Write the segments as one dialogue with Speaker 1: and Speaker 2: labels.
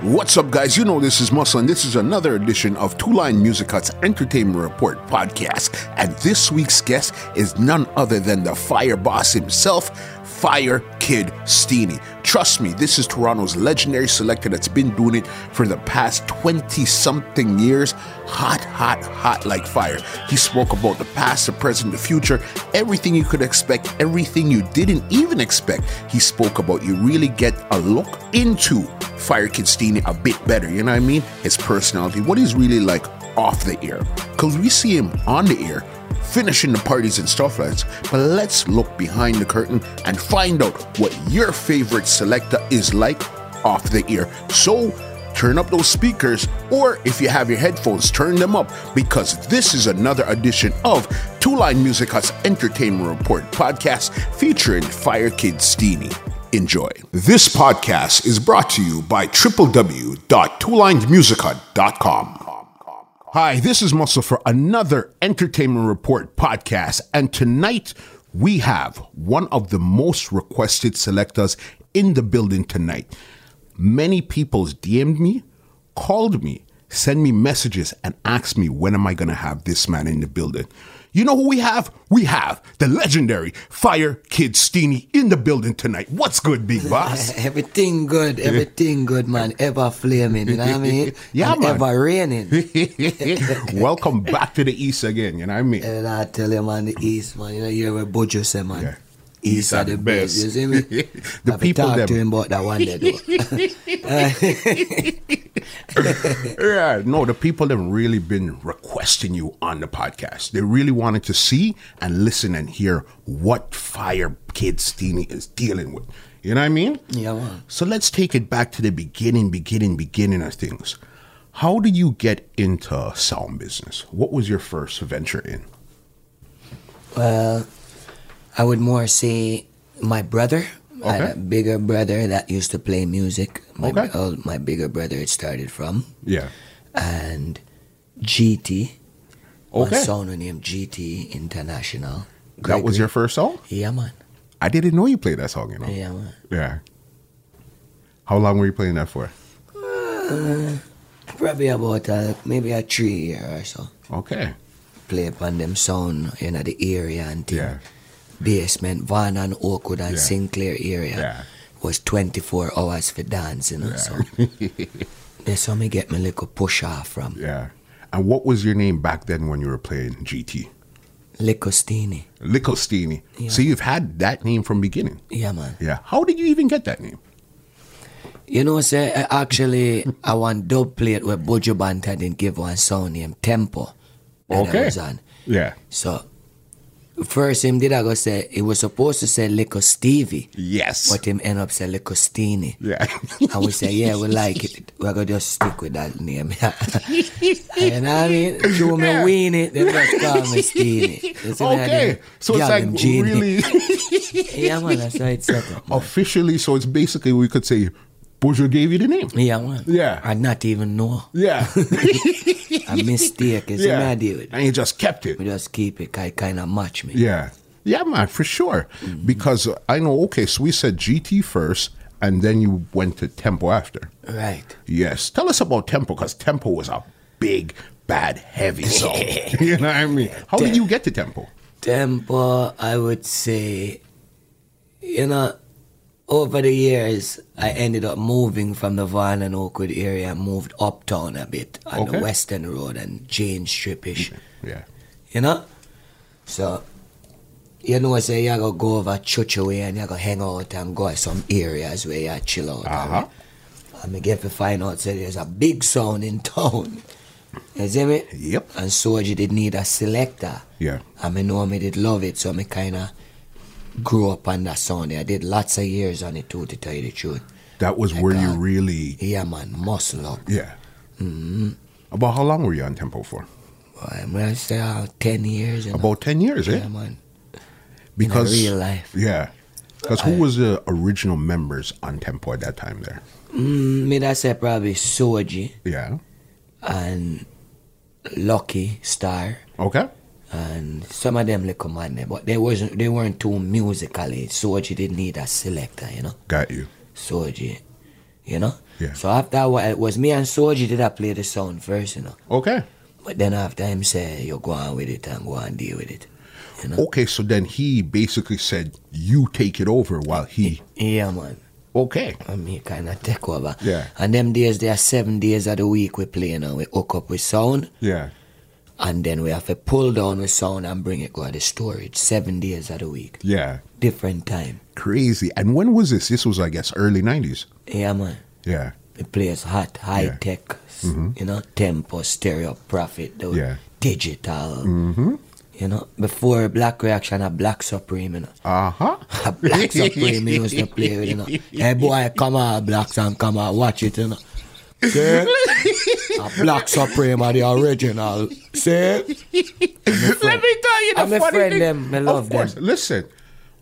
Speaker 1: What's up, guys? You know this is Muscle, and this is another edition of Two Line Music Hut's Entertainment Report podcast. And this week's guest is none other than the fire boss himself, Fire Kid Steenie. Trust me, this is Toronto's legendary selector that's been doing it for the past 20 something years. Hot, hot, hot like fire. He spoke about the past, the present, the future, everything you could expect, everything you didn't even expect. He spoke about you really get a look into Fire Kid Steenie a bit better. You know what I mean? His personality, what he's really like off the air. Because we see him on the air finishing the parties and stuff like that. But let's look behind the curtain and find out what your favorite selector is like off the ear. So turn up those speakers, or if you have your headphones, turn them up because this is another edition of Two Line Music Hut's Entertainment Report podcast featuring Fire Kid Steenie. Enjoy. This podcast is brought to you by www.twolinedmusichut.com. Hi, this is Muscle for another Entertainment Report podcast. And tonight we have one of the most requested selectors in the building tonight. Many people's DM'd me, called me, send me messages, and asked me when am I going to have this man in the building. You know who we have? We have the legendary Fire Kid Steenie in the building tonight. What's good, big boss?
Speaker 2: Everything good, everything good, man. Ever flaming, you know what I mean?
Speaker 1: Yeah,
Speaker 2: and
Speaker 1: man.
Speaker 2: Ever raining.
Speaker 1: Welcome back to the East again, you know what I mean?
Speaker 2: and I tell you, man, the East, man, you know, you're a butcher, say, man.
Speaker 1: Yeah.
Speaker 2: East are the best. You see me?
Speaker 1: The
Speaker 2: I've
Speaker 1: people
Speaker 2: talk
Speaker 1: them.
Speaker 2: to him about that one day, though.
Speaker 1: Yeah, no, the people have really been requesting you on the podcast. They really wanted to see and listen and hear what Fire Kid Steenie is dealing with. You know what I mean?
Speaker 2: yeah, man.
Speaker 1: So let's take it back to the beginning, beginning, beginning of things. How did you get into sound business? What was your first venture in?
Speaker 2: Well, I would more say my brother, my
Speaker 1: Okay.
Speaker 2: bigger brother that used to play music. My,
Speaker 1: Okay.
Speaker 2: uh, my bigger brother it started from.
Speaker 1: Yeah.
Speaker 2: And GT. My
Speaker 1: Okay.
Speaker 2: son named GT International.
Speaker 1: That was Oh. your first song?
Speaker 2: Yeah, man.
Speaker 1: I didn't know you played that song, you know?
Speaker 2: Yeah, man.
Speaker 1: Yeah. How long were you playing that for?
Speaker 2: Probably about uh, maybe a three year or so.
Speaker 1: Okay.
Speaker 2: Play upon them sound in the area and thing.
Speaker 1: Yeah.
Speaker 2: basement, Van and Oakwood and
Speaker 1: Yeah.
Speaker 2: Sinclair area
Speaker 1: Yeah.
Speaker 2: was 24 hours for dancing. and So that's how me get my little push off from.
Speaker 1: Yeah. And what was your name back then when you were playing GT?
Speaker 2: Little Steenie.
Speaker 1: Licostini.
Speaker 2: Yeah.
Speaker 1: So you've had that name from beginning.
Speaker 2: Yeah, man.
Speaker 1: Yeah. How did you even get that name?
Speaker 2: You know, say I actually, I want dub plate where Bojo Bantan didn't give one sound named Tempo. that I
Speaker 1: Okay.
Speaker 2: was on.
Speaker 1: Yeah.
Speaker 2: So first him did I go say it was supposed to say Little Stevie,
Speaker 1: Yes.
Speaker 2: but him end up say Little Steenie.
Speaker 1: Yeah.
Speaker 2: And we say, yeah, we like it. We're going to just stick with that name. you know what I mean? Do me
Speaker 1: Yeah.
Speaker 2: win it, then just call me Steenie. You see what I
Speaker 1: okay.
Speaker 2: mean?
Speaker 1: So it's
Speaker 2: Yeah,
Speaker 1: like
Speaker 2: them genie.
Speaker 1: really
Speaker 2: Yeah, man, that's how it's set up.
Speaker 1: officially, so it's basically we could say Bourgeois gave you the name.
Speaker 2: Yeah, man.
Speaker 1: Yeah.
Speaker 2: I not even know.
Speaker 1: Yeah.
Speaker 2: A mistake. You see what
Speaker 1: yeah.
Speaker 2: I do with it?
Speaker 1: And you just kept it.
Speaker 2: We just keep it, kind of match me.
Speaker 1: Yeah. Yeah, man, for sure.
Speaker 2: Mm-hmm.
Speaker 1: Because I know, okay, so we said GT first, and then you went to Tempo after.
Speaker 2: Right.
Speaker 1: Yes. Tell us about Tempo, because Tempo was a big, bad, heavy song. you know what I mean? How did you get to Tempo?
Speaker 2: Tempo, I would say, you know, over the years, I ended up moving from the Van and Oakwood area, and moved uptown a bit on
Speaker 1: Okay.
Speaker 2: the Western Road and Jane Strippish,
Speaker 1: Yeah.
Speaker 2: you know? So, you know, say you go go over church away and you go hang out and go to some areas where you chill out.
Speaker 1: Uh-huh.
Speaker 2: And I get to find out, say there's a big sound in town. You see me?
Speaker 1: Yep.
Speaker 2: And Soji did need a selector.
Speaker 1: Yeah.
Speaker 2: And I know me did love it, so me kinda grew up on that sound. I did lots of years on it too, to tell you the truth.
Speaker 1: That was where you
Speaker 2: God.
Speaker 1: really,
Speaker 2: Yeah, man, muscle up.
Speaker 1: yeah. Mm-hmm. About how long were you on Tempo for?
Speaker 2: I'm gonna say uh, ten years. You know?
Speaker 1: About 10 years, eh?
Speaker 2: yeah, man.
Speaker 1: because
Speaker 2: real life.
Speaker 1: Yeah. Because who was the original members on Tempo at that time there?
Speaker 2: Mm, me that say probably Soji
Speaker 1: Yeah.
Speaker 2: and Lucky Star
Speaker 1: Okay.
Speaker 2: and some of them little man there, but they wasn't they weren't too musically. Soji did need a selector, you know.
Speaker 1: Got you.
Speaker 2: Soji, you know.
Speaker 1: Yeah.
Speaker 2: So after a while, it was me and Soji did I play the sound first, you know.
Speaker 1: Okay.
Speaker 2: But then after him say, you go on with it and go on deal with it. You know?
Speaker 1: Okay, so then he basically said, you take it over while he.
Speaker 2: Yeah, man.
Speaker 1: Okay.
Speaker 2: I mean, kind of take over.
Speaker 1: Yeah.
Speaker 2: And them days, there are seven days of the week we play, you know. We hook up with sound,
Speaker 1: Yeah.
Speaker 2: and then we have to pull down with sound and bring it go to the storage. Seven days of the week.
Speaker 1: Yeah.
Speaker 2: Different time.
Speaker 1: Crazy. And when was this? This was, I guess, early 90s.
Speaker 2: Yeah, man.
Speaker 1: Yeah.
Speaker 2: The place hot, high tech, s- you know, tempo, stereo, profit, though,
Speaker 1: Mm-hmm. Yeah. Mm-hmm.
Speaker 2: digital. You know, before Black Reaction, a Black Supreme, you know.
Speaker 1: Uh huh.
Speaker 2: A Black Supreme used to play with, you know. Hey, boy, come on, Blacks, and come on, watch it, you know. See? a Black Supreme are the original. See?
Speaker 1: Let me tell you the
Speaker 2: I'm a
Speaker 1: funny
Speaker 2: friend
Speaker 1: thing.
Speaker 2: them. I love
Speaker 1: of course. Listen,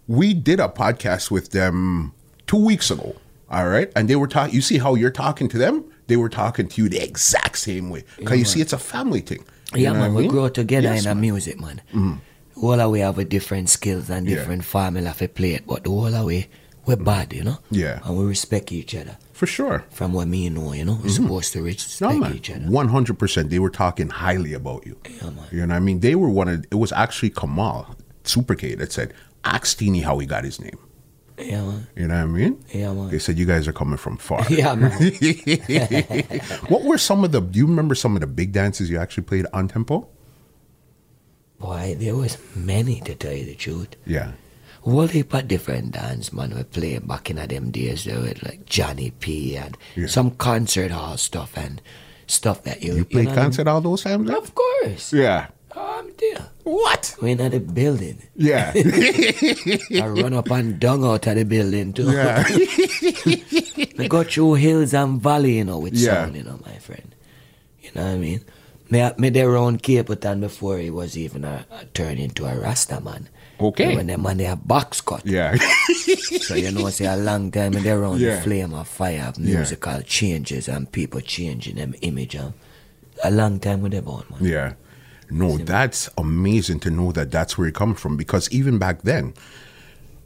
Speaker 1: we did a podcast with them two weeks ago. All right, and they were talking. You see how you're talking to them? They were talking to you the exact same way. Cause you see, it's a family thing. You
Speaker 2: Yeah,
Speaker 1: know
Speaker 2: man,
Speaker 1: what I
Speaker 2: we
Speaker 1: mean?
Speaker 2: grow together
Speaker 1: Yes, Mm.
Speaker 2: in our music, man. All of we have a different skills and
Speaker 1: Yeah.
Speaker 2: different formula for play it, but all of we, we're bad, you know?
Speaker 1: Yeah.
Speaker 2: And we respect each other
Speaker 1: for sure.
Speaker 2: from what me know, you know? We're
Speaker 1: Mm-hmm.
Speaker 2: supposed to
Speaker 1: No
Speaker 2: respect
Speaker 1: man,
Speaker 2: each other.
Speaker 1: one hundred percent. They were talking highly about you.
Speaker 2: Yeah, man.
Speaker 1: You know what I mean? They were one of. It was actually Kamal Super K that said, "Ask Teeny how he got his name."
Speaker 2: Yeah, man.
Speaker 1: You know what I mean?
Speaker 2: Yeah, man.
Speaker 1: They said you guys are coming from far.
Speaker 2: Yeah, man.
Speaker 1: what were some of the? Do you remember some of the big dances you actually played on tempo?
Speaker 2: Boy, there was many, to tell you the truth.
Speaker 1: Yeah.
Speaker 2: Well, heap of different dance, man, we play back in a them days, there with like Johnny P and
Speaker 1: Yeah.
Speaker 2: some concert hall stuff and stuff that you...
Speaker 1: You played
Speaker 2: know what I mean?
Speaker 1: concert all those times? huh?
Speaker 2: Of course. Oh,
Speaker 1: Yeah.
Speaker 2: I'm there.
Speaker 1: What?
Speaker 2: We're in the building.
Speaker 1: Yeah.
Speaker 2: I run up and down out of the building too.
Speaker 1: yeah.
Speaker 2: I go through hills and valley, you know, with
Speaker 1: Yeah.
Speaker 2: sound, you know, my friend. You know what I mean? Me, me there around Capleton before he was even a, a turn into a Rasta man.
Speaker 1: Okay.
Speaker 2: When the man they a box cut.
Speaker 1: Yeah.
Speaker 2: So you know, say a long time and they're on
Speaker 1: Yeah.
Speaker 2: the flame of fire of musical changes and people changing them image and a long time with them on, man.
Speaker 1: Yeah. No, that's amazing to know that that's where you come from because even back then,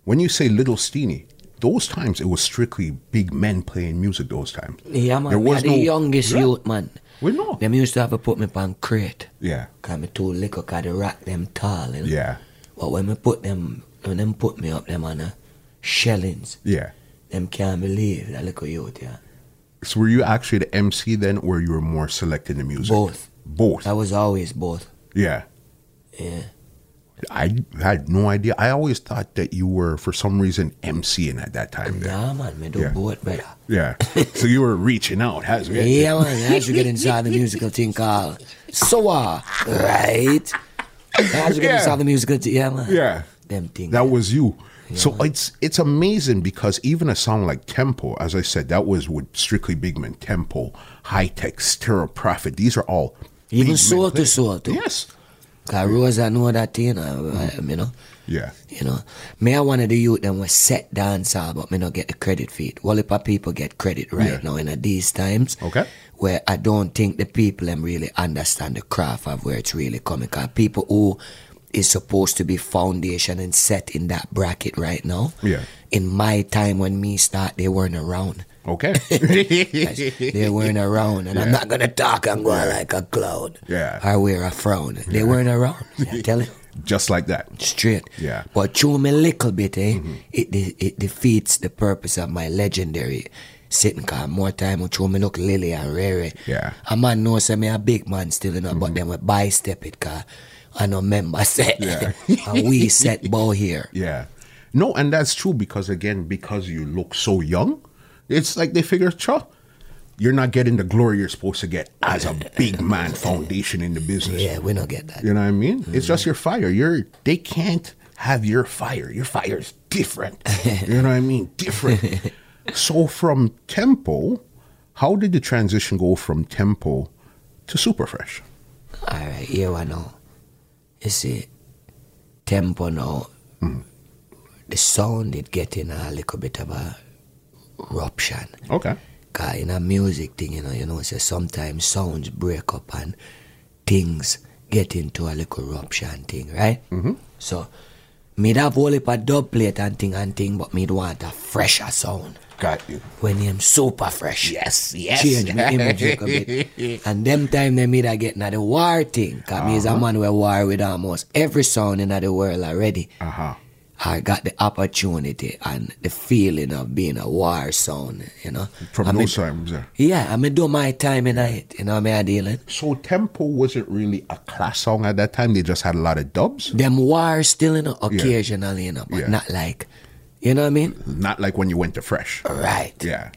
Speaker 1: when you say Little Steenie, those times it was strictly big men playing music. Those times.
Speaker 2: Yeah, man.
Speaker 1: There
Speaker 2: me
Speaker 1: was
Speaker 2: a the
Speaker 1: no-
Speaker 2: youngest
Speaker 1: Yeah.
Speaker 2: youth, man.
Speaker 1: We know.
Speaker 2: Them used to have to put me on crate.
Speaker 1: Yeah.
Speaker 2: Cause me too little, cause they rock them tall, you know.
Speaker 1: Yeah.
Speaker 2: But when me put them, when them put me up them on a shellings,
Speaker 1: Yeah.
Speaker 2: them can't believe that little youth, yeah.
Speaker 1: So were you actually the MC then, or you were more selecting the music?
Speaker 2: Both.
Speaker 1: Both.
Speaker 2: I was always both,
Speaker 1: Yeah.
Speaker 2: yeah.
Speaker 1: I had no idea. I always thought that you were, for some reason, MCing at that time. There.
Speaker 2: Nah, man, me do
Speaker 1: Yeah.
Speaker 2: both, brother.
Speaker 1: Yeah. so you were reaching out, has
Speaker 2: Yeah,
Speaker 1: it?
Speaker 2: man, as you get inside the musical thing called Soa, right? As you get
Speaker 1: Yeah.
Speaker 2: inside the musical thing, yeah, man.
Speaker 1: Yeah.
Speaker 2: Them things.
Speaker 1: That was you. so it's it's amazing because even a song like Tempo, as I said, that was with strictly big men. Tempo, High Tech, Stereo Profit. These are all big
Speaker 2: Even
Speaker 1: men
Speaker 2: soul to
Speaker 1: players.
Speaker 2: soul, too.
Speaker 1: Yes.
Speaker 2: Cause Rosa know that thing, you know. I- You know.
Speaker 1: Yeah.
Speaker 2: You know, me I wanted to youth them was set dancehall, but me not get the credit for it. Well, if a people get credit right
Speaker 1: Yeah.
Speaker 2: now in a these times,
Speaker 1: Okay.
Speaker 2: where I don't think the people them really understand the craft of where it's really coming. Cause people who is supposed to be foundation and set in that bracket right now.
Speaker 1: Yeah.
Speaker 2: In my time when me start, they weren't around.
Speaker 1: Okay.
Speaker 2: They weren't around, and I'm not gonna talk and go like a clown.
Speaker 1: Yeah.
Speaker 2: Or wear a frown. They weren't around. I tell you
Speaker 1: Just like that.
Speaker 2: straight.
Speaker 1: Yeah. Mm-hmm.
Speaker 2: But chew me a little bit, eh? It, de- it defeats the purpose of my legendary sitting car. More time with chew me look lily and rare.
Speaker 1: Yeah. Mm-hmm.
Speaker 2: A man knows say me a big man still, you know, but then we by step it car. I know member set.
Speaker 1: Yeah.
Speaker 2: and we set bow here.
Speaker 1: Yeah. No, and that's true because again, because you look so young, it's like they figure, "Cha, you're not getting the glory you're supposed to get as a big man foundation in the business."
Speaker 2: Yeah, Mm-hmm. we don't get that.
Speaker 1: You know what I mean? It's just your fire. You're they can't have your fire. Your fire is different. you know what I mean? Different. so from tempo, how did the transition go from tempo to super fresh?
Speaker 2: All right, here I know. You see, tempo now,
Speaker 1: Mm-hmm.
Speaker 2: the sound is getting a little bit of a eruption.
Speaker 1: Okay.
Speaker 2: Cause in a music thing, you know, you know, say sometimes sounds break up and things get into a little rupture and thing, right? Mm-hmm. So, me'd have all heap a dub plate and thing and thing, but me'd want a fresher sound.
Speaker 1: Got you.
Speaker 2: when him super fresh.
Speaker 1: Yes, yes.
Speaker 2: Change my image a little bit. And them time they made I get na the war thing. because me is a man who war with almost every sound in the world already.
Speaker 1: Uh huh.
Speaker 2: I got the opportunity and the feeling of being a war sound, you know.
Speaker 1: From
Speaker 2: I mean,
Speaker 1: those times there.
Speaker 2: yeah, I mean do my time in it, you know what I mean I dealing.
Speaker 1: So tempo wasn't really a class song at that time. They just had a lot of dubs.
Speaker 2: Them war still you know, occasionally, you know, but
Speaker 1: Yeah.
Speaker 2: not like you know what I mean?
Speaker 1: Not like when you went to Fresh.
Speaker 2: Right.
Speaker 1: Yeah.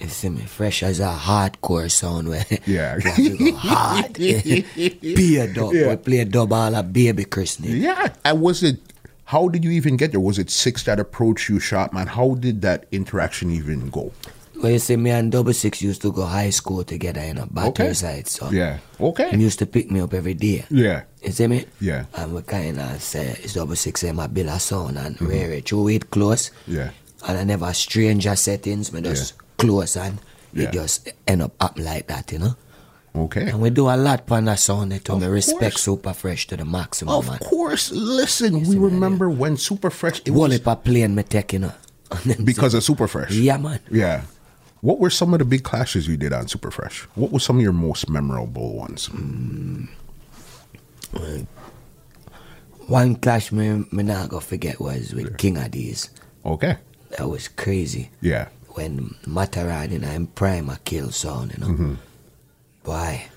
Speaker 2: You see me fresh as a hardcore sound where
Speaker 1: Yeah.
Speaker 2: we have to go hard. Be a dub.
Speaker 1: Yeah.
Speaker 2: We play a dub all a baby christening.
Speaker 1: Yeah. And was it? How did you even get there? Was it Six that approached you, Shotman? How did that interaction even go?
Speaker 2: Well, you see, me and Double Six used to go high school together in a battery side, so
Speaker 1: Yeah.
Speaker 2: he
Speaker 1: Okay.
Speaker 2: used to pick me up every day.
Speaker 1: Yeah.
Speaker 2: You see me?
Speaker 1: Yeah.
Speaker 2: And we kind of say, it's Double Six in my bill of sound and rare it. You it close.
Speaker 1: Yeah.
Speaker 2: And I never stranger settings, me just close and
Speaker 1: Yeah.
Speaker 2: it just end up up like that, you know?
Speaker 1: Okay.
Speaker 2: And we do a lot on that sound, it, and we respect
Speaker 1: course.
Speaker 2: Super Fresh to the maximum,
Speaker 1: Of
Speaker 2: man.
Speaker 1: course. Listen, we remember when Super Fresh. It
Speaker 2: Wall
Speaker 1: was
Speaker 2: up a plane me taking her.
Speaker 1: because of Super Fresh.
Speaker 2: yeah, man.
Speaker 1: Yeah. What were some of the big clashes you did on Super Fresh? What were some of your most memorable ones?
Speaker 2: One clash me, me not gonna forget was with King of These.
Speaker 1: Okay.
Speaker 2: That was crazy.
Speaker 1: Yeah.
Speaker 2: When Mataran and I'm prime a kill sound, you know.
Speaker 1: Mm-hmm.
Speaker 2: Why?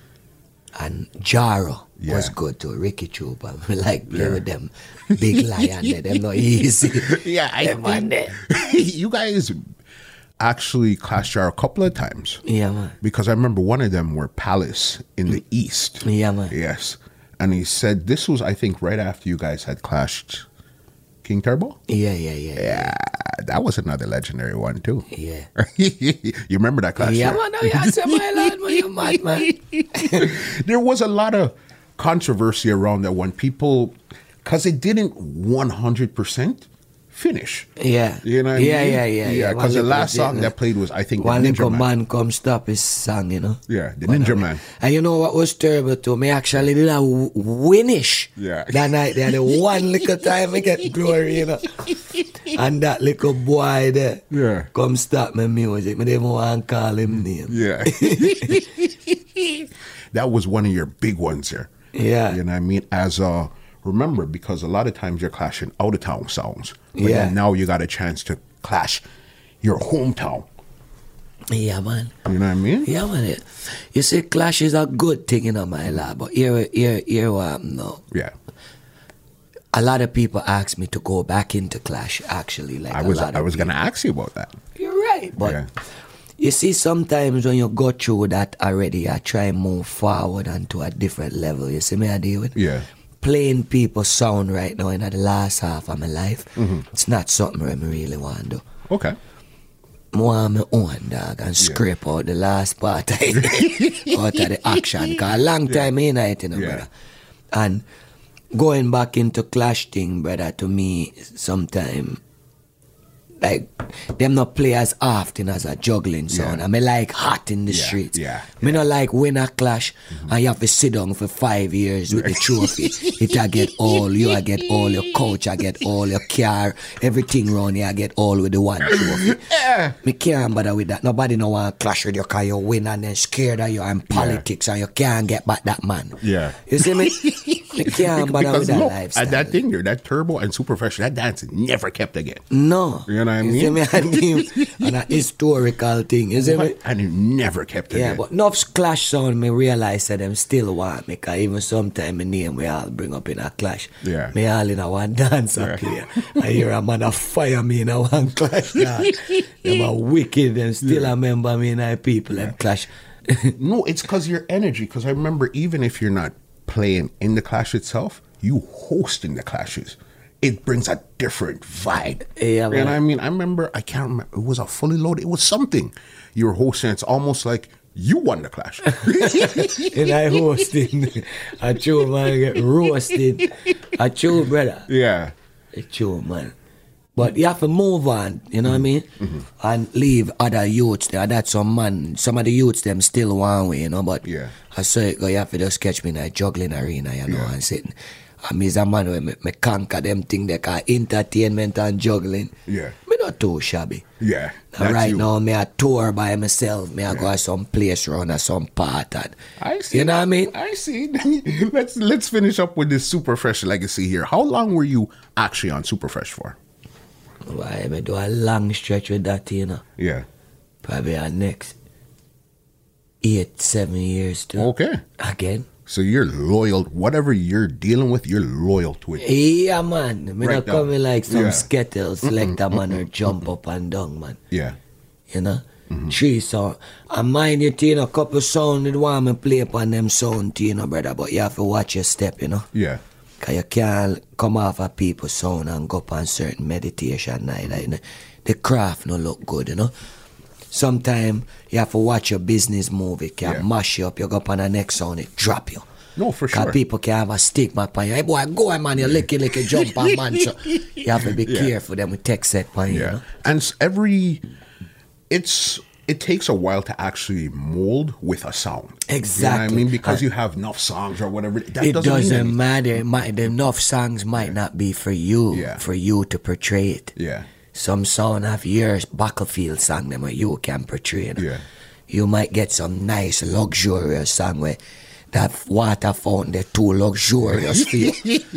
Speaker 2: And Jaro was
Speaker 1: Yeah.
Speaker 2: good too. Ricky Chupa. Me like play with them big lion there. Them not easy.
Speaker 1: Yeah, I
Speaker 2: Them one there.
Speaker 1: you guys actually clashed out a couple of times
Speaker 2: Yeah man.
Speaker 1: because I remember one of them were Palace in the East.
Speaker 2: Yeah man.
Speaker 1: Yes. And he said this was I think right after you guys had clashed King Turbo.
Speaker 2: Yeah, yeah, yeah. Yeah.
Speaker 1: Yeah, that was another legendary one too.
Speaker 2: Yeah.
Speaker 1: you remember that clash?
Speaker 2: Yeah,
Speaker 1: right?
Speaker 2: man, oh, yeah, I said, my lord, man, you mad, man.
Speaker 1: there was a lot of controversy around that one. People, because it didn't 100% finish.
Speaker 2: Yeah.
Speaker 1: You know what
Speaker 2: yeah,
Speaker 1: I mean?
Speaker 2: Yeah, yeah, yeah.
Speaker 1: Yeah, because the
Speaker 2: One
Speaker 1: last
Speaker 2: little
Speaker 1: song that played was, I think, the
Speaker 2: One
Speaker 1: Ninja
Speaker 2: little
Speaker 1: Man.
Speaker 2: man come stop his song, you know.
Speaker 1: Yeah, the
Speaker 2: One
Speaker 1: Ninja
Speaker 2: of-
Speaker 1: Man.
Speaker 2: And you know what was terrible to me? Actually, did I w- winish
Speaker 1: Yeah.
Speaker 2: that night? There, the one little time I get glory, you know. And that little boy there,
Speaker 1: Yeah.
Speaker 2: come stop my music. Me didn't want to call him name.
Speaker 1: Yeah. that was one of your big ones there.
Speaker 2: Yeah.
Speaker 1: You know what I mean? As uh remember, because a lot of times you're clashing out of town sounds. But
Speaker 2: Yeah.
Speaker 1: then now you got a chance to clash your hometown.
Speaker 2: Yeah, man.
Speaker 1: You know what I mean?
Speaker 2: Yeah, man. It, you see, clash is a good thing in my life, but here, here, here, what happened now?
Speaker 1: Yeah.
Speaker 2: A lot of people asked me to go back into Clash. Actually, like
Speaker 1: I
Speaker 2: a
Speaker 1: was
Speaker 2: lot
Speaker 1: I
Speaker 2: of
Speaker 1: was gonna ask you about that.
Speaker 2: You're right. But
Speaker 1: Yeah.
Speaker 2: you see, sometimes when you go through that already, I try and move forward and to a different level. You see me, I deal with?
Speaker 1: Yeah.
Speaker 2: Playing people sound right now in the last half of my life,
Speaker 1: Mm-hmm.
Speaker 2: it's not something I really want to do.
Speaker 1: Okay.
Speaker 2: More on my own, dog, and scrape out the last part of it, out of the action. Because a long time in it, you know,
Speaker 1: Yeah.
Speaker 2: brother. And going back into clash thing, brother, to me, sometime, like, them not play as often as a juggling sound. I mean, like hot in the
Speaker 1: Yeah,
Speaker 2: streets.
Speaker 1: yeah, Mm-hmm.
Speaker 2: Me not like win a clash and you have to sit down for five years with the trophy. it I get all, you I get all, your coach I get all, your car, everything round here I get all with the one trophy. Me can't bother with that. Nobody no want clash with you because you win and then scared of you and politics and you can't get back that man.
Speaker 1: Yeah.
Speaker 2: You see me? me can't bother
Speaker 1: Because
Speaker 2: with that
Speaker 1: look,
Speaker 2: lifestyle.
Speaker 1: at that thing there, that turbo and super fresh, that dance never kept again.
Speaker 2: no.
Speaker 1: You know what I
Speaker 2: You see
Speaker 1: mean?
Speaker 2: me? I mean, and a historical thing. You see me?
Speaker 1: And it never kept
Speaker 2: Yeah,
Speaker 1: again.
Speaker 2: but Nuff's clash sound, me realize that them still want me, cause even sometime me name we all bring up in a clash.
Speaker 1: Yeah.
Speaker 2: Me all in a one dance up here. I hear a man a fire me in a one clash. dog. them a wicked, them still a member me in a people, them clash.
Speaker 1: No, it's because your energy. Because I remember, even if you're not playing in the clash itself, you hosting the clashes. It brings a different vibe.
Speaker 2: Yeah,
Speaker 1: and
Speaker 2: man.
Speaker 1: I mean, I remember, I can't remember. It was a fully loaded. It was something you were hosting. It's almost like you won the clash.
Speaker 2: and I hosting. a true man get roasted. A true brother.
Speaker 1: yeah,
Speaker 2: A true man. But you have to move on, you know what I mean?
Speaker 1: Mm-hmm.
Speaker 2: And leave other youths there. That's some man. Some of the youths them still one way, you know. But
Speaker 1: Yeah.
Speaker 2: I saw it go. You have to just catch me in a juggling arena, you know, and sitting. I mean, a man where me, me conquer them thing they call entertainment and juggling.
Speaker 1: Yeah.
Speaker 2: Me not too shabby.
Speaker 1: Yeah.
Speaker 2: Now,
Speaker 1: that's
Speaker 2: right
Speaker 1: you.
Speaker 2: now, me a tour by myself. Me a go to some place run or some part. And,
Speaker 1: I see.
Speaker 2: You know what I mean?
Speaker 1: I see. let's let's finish up with this super fresh legacy here. How long were you actually on super fresh for?
Speaker 2: Why me do a long stretch with that, you know?
Speaker 1: Yeah.
Speaker 2: Probably our next eight, seven years too.
Speaker 1: Okay.
Speaker 2: Again.
Speaker 1: So you're loyal. Whatever you're dealing with, you're loyal to it.
Speaker 2: Yeah, man. Me
Speaker 1: Right
Speaker 2: not
Speaker 1: down.
Speaker 2: coming like some
Speaker 1: Yeah.
Speaker 2: skittles, select a man or jump up and down, man.
Speaker 1: Yeah.
Speaker 2: You know? Three sound. And mind you, you know, couple sound, you want me play upon them sound, you know, brother, but you have to watch your step, you know?
Speaker 1: Yeah.
Speaker 2: Because you can't come off a people sound and go upon certain meditation neither. You know? The craft no look good, you know. Sometimes you have to watch your business move. It can
Speaker 1: Yeah.
Speaker 2: mash you up. You go upon the next sound, it drop you.
Speaker 1: No, for
Speaker 2: 'Cause
Speaker 1: sure.
Speaker 2: people can have a stigma upon you. Hey boy, go on, man, you licky licky jump on man. So you have to be
Speaker 1: Yeah.
Speaker 2: careful them with text set upon you. you
Speaker 1: Yeah.
Speaker 2: know?
Speaker 1: And s- every it's it takes a while to actually mold with a sound. You know what I
Speaker 2: Exactly.
Speaker 1: mean? Because
Speaker 2: And-
Speaker 1: you have enough songs or whatever. That
Speaker 2: It
Speaker 1: doesn't,
Speaker 2: doesn't,
Speaker 1: mean anything.
Speaker 2: matter. It might, the enough songs might not be for you,
Speaker 1: Yeah.
Speaker 2: for you to portray it.
Speaker 1: Yeah.
Speaker 2: Some sound of yours, battlefield song, them where you can portray it.
Speaker 1: Yeah.
Speaker 2: You might get some nice, luxurious song where that water fountain, they're too luxurious for you.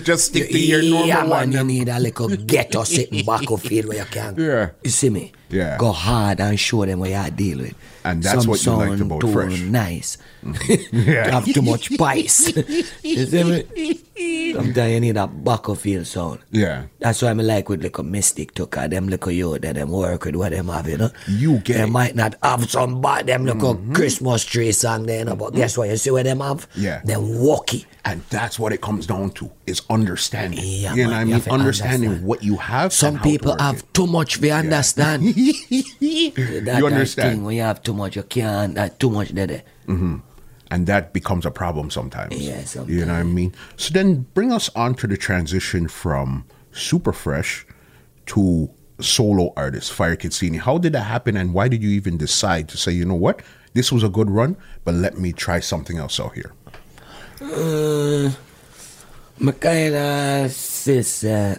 Speaker 1: Just stick to your normal
Speaker 2: yeah, man,
Speaker 1: one.
Speaker 2: you need a little ghetto sitting battlefield where you can.
Speaker 1: Yeah.
Speaker 2: You see me?
Speaker 1: Yeah.
Speaker 2: Go hard and show them what you deal with.
Speaker 1: And that's
Speaker 2: Some
Speaker 1: what you liked
Speaker 2: sound
Speaker 1: about
Speaker 2: too
Speaker 1: Fresh. Mm-hmm.
Speaker 2: nice.
Speaker 1: Yeah.
Speaker 2: Have too much spice. you see me? Sometimes you need a battlefield sound.
Speaker 1: Yeah.
Speaker 2: That's why I like with little mystic too, cause them little youth that them work with what them have, you know.
Speaker 1: You get
Speaker 2: They
Speaker 1: it. Mm-hmm.
Speaker 2: might not have some but them little Christmas tree song there, you know, but guess what? You see what them have?
Speaker 1: Yeah.
Speaker 2: Them walkie.
Speaker 1: And that's what it comes down to is understanding.
Speaker 2: Yeah,
Speaker 1: you know
Speaker 2: man,
Speaker 1: what I
Speaker 2: you
Speaker 1: mean?
Speaker 2: have to
Speaker 1: Understanding
Speaker 2: understand.
Speaker 1: what you have.
Speaker 2: Some
Speaker 1: and how to
Speaker 2: people
Speaker 1: work
Speaker 2: have
Speaker 1: it.
Speaker 2: too much they understand.
Speaker 1: you
Speaker 2: that kind of
Speaker 1: understand,
Speaker 2: thing when you have too much you can't that too much there.
Speaker 1: and that becomes a problem sometimes.
Speaker 2: Yeah,
Speaker 1: you know what I mean. So then, bring us on to the transition from super fresh to solo artist Fire Kid Senior. How did that happen, and why did you even decide to say, you know what, this was a good run, but let me try something else out here?
Speaker 2: Uh, my kind of this uh,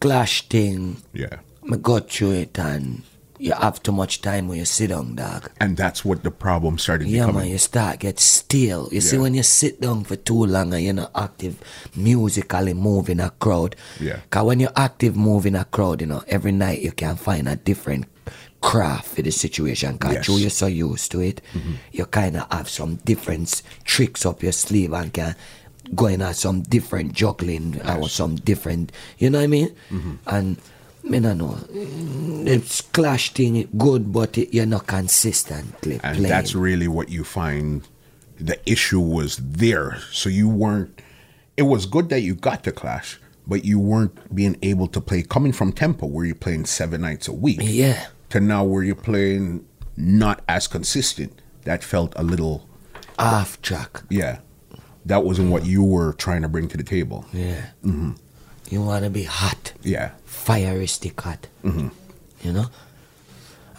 Speaker 2: clash thing,
Speaker 1: Yeah,
Speaker 2: I go through it and you have too much time when you sit down, dog.
Speaker 1: and that's what the problem started
Speaker 2: Yeah, man,
Speaker 1: becoming.
Speaker 2: you start get still. You see,
Speaker 1: Yeah.
Speaker 2: when you sit down for too long and you're not active, musically moving a crowd.
Speaker 1: Yeah.
Speaker 2: Cause when you're active moving a crowd, you know, every night you can find a different craft for the situation. Cause
Speaker 1: Yes. Mm-hmm.
Speaker 2: you- you're so used to it, you kind of have some different s- tricks up your sleeve and can going at some different juggling or some different. You know what I mean?
Speaker 1: Mm-hmm.
Speaker 2: And. Me no know. It's clash thing good, but it, you're not consistently
Speaker 1: and
Speaker 2: playing.
Speaker 1: that's really what you find the issue was there so you weren't it was good that you got to clash but you weren't being able to play coming from tempo where you're playing seven nights a week
Speaker 2: Yeah.
Speaker 1: to now where you're playing not as consistent that felt a little
Speaker 2: off track.
Speaker 1: yeah that wasn't what you were trying to bring to the table
Speaker 2: Yeah. Mm-hmm. You want to be hot,
Speaker 1: yeah
Speaker 2: fieristic hot. You know?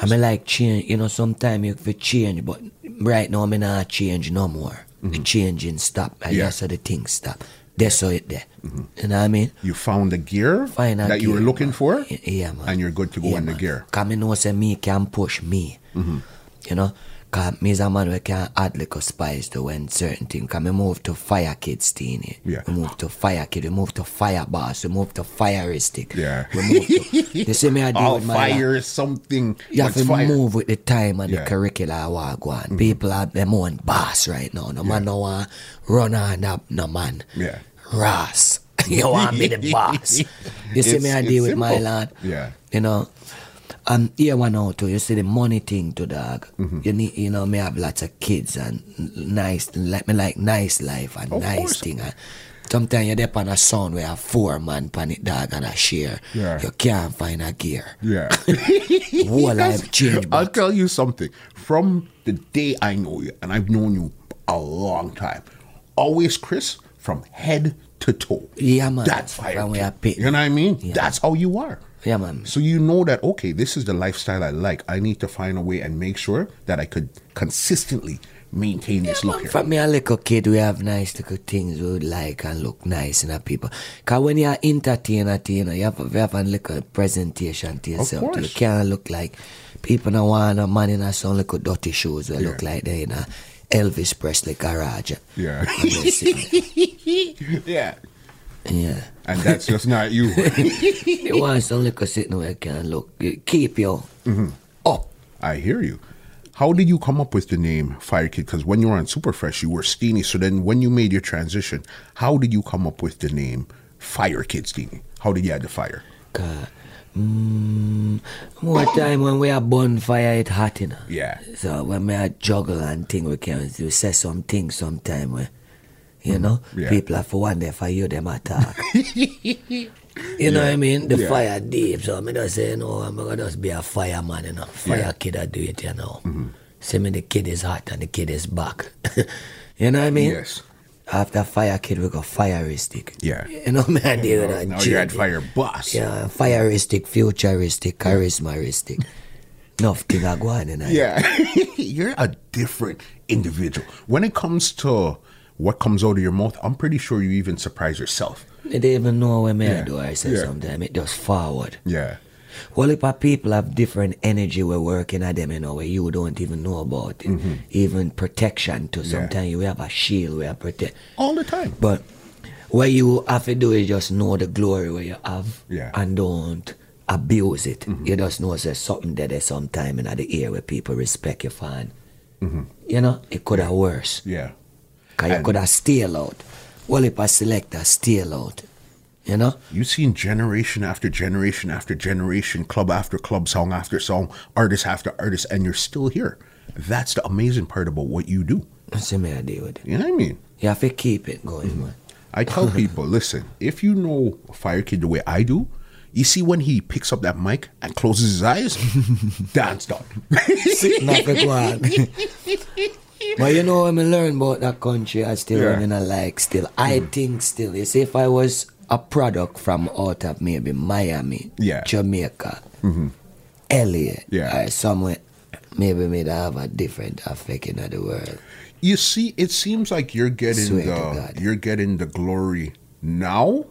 Speaker 2: I mean, like change, you know, sometimes you could change, but right now, I'm not change no more. The changing stop. I
Speaker 1: Yeah.
Speaker 2: just saw the thing stop. That's how it there. You know what I mean?
Speaker 1: you found the gear
Speaker 2: Find a
Speaker 1: that you were
Speaker 2: gear,
Speaker 1: looking
Speaker 2: man.
Speaker 1: for
Speaker 2: Y- Yeah, man.
Speaker 1: and you're good to go
Speaker 2: yeah,
Speaker 1: in the
Speaker 2: man.
Speaker 1: gear Mm-hmm.
Speaker 2: Cause me know say me can push me. You know? Cause me is a man we can add little spice to when certain thing. Cause me move to fire kids teeny.
Speaker 1: Yeah.
Speaker 2: We move to fire kid, we move to fire boss, we move to fireistic.
Speaker 1: Yeah.
Speaker 2: We move to, they say me I do
Speaker 1: all
Speaker 2: with my uh, life.
Speaker 1: fire is something
Speaker 2: You have
Speaker 1: what's
Speaker 2: to
Speaker 1: fire?
Speaker 2: move with the time and
Speaker 1: Yeah. Mm-hmm.
Speaker 2: the curricula what go on. People are them own boss right now. No man no want run on up no man.
Speaker 1: Yeah.
Speaker 2: Ross. you want me the boss. You see me
Speaker 1: It's-
Speaker 2: I
Speaker 1: it's
Speaker 2: deal with my
Speaker 1: simple.
Speaker 2: lad.
Speaker 1: Yeah.
Speaker 2: You know. And here one out too, you see the money thing to dog.
Speaker 1: Mm-hmm.
Speaker 2: You need you know, me have lots of kids and nice like me like nice life and
Speaker 1: Of
Speaker 2: nice
Speaker 1: course.
Speaker 2: thing and Sometimes you're there on a sound where a four man pan it dog and a share.
Speaker 1: Yeah.
Speaker 2: You can't find a gear.
Speaker 1: yeah
Speaker 2: Whole life change.
Speaker 1: I'll
Speaker 2: box.
Speaker 1: tell you something. From the day I know you, and I've known you a long time, always Chris from head to toe.
Speaker 2: Yeah, man.
Speaker 1: That's fire.
Speaker 2: When we
Speaker 1: kid.
Speaker 2: are pick-
Speaker 1: You know what I mean?
Speaker 2: Yeah.
Speaker 1: That's how you are.
Speaker 2: Yeah, man.
Speaker 1: So you know that okay, this is the lifestyle I like. I need to find a way and make sure that I could consistently maintain this look here.
Speaker 2: From me a little kid, we have nice little things we would like and look nice in a people. Cause when you are entertainer, you know, you have, you have a little presentation to yourself. You
Speaker 1: course.
Speaker 2: can't look like people now want a man in a some little dirty shoes. We look like they in a Elvis Presley garage.
Speaker 1: Yeah,
Speaker 2: And they sit
Speaker 1: yeah,
Speaker 2: there. yeah.
Speaker 1: and that's just not you.
Speaker 2: You want some little sitting where you can look. you Keep you up.
Speaker 1: I hear you. How did you come up with the name Fire Kid? Because when you were on Superfresh, you were Steenie. So then, when you made your transition, how did you come up with the name Fire Kid Steenie? How did you add the fire?
Speaker 2: God. Mm, more time when we are bonfire, it hot, you know.
Speaker 1: Yeah.
Speaker 2: So when we are juggle and thing, we can we say some things sometime where, you know,
Speaker 1: Mm, yeah.
Speaker 2: people are for one day for you them attack. you know what I mean? The
Speaker 1: yeah.
Speaker 2: fire deep, so me just say, no, I'm gonna just be a fireman, you know. Fire
Speaker 1: Yeah. Mm-hmm.
Speaker 2: kid, I do it, you know. See me, the kid is hot and the kid is back. you know what I mean?
Speaker 1: Yes.
Speaker 2: After fire kid, we got fieristic.
Speaker 1: Yeah.
Speaker 2: You know, me I deal with that.
Speaker 1: Oh, Now you
Speaker 2: shit.
Speaker 1: had Fire Boss.
Speaker 2: Yeah, fireistic, futuristic, charismatic. Enough thing I go on in yeah.
Speaker 1: Yeah. You're a different individual. When it comes to what comes out of your mouth, I'm pretty sure you even surprise yourself.
Speaker 2: They don't even know where me I
Speaker 1: Yeah,
Speaker 2: do I say
Speaker 1: yeah.
Speaker 2: sometimes. It just forward.
Speaker 1: Yeah.
Speaker 2: Well, if our people have different energy we're working at them in a way you don't even know about it.
Speaker 1: Mm-hmm.
Speaker 2: Even protection to sometimes you have a shield we have protect.
Speaker 1: All the time.
Speaker 2: But what you have to do is just know the glory where you have
Speaker 1: Yeah. Mm-hmm.
Speaker 2: and don't abuse it. You just know there's something there there's sometime in the air where people respect you fine. You know, it could have worse.
Speaker 1: Yeah.
Speaker 2: Cause you
Speaker 1: Mm-hmm. And-
Speaker 2: could have steal out. Well, if I select a steal out, you know?
Speaker 1: You've seen generation after generation after generation, club after club, song after song, artist after artist, and you're still here. That's the amazing part about what you do.
Speaker 2: See me I deal with it.
Speaker 1: You know what I mean?
Speaker 2: You have to keep it going, man.
Speaker 1: I tell people, listen, if you know Fire Kid the way I do, you see when he picks up that mic and closes his eyes, dance done.
Speaker 2: Nothing wrong. But you know, when I learn about that country, I still
Speaker 1: Yeah. Mm.
Speaker 2: yeah. I like still. I think still, you see, if I was a product from out of maybe Miami,
Speaker 1: Yeah. Mm-hmm.
Speaker 2: Jamaica, LA,
Speaker 1: Yeah.
Speaker 2: or somewhere, maybe me have a different effect in the world.
Speaker 1: you see, it seems like you're getting
Speaker 2: Swear to
Speaker 1: the
Speaker 2: God.
Speaker 1: you're getting the glory now,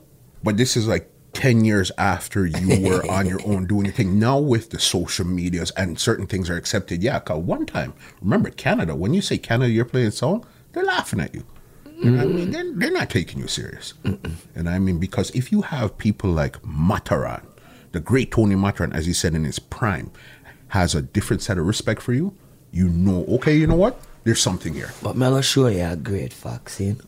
Speaker 1: but this is like ten years after you were on your own doing your thing. Now with the social medias and certain things are accepted. Yeah, 'cause one time, remember Canada? When you say Canada, you're playing song, they're laughing at you. You know what I mean, they're, they're not taking you serious. And I mean, because if you have people like Mataran, the great Tony Mataran, as he said in his prime, has a different set of respect for you, you know, okay, you know what? There's something here.
Speaker 2: But me gonna show you a great vaccine.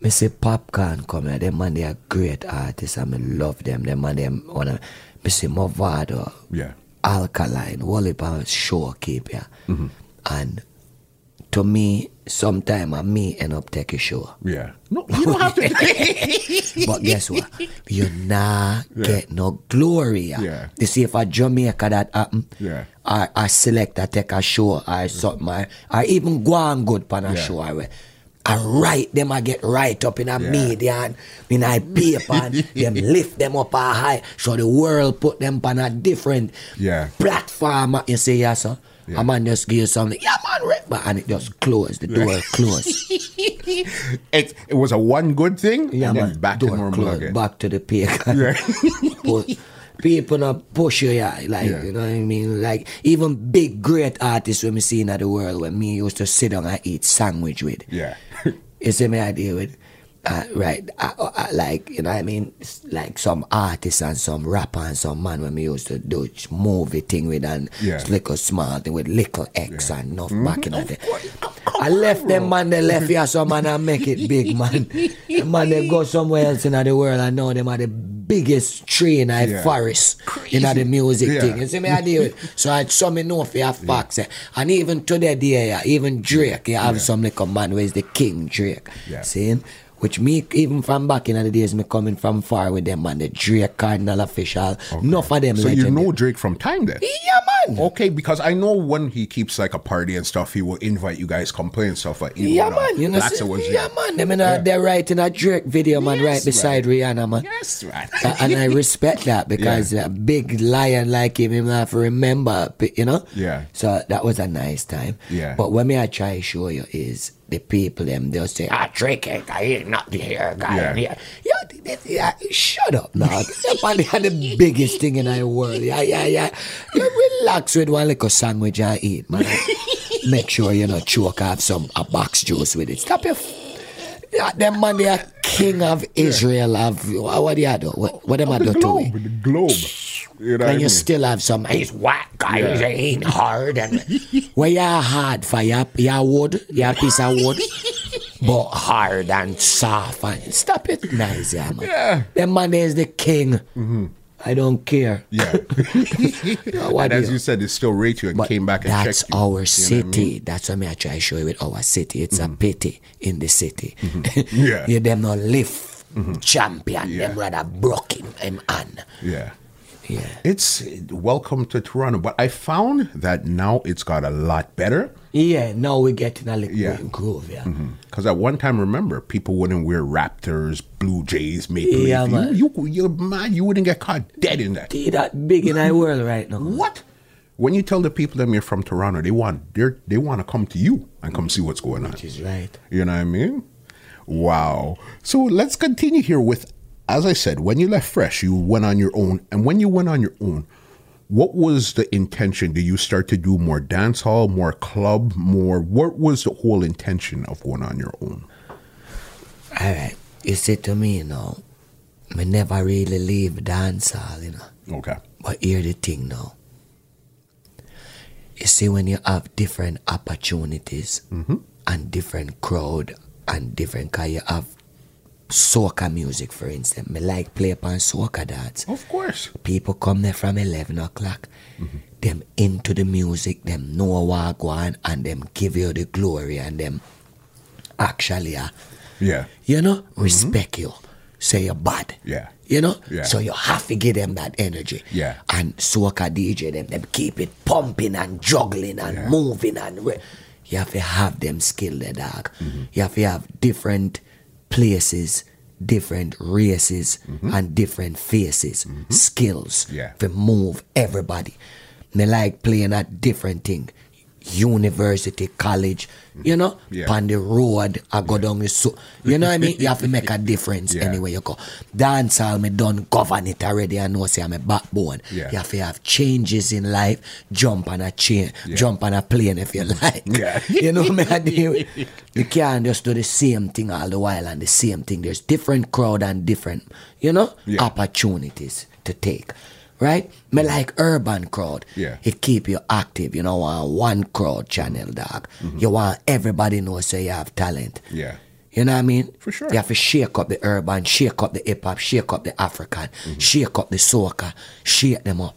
Speaker 2: Me see popcorn come here. Them man they are great artists and me love them. Them man them wanna me see Movado,
Speaker 1: Yeah.
Speaker 2: Alkaline, Wallipa Showkeep, yeah. And to me, sometime I me end up take a show.
Speaker 1: Yeah. No, you don't have to.
Speaker 2: But guess what? You nah get no glory.
Speaker 1: Yeah.
Speaker 2: You see, if a Jamaica that happen,
Speaker 1: Yeah.
Speaker 2: I, I select, I take a show, I something, I, I even go on good pan a
Speaker 1: Yeah.
Speaker 2: show. I, wear. I write them, I get right up in a media and in a paper and them lift them up a high. So the world put them on a different
Speaker 1: Yeah.
Speaker 2: platform. You see, yeah, sir. A man just give you something, yeah, man, right, man," and it just closed, the door closed.
Speaker 1: it, it was a one good thing,
Speaker 2: Yeah,
Speaker 1: and
Speaker 2: man.
Speaker 1: then back to
Speaker 2: Door
Speaker 1: normal
Speaker 2: closed,
Speaker 1: again.
Speaker 2: Back to the pagan. Pu- People not push you, yeah. Like
Speaker 1: Yeah.
Speaker 2: you know what I mean. Like even big great artists when me see in the world when me used to sit down and eat sandwich with.
Speaker 1: Yeah.
Speaker 2: You see me idea with. Uh, right, I, I, like you know, what I mean, S- like some artists and some rapper and some man when we used to do ch- movie thing with and
Speaker 1: Yeah. Mm-hmm.
Speaker 2: little small thing with little X and enough back in the day.
Speaker 1: course.
Speaker 2: I left them man, they left here some man and make it big man. The man they go somewhere else in the world and now them are the biggest tree in the
Speaker 1: Yeah.
Speaker 2: forest in the music
Speaker 1: Yeah.
Speaker 2: thing. You see me I deal with so I some me know for your facts. eh. And even today there yeah, even Drake, you have some little man who is the king Drake.
Speaker 1: Yeah.
Speaker 2: See him? Which me even from back in the days me coming from far with them and the Drake Cardinal official. Enough of them
Speaker 1: So you
Speaker 2: legend.
Speaker 1: know Oh, Drake from time then?
Speaker 2: Yeah man.
Speaker 1: Okay, because I know when he keeps like a party and stuff, he will invite you guys, come play and stuff like you
Speaker 2: Yeah
Speaker 1: know,
Speaker 2: man. You know,
Speaker 1: that's
Speaker 2: see-
Speaker 1: it was
Speaker 2: yeah man. Them in a, they're writing a Drake video man right beside Rihanna man.
Speaker 1: Yes, right.
Speaker 2: A- and I respect that because a big lion like him, him have to remember, p- you know.
Speaker 1: Yeah.
Speaker 2: So that was a nice time.
Speaker 1: Yeah.
Speaker 2: But what me I try to show you is the people them they'll say, "Ah, drink it, I ain't not the hair guy."
Speaker 1: Yeah.
Speaker 2: Yeah. yeah. Yo, th- th- yeah, shut up, dog. That man had the biggest thing in the world. Yeah, yeah, yeah. You relax with one little sandwich I eat, man. Make sure you know choke off some a box juice with it. Stop your. F- yeah, them man, they are king of Israel. Of what, what do you do? What, what am I do
Speaker 1: the
Speaker 2: to
Speaker 1: globe,
Speaker 2: it?
Speaker 1: the globe. You know what I
Speaker 2: And you
Speaker 1: mean?
Speaker 2: still have some. He's white guy. He ain't hard. And where you are hard for your your wood, your piece of wood, but hard and soft and stop it, nice, yeah, man.
Speaker 1: Yeah. Mm-hmm.
Speaker 2: Them man is the king. I don't care.
Speaker 1: yeah. and
Speaker 2: what
Speaker 1: as
Speaker 2: do you-
Speaker 1: you said, they still rate you and
Speaker 2: But
Speaker 1: came back and
Speaker 2: that's
Speaker 1: checked you.
Speaker 2: our city. That's what me I try to show you with our city. It's a pity in the city.
Speaker 1: Mm-hmm. Yeah. Mm-hmm.
Speaker 2: you them not live champion.
Speaker 1: Yeah.
Speaker 2: Them rather broke him, him on.
Speaker 1: Yeah.
Speaker 2: Yeah.
Speaker 1: It's eh, welcome to Toronto, but I found that now it's got a lot better.
Speaker 2: Yeah, now we're getting a little
Speaker 1: Yeah. Mm-hmm.
Speaker 2: groove, yeah.
Speaker 1: Because at one time, remember, people wouldn't wear Raptors, Blue Jays, Maple
Speaker 2: Yeah,
Speaker 1: Leaf.
Speaker 2: man.
Speaker 1: You, you, you, man, you wouldn't get caught dead in that.
Speaker 2: They that big in our world right now.
Speaker 1: What? When you tell the people them you're from Toronto, they want they are they want to come to you and come see what's going on.
Speaker 2: She's right.
Speaker 1: You know what I mean? Wow. So let's continue here with, as I said, when you left Fresh, you went on your own. And when you went on your own, what was the intention? Did you start to do more dance hall, more club, more? What was the whole intention of going on your own?
Speaker 2: All right. You see to me, you know, me never really leave dance hall, you know.
Speaker 1: Okay.
Speaker 2: But hear the thing now. You see, when you have different opportunities and different crowd and different car, you have soca music, for instance. Me like play upon soca dance.
Speaker 1: Of course.
Speaker 2: People come there from 11 o'clock. Them into the music, them know what go on, and them give you the glory, and them actually, uh,
Speaker 1: Yeah.
Speaker 2: you know, respect you. Say you're bad.
Speaker 1: Mm-hmm. Yeah.
Speaker 2: You know?
Speaker 1: Yeah.
Speaker 2: So you have to give them that energy.
Speaker 1: Yeah.
Speaker 2: And soca DJ them, them keep it pumping and juggling and
Speaker 1: Yeah.
Speaker 2: moving and re- you have to have them skill the dog.
Speaker 1: Mm-hmm.
Speaker 2: You have to have different places, different races and different faces, skills
Speaker 1: Mm-hmm. Yeah.
Speaker 2: to move everybody. They like playing a different thing. University, college, you know,
Speaker 1: Yeah.
Speaker 2: on the road, I go down the so you know what I mean? You have to make a difference
Speaker 1: Yeah.
Speaker 2: anyway you go. Dance hall me done govern it already I know say I'm a backbone.
Speaker 1: Yeah.
Speaker 2: You have to have changes in life, jump on a chain, jump on a plane if you like.
Speaker 1: Yeah.
Speaker 2: you know me I do. You can't just do the same thing all the while and the same thing. There's different crowd and different, you know,
Speaker 1: Yeah.
Speaker 2: opportunities to take. Right? Me like urban crowd.
Speaker 1: Yeah.
Speaker 2: It keep you active. You know, want one crowd channel, dog.
Speaker 1: Mm-hmm.
Speaker 2: You want everybody know say you have talent.
Speaker 1: Yeah.
Speaker 2: You know what I mean?
Speaker 1: For sure.
Speaker 2: You have to shake up the urban, shake up the hip hop, shake up the African,
Speaker 1: Mm-hmm.
Speaker 2: shake up the soca, shake them up.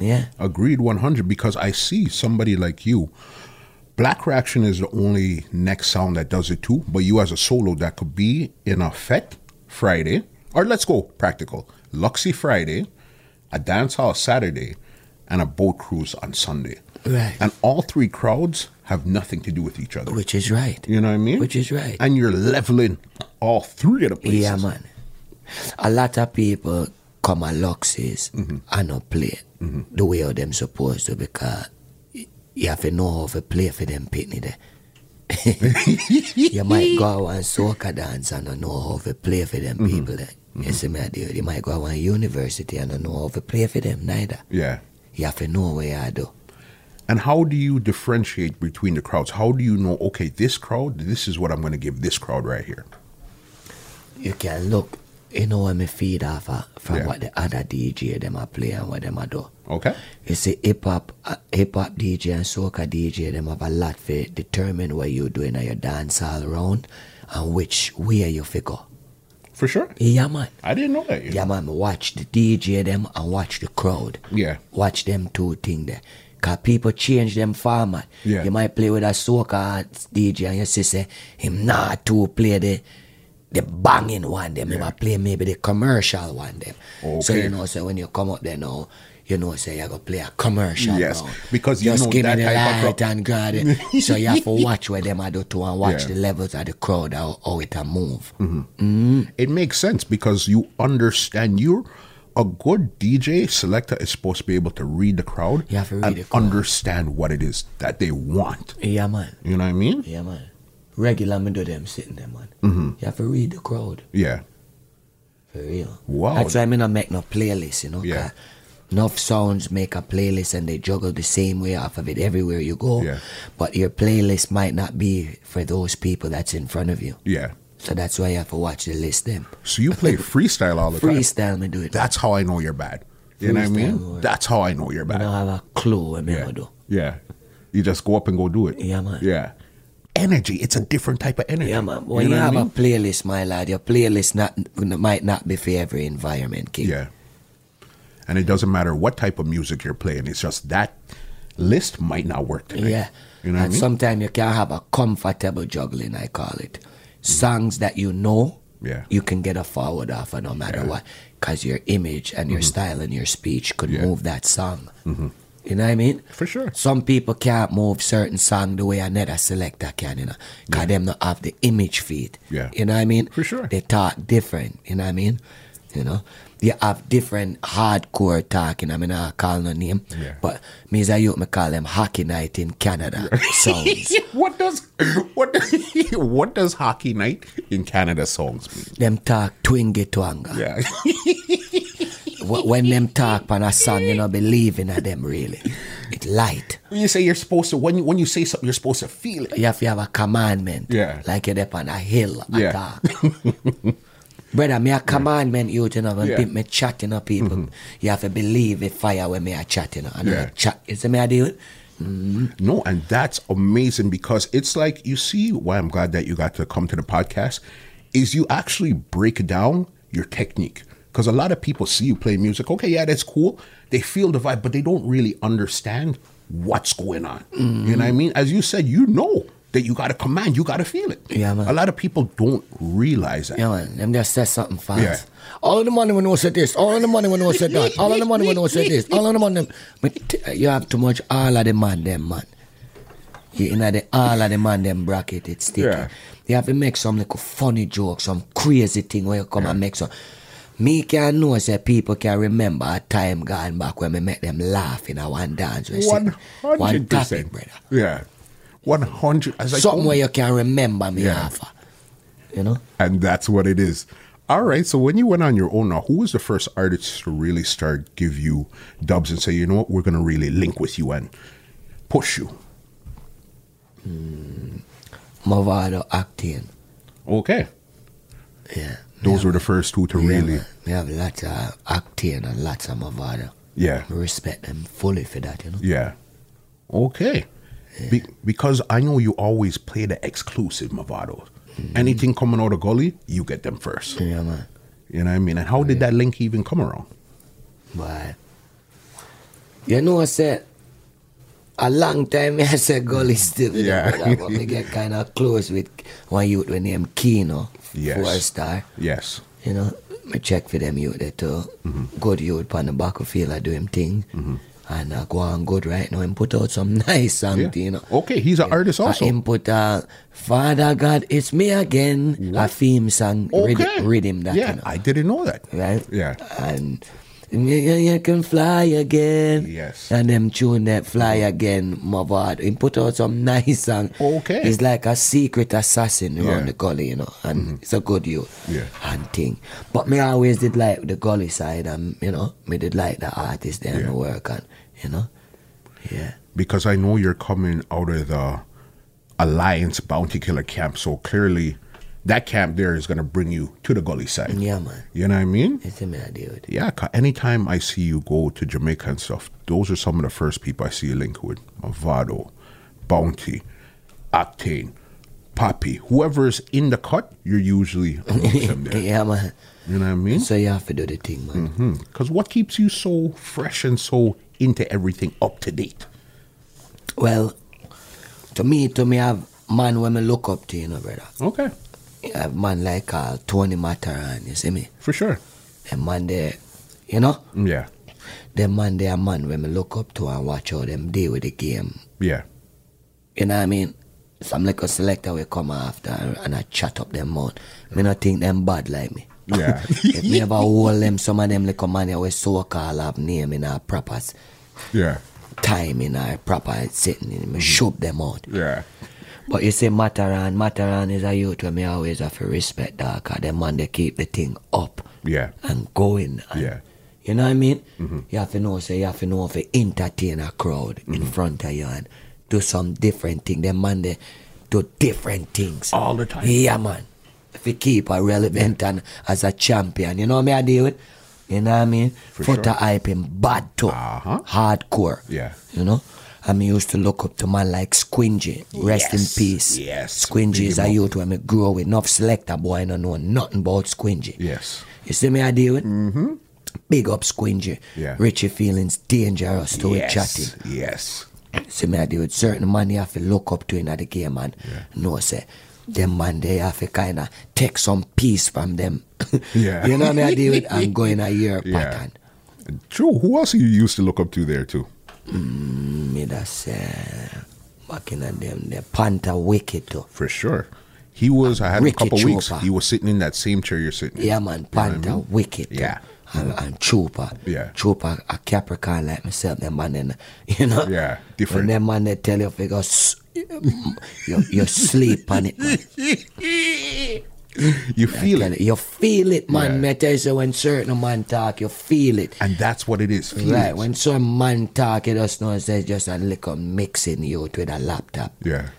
Speaker 2: Yeah.
Speaker 1: Agreed 100 because I see somebody like you. Black Reaction is the only next sound that does it too, but you as a solo that could be in a fete Friday, or let's go practical, Luxy Friday, a dance hall Saturday, and a boat cruise on Sunday.
Speaker 2: Right.
Speaker 1: And all three crowds have nothing to do with each other.
Speaker 2: Which is right.
Speaker 1: You know what I mean?
Speaker 2: Which is right.
Speaker 1: And you're leveling all three of the places.
Speaker 2: Yeah, man. A lot of people come at Luxes and not play the way how them supposed to because y- you have to know how to play for them pitney there. you might go out and soccer dance and not know how to play for them people there. You see me, I do. You might go out and university and not know how to play for them neither.
Speaker 1: Yeah.
Speaker 2: You have to know what you do.
Speaker 1: And how do you differentiate between the crowds? How do you know, okay, this crowd, this is what I'm going to give this crowd right here?
Speaker 2: you can look, you know, when me feed off of, from
Speaker 1: Yeah.
Speaker 2: what the other DJ them a play and what them a do.
Speaker 1: Okay.
Speaker 2: You see, hip hop, uh, hip hop DJ and soca DJ them have a lot for determine what you doing at your dance hall round and which way you fi go.
Speaker 1: For sure.
Speaker 2: Yeah, man.
Speaker 1: I didn't know that. you know.
Speaker 2: Yeah, man. me Watch the DJ them and watch the crowd.
Speaker 1: Yeah.
Speaker 2: Watch them two thing there. Cause people change them format.
Speaker 1: Yeah.
Speaker 2: You might play with a soca DJ and you see say him not to play the the banging one them. Remember play maybe the commercial one them. So
Speaker 1: Okay.
Speaker 2: you know, so when you come up there now, you know, say you go play a commercial.
Speaker 1: Yes,
Speaker 2: now.
Speaker 1: because you
Speaker 2: just
Speaker 1: know
Speaker 2: give
Speaker 1: that
Speaker 2: me the
Speaker 1: type of
Speaker 2: light
Speaker 1: pro-
Speaker 2: and guard it. so you have to watch where them I do to and watch
Speaker 1: Yeah. Mm-hmm.
Speaker 2: the levels of the crowd how, how it a move.
Speaker 1: It makes sense because you understand you're a good DJ selector is supposed to be able to read the crowd
Speaker 2: You have to read
Speaker 1: and
Speaker 2: the crowd.
Speaker 1: understand what it is that they want.
Speaker 2: Yeah man.
Speaker 1: You know what I mean?
Speaker 2: Yeah man. Regular me do them sitting there man. Mm-hmm. You have to read the crowd.
Speaker 1: Yeah.
Speaker 2: For real.
Speaker 1: Wow.
Speaker 2: That's why I mean I make no playlist, you know.
Speaker 1: Yeah.
Speaker 2: 'cause Enough sounds make a playlist and they juggle the same way off of it everywhere you go.
Speaker 1: Yeah.
Speaker 2: But your playlist might not be for those people that's in front of you.
Speaker 1: Yeah.
Speaker 2: So that's why you have to watch the list them.
Speaker 1: So you play freestyle all the time.
Speaker 2: Freestyle me do it.
Speaker 1: That's how I know you're bad. You know what I
Speaker 2: Freestyle,
Speaker 1: mean?
Speaker 2: boy.
Speaker 1: That's how I know you're
Speaker 2: I
Speaker 1: bad.
Speaker 2: don't have a clue what me
Speaker 1: Yeah.
Speaker 2: I do.
Speaker 1: Yeah. You just go up and go do it.
Speaker 2: Yeah, man.
Speaker 1: Yeah. Energy. It's a different type of energy.
Speaker 2: Yeah, man.
Speaker 1: know
Speaker 2: When you,
Speaker 1: what I
Speaker 2: have
Speaker 1: mean?
Speaker 2: a playlist, my lad, your playlist not might not be for every environment, kid.
Speaker 1: Yeah. And it doesn't matter what type of music you're playing. It's just that list might not work today.
Speaker 2: Yeah.
Speaker 1: You know what I
Speaker 2: and
Speaker 1: mean?
Speaker 2: sometimes you can have a comfortable juggling, I call it. Songs that you know,
Speaker 1: Yeah.
Speaker 2: you can get a forward off of no matter what. Because your image and your style and your speech could
Speaker 1: Mm-hmm. Yeah. Mm-hmm.
Speaker 2: move that song. You know what I mean?
Speaker 1: For sure.
Speaker 2: Some people can't move certain song the way another selector can, you know. Because them not have the image feed.
Speaker 1: Yeah.
Speaker 2: You know what I mean?
Speaker 1: For sure.
Speaker 2: They talk different, you know what I mean? You know? You have different hardcore talking. I mean, I call no name,
Speaker 1: Yeah.
Speaker 2: but me as a youth, me call them hockey night in Canada songs.
Speaker 1: What does what what does hockey night in Canada songs mean?
Speaker 2: them talk twingy twanga.
Speaker 1: Yeah.
Speaker 2: Wh- When them talk on a song, you know, believe in them really. It light.
Speaker 1: when you say you're supposed to when you, when you say something you're supposed to feel it.
Speaker 2: You have to have a commandment.
Speaker 1: Yeah.
Speaker 2: Like you're up on a hill a
Speaker 1: Yeah.
Speaker 2: talk. Brother, me a commandment you, you know, when
Speaker 1: Yeah. Mm-hmm.
Speaker 2: people me chatting up people, you have to believe the fire when me a chatting up. And
Speaker 1: Yeah.
Speaker 2: I chat, you see me I do it?
Speaker 1: No, and that's amazing because it's like you see why I'm glad that you got to come to the podcast is you actually break down your technique because a lot of people see you play music. Okay, yeah, that's cool. They feel the vibe, but they don't really understand what's going on. You know what I mean? As you said, you know that you got to command, you got to feel it.
Speaker 2: Yeah, man.
Speaker 1: A lot of people don't realize that.
Speaker 2: Yeah, man. Them just say something fast.
Speaker 1: Yeah.
Speaker 2: All of the money we know said this. All of the money we know said that. All of the money we know said this. All of the money. Them. But t- you have too much all of the man them man. You know the all of the man them bracket it's sticky.
Speaker 1: Yeah.
Speaker 2: You have to make some little funny joke, some crazy thing where you come and make some. Me can know say people can remember a time gone back when me make them laugh in a one dance. we
Speaker 1: One
Speaker 2: sing. One
Speaker 1: hundred
Speaker 2: topic,
Speaker 1: percent,
Speaker 2: brother.
Speaker 1: Yeah, one hundred. I was like,
Speaker 2: Something
Speaker 1: oh,
Speaker 2: where you can remember me
Speaker 1: Yeah.
Speaker 2: half of. You know?
Speaker 1: and that's what it is. All right. So when you went on your own, now who was the first artist to really start give you dubs and say, you know what, we're gonna really link with you and push you?
Speaker 2: Movado acting.
Speaker 1: Okay,
Speaker 2: Yeah.
Speaker 1: those were the first two to really,
Speaker 2: Yeah, man. We have lots of Octane and lots of Movado.
Speaker 1: yeah,
Speaker 2: We respect them fully for that, you know.
Speaker 1: yeah. Okay, Be- because I know you always play the exclusive Movado. Anything coming out of gully, you get them first.
Speaker 2: Yeah, man.
Speaker 1: You know what I mean? And how did that link even come around?
Speaker 2: But you know, I said a long time I said goalie still. you
Speaker 1: Yeah.
Speaker 2: know, But we get kind of close with one youth with name Kino,
Speaker 1: Yes.
Speaker 2: four star.
Speaker 1: Yes.
Speaker 2: You know, me check for them youth there too.
Speaker 1: Mm-hmm.
Speaker 2: Good youth on the battlefield, I do him thing. And I go on good right now and put out some nice
Speaker 1: Yeah. Oh,
Speaker 2: something, you know.
Speaker 1: Okay, he's an artist also.
Speaker 2: I input uh, Father God, it's me again. A theme song.
Speaker 1: okay.
Speaker 2: Rhythm, rhythm that
Speaker 1: yeah,
Speaker 2: you know,
Speaker 1: I didn't know that.
Speaker 2: right?
Speaker 1: Yeah.
Speaker 2: And you, you- you can fly again.
Speaker 1: Yes. Mm-hmm.
Speaker 2: And them tune that fly again, my God. Input out some nice song.
Speaker 1: Okay.
Speaker 2: It's like a secret assassin
Speaker 1: Yeah. Mm-hmm.
Speaker 2: around the gully, you know. And it's a good you
Speaker 1: Yeah.
Speaker 2: and thing. But me always did like the gully side and you know, me did like the artist there
Speaker 1: Yeah.
Speaker 2: and work and you know. Yeah.
Speaker 1: Because I know you're coming out of the Alliance Bounty Killer camp, so clearly that camp there is going to bring you to the gully side.
Speaker 2: Yeah man.
Speaker 1: You know what I mean?
Speaker 2: It's a me I deal with.
Speaker 1: Yeah, 'cause anytime I see you go to Jamaica and stuff, those are some of the first people I see you link with. Movado, Bounty, Octane, Poppy. Whoever is in the cut, you're usually amongst them there.
Speaker 2: yeah, man.
Speaker 1: You know what I mean?
Speaker 2: So you have to do the thing, man.
Speaker 1: Because what keeps you so fresh and so into everything up to date?
Speaker 2: Well, to me, to me, have man when me look up to, you know, brother.
Speaker 1: Okay.
Speaker 2: a man like Carl, Tony Mataran, you see me?
Speaker 1: For sure.
Speaker 2: A man there, you know?
Speaker 1: Yeah.
Speaker 2: Them man they a man when me look up to and watch how them deal with the game.
Speaker 1: Yeah.
Speaker 2: You know what I mean? Some like a selector will come after and, and I chat up them mouth. Me not think them bad like me.
Speaker 1: Yeah.
Speaker 2: if me ever hold them, some of them like a man always so call have name in our proper s-
Speaker 1: Yeah.
Speaker 2: time in our proper setting. Me shoot them out.
Speaker 1: Yeah.
Speaker 2: But you say Mataran, Mataran is a youth where me always have to respect that because them man they keep the thing up
Speaker 1: Yeah.
Speaker 2: and going. And,
Speaker 1: Yeah.
Speaker 2: You know what I mean?
Speaker 1: Mm-hmm.
Speaker 2: You have to know, say, you have to know if you entertain a crowd
Speaker 1: Mm-hmm.
Speaker 2: in front of you and do some different thing. Them man, they do different things.
Speaker 1: All the time.
Speaker 2: Yeah, man. If you keep her relevant and as a champion, you know me I deal with? You know what I mean? For
Speaker 1: sure.
Speaker 2: the hype him bad too.
Speaker 1: Uh-huh.
Speaker 2: Hardcore.
Speaker 1: Yeah.
Speaker 2: You know? I mean, used to look up to man like Squingy. Rest
Speaker 1: Yes,
Speaker 2: in peace.
Speaker 1: yes.
Speaker 2: Squingy
Speaker 1: Big
Speaker 2: is a
Speaker 1: him up.
Speaker 2: youth when me grow with. Enough selector boy, I don't know nothing about Squingy.
Speaker 1: Yes.
Speaker 2: You see me I deal with? Mm-hmm. Big up Squingy.
Speaker 1: Yeah.
Speaker 2: Richie feelings dangerous to it
Speaker 1: yes.
Speaker 2: chatting.
Speaker 1: Yes.
Speaker 2: See me I deal with certain man you have to look up to in the game man. No say them man they have to kinda take some peace from them.
Speaker 1: Yeah.
Speaker 2: you know me I deal with and go in a year
Speaker 1: Yeah.
Speaker 2: pattern.
Speaker 1: True. Who else you used to look up to there too?
Speaker 2: Me that say back in the them the Panther wicked too.
Speaker 1: For sure. He was. I had
Speaker 2: Ricky
Speaker 1: a couple weeks.
Speaker 2: Chopra.
Speaker 1: He was sitting in that same chair you're sitting. in.
Speaker 2: Yeah man, Panther wicked too.
Speaker 1: Yeah.
Speaker 2: And, and Trooper.
Speaker 1: Yeah.
Speaker 2: Trooper a Capricorn like myself, them man in you know.
Speaker 1: Yeah. Different.
Speaker 2: When them man they tell you figure you, you sleep on it. Man.
Speaker 1: you feel
Speaker 2: Tell
Speaker 1: it,
Speaker 2: it. You feel it, man.
Speaker 1: Yeah.
Speaker 2: Me tell you, so when certain man talk, you feel it.
Speaker 1: and that's what it is. Feel
Speaker 2: right.
Speaker 1: it.
Speaker 2: When some man talk, you just know it's just a little mixing you out with a laptop.
Speaker 1: Yeah.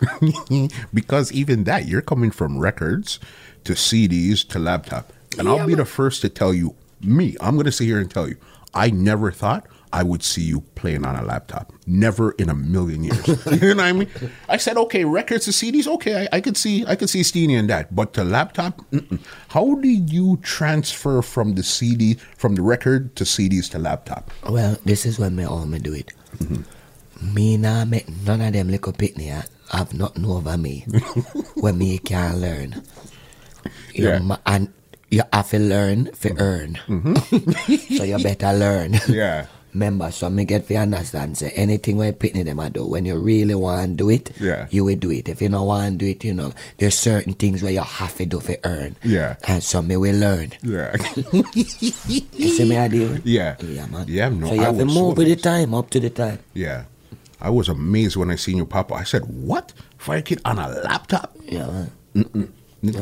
Speaker 1: because even that, you're coming from records to CDs to laptop. And I'll be the first to tell you, me, I'm going to sit here and tell you, I never thought I would see you playing on a laptop. Never in a million years. you know what I mean? I said, okay, records to CDs, okay, I, I could see, I could see Steenie and that, but to laptop, mm-mm. how did you transfer from the CD, from the record to CDs to laptop?
Speaker 2: Well, this is when me all me do it.
Speaker 1: Mm-hmm.
Speaker 2: Me nah make none of them little pitney ha- have nothing over me. when me can learn. You
Speaker 1: Yeah. Mm-hmm.
Speaker 2: ma- and you have to learn for earn. so you better learn.
Speaker 1: Yeah.
Speaker 2: Remember, so me get fi understand say anything where pitney them I do. When you really want do it,
Speaker 1: Yeah.
Speaker 2: you will do it. If you don't want do it, you know there's certain things where you have to do for earn.
Speaker 1: Yeah.
Speaker 2: and so me will learn.
Speaker 1: Yeah.
Speaker 2: You see me I do.
Speaker 1: yeah.
Speaker 2: yeah, man.
Speaker 1: Yeah, no,
Speaker 2: so you
Speaker 1: I
Speaker 2: have to
Speaker 1: was
Speaker 2: move
Speaker 1: so
Speaker 2: with the
Speaker 1: amazed.
Speaker 2: time, up to the time.
Speaker 1: Yeah. I was amazed when I seen you pop up. I said, What? Fire kit on a laptop?
Speaker 2: Yeah, man.
Speaker 1: N-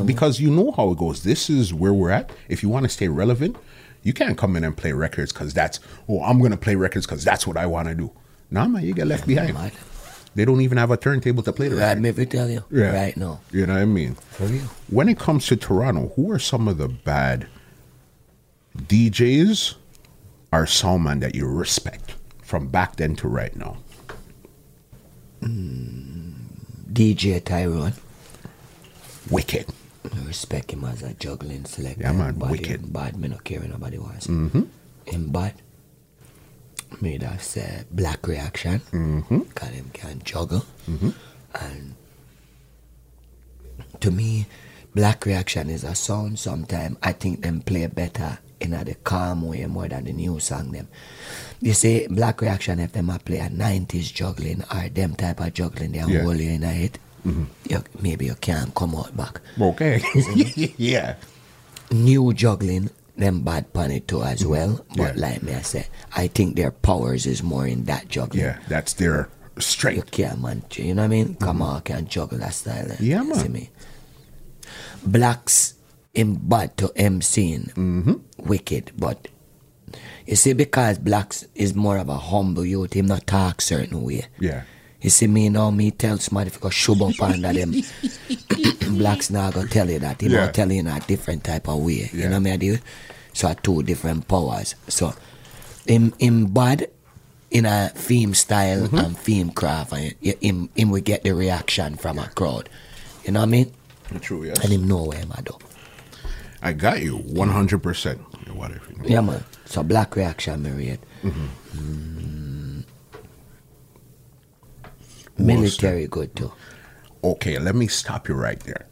Speaker 1: Because you know how it goes. This is where we're at. If you want to stay relevant, you can't come in and play records because that's, oh, I'm going to play records because that's what I want to do. Nah, man, you get left behind.
Speaker 2: Mad.
Speaker 1: They don't even have a turntable to play the
Speaker 2: Right,
Speaker 1: record.
Speaker 2: me if I tell you. Right now.
Speaker 1: You know what I mean?
Speaker 2: For real.
Speaker 1: When it comes to Toronto, who are some of the bad DJs or soundmen that you respect from back then to right now?
Speaker 2: DJ Tyrone.
Speaker 1: Wicked.
Speaker 2: I respect him as a juggling selector.
Speaker 1: Yeah, man,
Speaker 2: Bad,
Speaker 1: wicked.
Speaker 2: him Bad, me not care nobody was. Mm-hmm. Him bad. Me that's uh, black reaction. Mm-hmm. Cause him can juggle. Mm-hmm. And to me, black reaction is a sound sometimes. I think them play better in a the calm way more than the new song them. You see, black reaction if them a play a nineties juggling or them type of juggling they
Speaker 1: Yeah. Mm-hmm.
Speaker 2: yeah. hold you in a hit. You, maybe you can't come out back
Speaker 1: Okay. yeah.
Speaker 2: new juggling them bad pon it too as well. But
Speaker 1: Mm-hmm. Yeah.
Speaker 2: like me I said, I think their powers is more in that juggling.
Speaker 1: Yeah, that's their
Speaker 2: You
Speaker 1: strength.
Speaker 2: can't man, you know what I mean? Come on, can juggle that style. eh?
Speaker 1: Mm-hmm. Yeah,
Speaker 2: You
Speaker 1: man.
Speaker 2: See me. Blacks in bad to MCing. Mm-hmm. Wicked, but you see, because blacks is more of a humble youth, him not talk certain way.
Speaker 1: Yeah.
Speaker 2: You see me now, me tell somebody if you go shove up under them. Blacks now go tell you that. He
Speaker 1: Yeah.
Speaker 2: yeah. tell you in a different type of way.
Speaker 1: Yeah.
Speaker 2: You know what I do? So I two different powers. So him him bad in a theme style and theme craft and y- him him we get the reaction from a crowd. You know what I mean?
Speaker 1: True,
Speaker 2: And
Speaker 1: yes.
Speaker 2: him know where him I do.
Speaker 1: I got you 100%. What if you know?
Speaker 2: Yeah man. So black reaction me read. Mm. Military good too.
Speaker 1: Okay, let me stop you right there.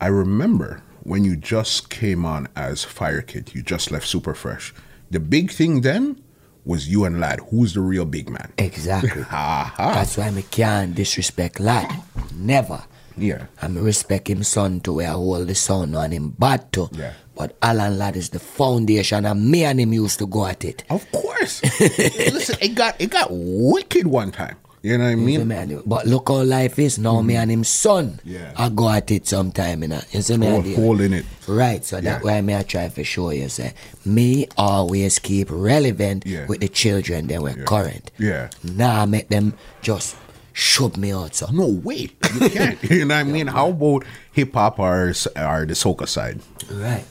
Speaker 1: I remember when you just came on as Fire Kid, you just left Super Fresh. The big thing then was you and Lad. Who's the real big man?
Speaker 2: Exactly. Ah. That's why me can't disrespect lad. Never.
Speaker 1: Yeah.
Speaker 2: I me respect him son to where I hold the son on him bad to.
Speaker 1: Yeah.
Speaker 2: But Alan Lad is the foundation and me and him used to go at it.
Speaker 1: Of course. Listen, it got it got wicked one time. You know what I
Speaker 2: You
Speaker 1: mean? Mm-hmm.
Speaker 2: see me and him. But look how life is now. Me and him son,
Speaker 1: Yeah.
Speaker 2: I go at it sometime. You know, you see me
Speaker 1: Hole,
Speaker 2: and him.
Speaker 1: hole in it.
Speaker 2: Right, so that
Speaker 1: Yeah.
Speaker 2: why me I try for sure you say me always keep relevant
Speaker 1: Yeah.
Speaker 2: with the children that were current.
Speaker 1: Yeah.
Speaker 2: Now I make them just shove me out. So
Speaker 1: No way. You can't. you know what I mean? How about hip hop or, s- or the soca side?
Speaker 2: right.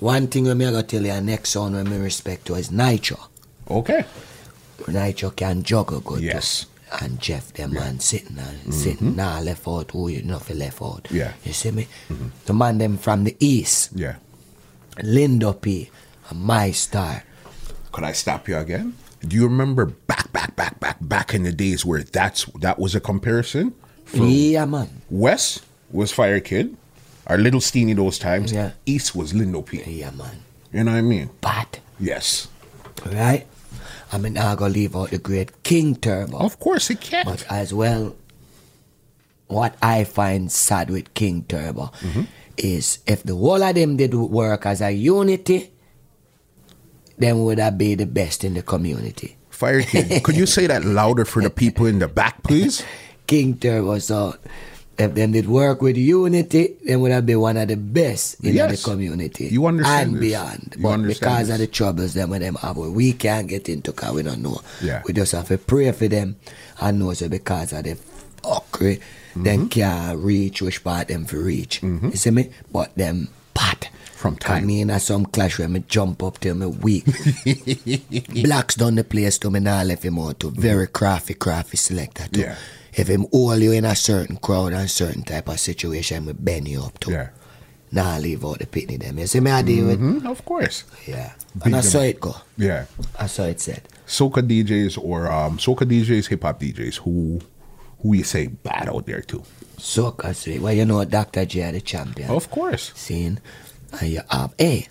Speaker 2: One thing when me I gotta tell you and next one when me respect to is Nitro.
Speaker 1: Okay.
Speaker 2: Nitro can juggle good. too.
Speaker 1: Yes. Mm-hmm.
Speaker 2: And Jeff them man sitting and sitting now left out who you nothing left out.
Speaker 1: Yeah. Mm-hmm.
Speaker 2: You see me? The man them from the east,
Speaker 1: Yeah.
Speaker 2: Lindo P, and my star.
Speaker 1: Could I stop you again? Do you remember back, back, back, back, back in the days where that's that was a comparison?
Speaker 2: Yeah man.
Speaker 1: West was Fire Kid, or Little Steeny those times.
Speaker 2: Yeah.
Speaker 1: East was Lindo P.
Speaker 2: Yeah man.
Speaker 1: You know what I mean?
Speaker 2: Bad.
Speaker 1: Yes.
Speaker 2: right? I mean, I gotta leave out the great King Turbo,
Speaker 1: Of course it can.
Speaker 2: but as well, what I find sad with King Turbo is if the whole of them did work as a unity, then would I be the best in the community?
Speaker 1: Fire Kid, could you say that louder for the people in the back, please?
Speaker 2: King Turbo, so if them did work with unity, then would I be one of the best in
Speaker 1: Yes.
Speaker 2: the community?
Speaker 1: You understand
Speaker 2: and
Speaker 1: this.
Speaker 2: beyond.
Speaker 1: You
Speaker 2: but
Speaker 1: understand
Speaker 2: because
Speaker 1: this.
Speaker 2: of the troubles them with them have, we can't get into because we don't know.
Speaker 1: Yeah.
Speaker 2: We just have to pray for them and know so because of the fuckery,
Speaker 1: Mm-hmm.
Speaker 2: they can't reach which part them for reach. You see me? But them pot.
Speaker 1: From
Speaker 2: I
Speaker 1: time.
Speaker 2: mean, at some clash where me jump up till me weak. Blacks done the place to me now left him out to very crafty, crafty selector too.
Speaker 1: Yeah.
Speaker 2: If him hold you in a certain crowd and certain type of situation, me bend you up to.
Speaker 1: Yeah.
Speaker 2: Now leave out the pitney them. You see me I deal with?
Speaker 1: Hmm, of course.
Speaker 2: Yeah. and I
Speaker 1: them
Speaker 2: saw it go.
Speaker 1: Yeah.
Speaker 2: I saw it said.
Speaker 1: Soca DJs or um, soca DJs, hip hop DJs, who who you say bad out there too?
Speaker 2: So I say, well, you know, Dr. J are the champion.
Speaker 1: Of course.
Speaker 2: Seen? And you have, hey,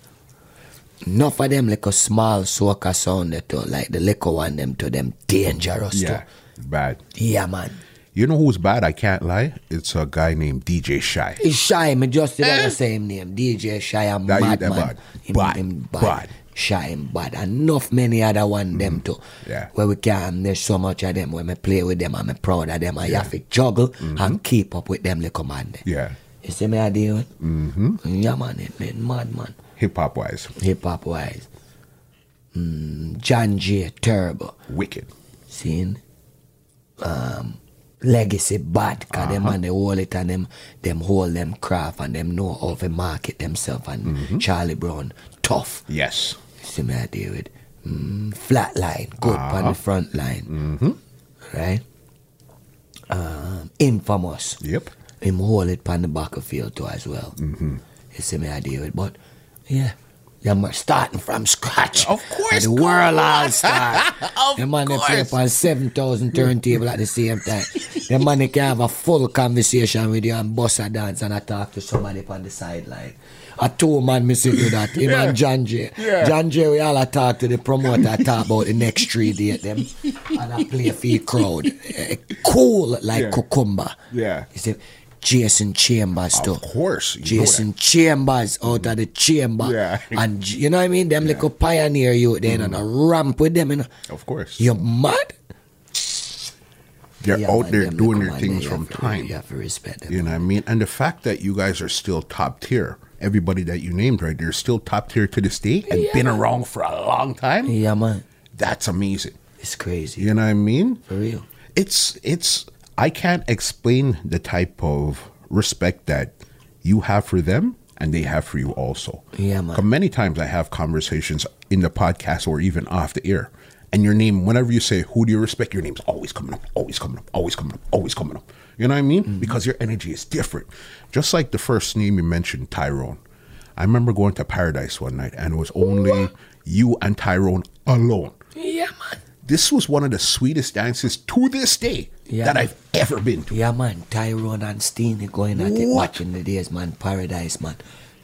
Speaker 2: enough of them like a small soca sound they too, like the liquor one them to them dangerous
Speaker 1: Yeah. Bad.
Speaker 2: too. Yeah, man.
Speaker 1: You know who's bad? I can't lie. It's a guy named DJ Shy.
Speaker 2: It's Shy, me just did the same name. DJ Shy and
Speaker 1: That Eh? you- that
Speaker 2: Madman.
Speaker 1: bad. Bad, bad. Mm.
Speaker 2: Shy and bad. Enough many other one them too.
Speaker 1: Yeah.
Speaker 2: Where we can there's so much of them. When I play with them, I'm proud of them. I have to juggle
Speaker 1: Mm-hmm.
Speaker 2: and keep up with them little man. there.
Speaker 1: Yeah.
Speaker 2: You see me I deal with? Mm-hmm. Yeah man, it, it mad man.
Speaker 1: Hip hop wise,
Speaker 2: Hip hop wise. Mm, John J Turbo.
Speaker 1: wicked.
Speaker 2: Seen? Um Legacy bad, cause
Speaker 1: Uh-huh.
Speaker 2: them and they hold it and them them hold them craft and them know how to market themselves and
Speaker 1: Mm-hmm.
Speaker 2: Charlie Brown tough.
Speaker 1: Yes.
Speaker 2: See me I deal with mm, flat line, good
Speaker 1: Ah.
Speaker 2: on the front line.
Speaker 1: Mm-hmm.
Speaker 2: Right? Um, infamous
Speaker 1: Yep.
Speaker 2: him hold it pan the back of field too as well. Mm-hmm. You see me idea with, but yeah, yeah, man, starting from scratch.
Speaker 1: Of course,
Speaker 2: the world all star.
Speaker 1: Of
Speaker 2: the man they play
Speaker 1: course.
Speaker 2: upon seven thousand turntable at the same time. the man they can have a full conversation with you and bust a dance and I talk to somebody on the sideline. A two man missing to that. Him and John Jay. John Jay, we all a talk to the promoter, I talk about the next three date them and I play for the crowd. Eh, Cool like
Speaker 1: Yeah.
Speaker 2: cucumber.
Speaker 1: Yeah.
Speaker 2: You see, Jason Chambers too.
Speaker 1: Of course. you know
Speaker 2: Jason Chambers out of the chamber.
Speaker 1: Yeah.
Speaker 2: And j- you know what I mean? Them little pioneer you then and a ramp with them. You know?
Speaker 1: that. Of course.
Speaker 2: You're mad?
Speaker 1: They're
Speaker 2: Yeah,
Speaker 1: out
Speaker 2: man,
Speaker 1: there
Speaker 2: them
Speaker 1: doing
Speaker 2: little
Speaker 1: their
Speaker 2: man,
Speaker 1: things
Speaker 2: you
Speaker 1: from
Speaker 2: have to-
Speaker 1: time.
Speaker 2: You have to respect them.
Speaker 1: You know what I mean? And the fact that you guys are still top tier, everybody that you named right there is still top tier to this day and been around for a long time.
Speaker 2: Yeah, man.
Speaker 1: That's amazing.
Speaker 2: It's crazy.
Speaker 1: You know what I mean?
Speaker 2: For real.
Speaker 1: It's it's I can't explain the type of respect that you have for them and they have for you also.
Speaker 2: Yeah, man.
Speaker 1: 'Cause Many times I have conversations in the podcast or even off the air. And your name, whenever you say who do you respect, your name's always coming up, always coming up, always coming up, always coming up. You know what I mean?
Speaker 2: Mm-hmm.
Speaker 1: Because your energy is different. Just like the first name you mentioned, Tyrone. I remember going to Paradise one night and it was only you and Tyrone alone
Speaker 2: Yeah, man.
Speaker 1: This was one of the sweetest dances to this day
Speaker 2: Yeah.
Speaker 1: that I've ever been to.
Speaker 2: Yeah, man, Tyrone and Steenie going at it
Speaker 1: What?
Speaker 2: back in the days, man. Paradise, man.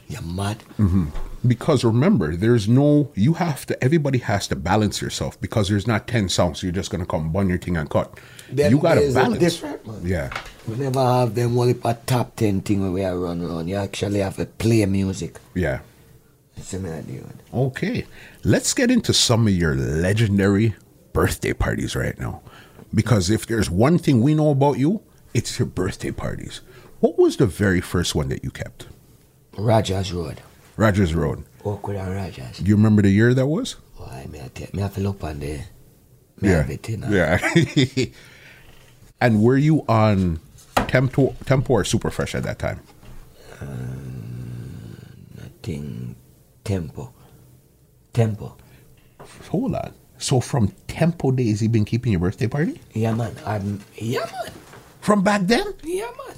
Speaker 2: You mad?
Speaker 1: Hmm. Because remember, there's no, you have to, everybody has to balance yourself because there's not 10 songs you're just going to come bun your thing and cut.
Speaker 2: Them
Speaker 1: you got to
Speaker 2: days are
Speaker 1: balance.
Speaker 2: different, man.
Speaker 1: Yeah.
Speaker 2: We never have them only a top 10 thing where we are run around. You actually have to play music.
Speaker 1: Yeah.
Speaker 2: It's an idea. man.
Speaker 1: Okay. Let's get into some of your legendary birthday parties right now. Because if there's one thing we know about you, it's your birthday parties. What was the very first one that you kept?
Speaker 2: Rogers Road.
Speaker 1: Rogers Road.
Speaker 2: Awkward and Rogers.
Speaker 1: Do you remember the year that was?
Speaker 2: Why, me, I take, me have to look on there. Me have it in. uh,
Speaker 1: Yeah. and were you on Tempo, Tempo or Superfresh at that time?
Speaker 2: Thing. Tempo. Tempo.
Speaker 1: Hold on. So from Tempo days, you've been keeping your birthday party?
Speaker 2: Yeah, man. I'm, yeah, man.
Speaker 1: From back then?
Speaker 2: Yeah, man.